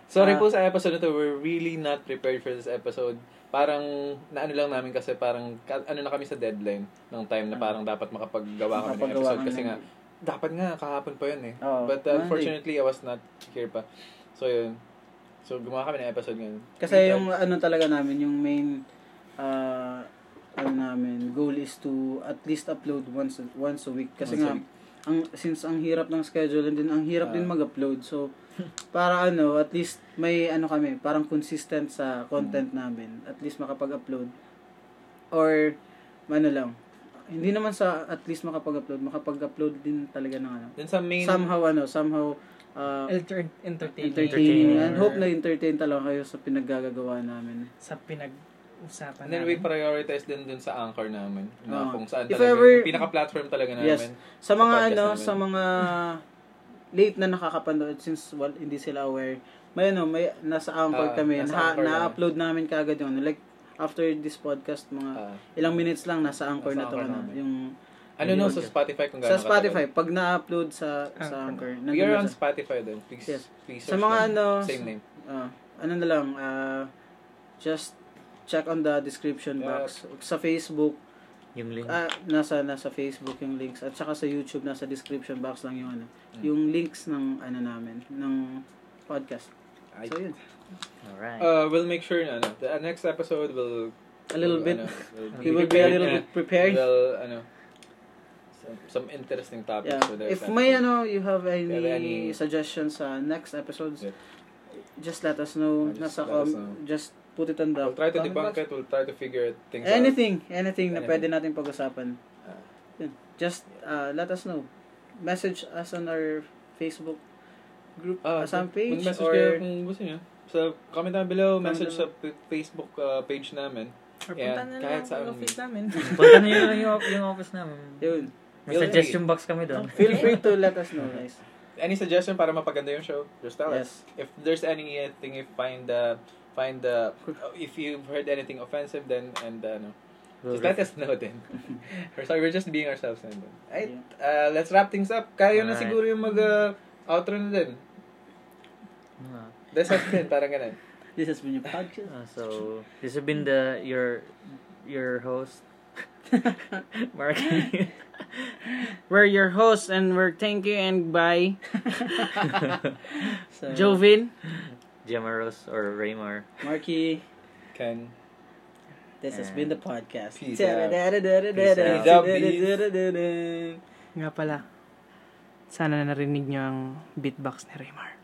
[SPEAKER 3] Sorry
[SPEAKER 4] Ah.
[SPEAKER 3] po sa episode na to. We're really not prepared for this episode. Parang naano lang namin kasi parang ka- ano na kami sa deadline ng time na parang dapat makapaggawa kami ng
[SPEAKER 4] Makapagawa
[SPEAKER 3] episode
[SPEAKER 4] kami
[SPEAKER 3] kasi
[SPEAKER 4] ng-
[SPEAKER 3] nga dapat nga kahapon pa yun eh.
[SPEAKER 4] Oo.
[SPEAKER 3] But
[SPEAKER 4] Monday.
[SPEAKER 3] uh, unfortunately I was not here pa. So yun. So gumawa kami ng episode ngayon.
[SPEAKER 4] Kasi yung ano talaga namin, yung main uh, ano namin, goal is to at least upload once once a week kasi
[SPEAKER 3] Once a
[SPEAKER 4] nga
[SPEAKER 3] week.
[SPEAKER 4] ang since ang hirap ng schedule and din ang hirap din
[SPEAKER 3] Ah.
[SPEAKER 4] mag-upload. So para ano, at least may ano kami, parang consistent sa content
[SPEAKER 3] Mm.
[SPEAKER 4] namin. At least makapag-upload or ano lang. Hindi naman sa at least makapag-upload, makapag-upload din talaga ng ano.
[SPEAKER 3] Dun sa main
[SPEAKER 4] Somehow ano, somehow uh,
[SPEAKER 2] Enter- entertaining.
[SPEAKER 4] entertaining.
[SPEAKER 1] Entertaining.
[SPEAKER 4] And hope na entertain talaga kayo sa pinaggagawa namin.
[SPEAKER 2] Sa pinag-usapan
[SPEAKER 3] And then we prioritize din dun sa anchor namin. Na
[SPEAKER 4] Oo.
[SPEAKER 3] kung saan
[SPEAKER 4] Ah. If
[SPEAKER 3] talaga,
[SPEAKER 4] ever-
[SPEAKER 3] yung pinaka-platform talaga namin.
[SPEAKER 4] Yes. Sa
[SPEAKER 3] podcast
[SPEAKER 4] mga ano,
[SPEAKER 3] namin.
[SPEAKER 4] sa mga late na nakakapanood since well, hindi sila aware, may ano, may nasa Anchor
[SPEAKER 3] Ah,
[SPEAKER 4] kami,
[SPEAKER 3] nasa
[SPEAKER 4] na,
[SPEAKER 3] Anchor
[SPEAKER 4] na-upload namin kaagad yung ano, like after this podcast mga
[SPEAKER 3] Ah.
[SPEAKER 4] ilang minutes lang nasa Anchor
[SPEAKER 3] Nasa
[SPEAKER 4] na to
[SPEAKER 3] Anchor
[SPEAKER 4] ano,
[SPEAKER 3] namin.
[SPEAKER 4] yung
[SPEAKER 3] ano no, sa Spotify kung
[SPEAKER 4] sa
[SPEAKER 3] gaano
[SPEAKER 4] Spotify
[SPEAKER 3] katagal.
[SPEAKER 4] pag na-upload sa sa Anchor.
[SPEAKER 3] We
[SPEAKER 4] nandun
[SPEAKER 3] are
[SPEAKER 4] na
[SPEAKER 3] on
[SPEAKER 4] sa-
[SPEAKER 3] Spotify then. Please,
[SPEAKER 4] Yes.
[SPEAKER 3] please
[SPEAKER 4] Sa
[SPEAKER 3] search
[SPEAKER 4] mga
[SPEAKER 3] them.
[SPEAKER 4] ano,
[SPEAKER 3] Same name.
[SPEAKER 4] ah, ano na lang, ah, just check on the description box sa Facebook
[SPEAKER 1] Yung link.
[SPEAKER 4] Ah, nasa nasa Facebook yung links at saka sa YouTube nasa description box lang yung ano,
[SPEAKER 3] Mm.
[SPEAKER 4] yung links ng ano namin ng podcast. So yun,
[SPEAKER 1] Alright.
[SPEAKER 3] Uh,
[SPEAKER 4] Oh.
[SPEAKER 3] we'll make sure na ano, the next episode will
[SPEAKER 4] a little bit
[SPEAKER 3] Ano, will
[SPEAKER 4] we will be a little bit
[SPEAKER 3] prepared.
[SPEAKER 4] prepared.
[SPEAKER 3] na. Will, ano, some, some interesting topics
[SPEAKER 4] Yeah.
[SPEAKER 3] for the
[SPEAKER 4] If
[SPEAKER 3] next
[SPEAKER 4] may
[SPEAKER 3] episode.
[SPEAKER 4] ano you have any,
[SPEAKER 3] Have any-
[SPEAKER 4] suggestions sa next episodes,
[SPEAKER 3] Yeah.
[SPEAKER 4] just let us know.
[SPEAKER 3] Yeah, just
[SPEAKER 4] nasa
[SPEAKER 3] let
[SPEAKER 4] com,
[SPEAKER 3] us know.
[SPEAKER 4] just put it on the
[SPEAKER 3] We'll try to
[SPEAKER 4] comment
[SPEAKER 3] debunk
[SPEAKER 4] box.
[SPEAKER 3] it. We'll try to figure things out.
[SPEAKER 4] Anything, anything
[SPEAKER 3] Anything.
[SPEAKER 4] na pwede natin pag-usapan.
[SPEAKER 3] Ah.
[SPEAKER 4] Yun. Just uh, let us know. Message us on our Facebook group,
[SPEAKER 3] Ah,
[SPEAKER 4] uh, some page
[SPEAKER 3] mag-message kayo
[SPEAKER 4] or
[SPEAKER 3] kung gusto niyo. Sa comment down below,
[SPEAKER 4] Comment
[SPEAKER 3] message sa
[SPEAKER 4] down.
[SPEAKER 3] p- Facebook uh, page namin.
[SPEAKER 2] Or
[SPEAKER 3] Yeah,
[SPEAKER 2] punta na lang
[SPEAKER 3] kahit saan.
[SPEAKER 2] ang office namin.
[SPEAKER 1] Punta na yun lang yung, yung office namin.
[SPEAKER 4] yun.
[SPEAKER 1] May suggestion box kami doon.
[SPEAKER 4] Feel free to let us know, guys.
[SPEAKER 3] Any suggestion para mapaganda yung show? Just tell us.
[SPEAKER 4] Yes.
[SPEAKER 3] If there's anything you find uh, find uh, if you've heard anything offensive then and uh, no.
[SPEAKER 1] We'll
[SPEAKER 3] Just let us know then. we're sorry, we're just being ourselves then. Right, uh,
[SPEAKER 4] Yeah.
[SPEAKER 3] let's wrap things up. Kaya na
[SPEAKER 1] Alright.
[SPEAKER 3] siguro yung mag-outro na din.
[SPEAKER 1] Ah,
[SPEAKER 3] That's us din, parang ganun.
[SPEAKER 4] This has been your podcast.
[SPEAKER 1] ah, so, this has been the, your, your host, Mark.
[SPEAKER 2] We're your hosts and we're thank you and bye.
[SPEAKER 4] So,
[SPEAKER 2] Jovin.
[SPEAKER 1] Gemaros or Raymar.
[SPEAKER 4] Marky,
[SPEAKER 3] Can.
[SPEAKER 4] this has
[SPEAKER 1] And
[SPEAKER 4] been the podcast.
[SPEAKER 3] peace out.
[SPEAKER 1] Peace
[SPEAKER 3] out.
[SPEAKER 2] Nga pala. Sana narinig niyo ang beatbox ni Raymar.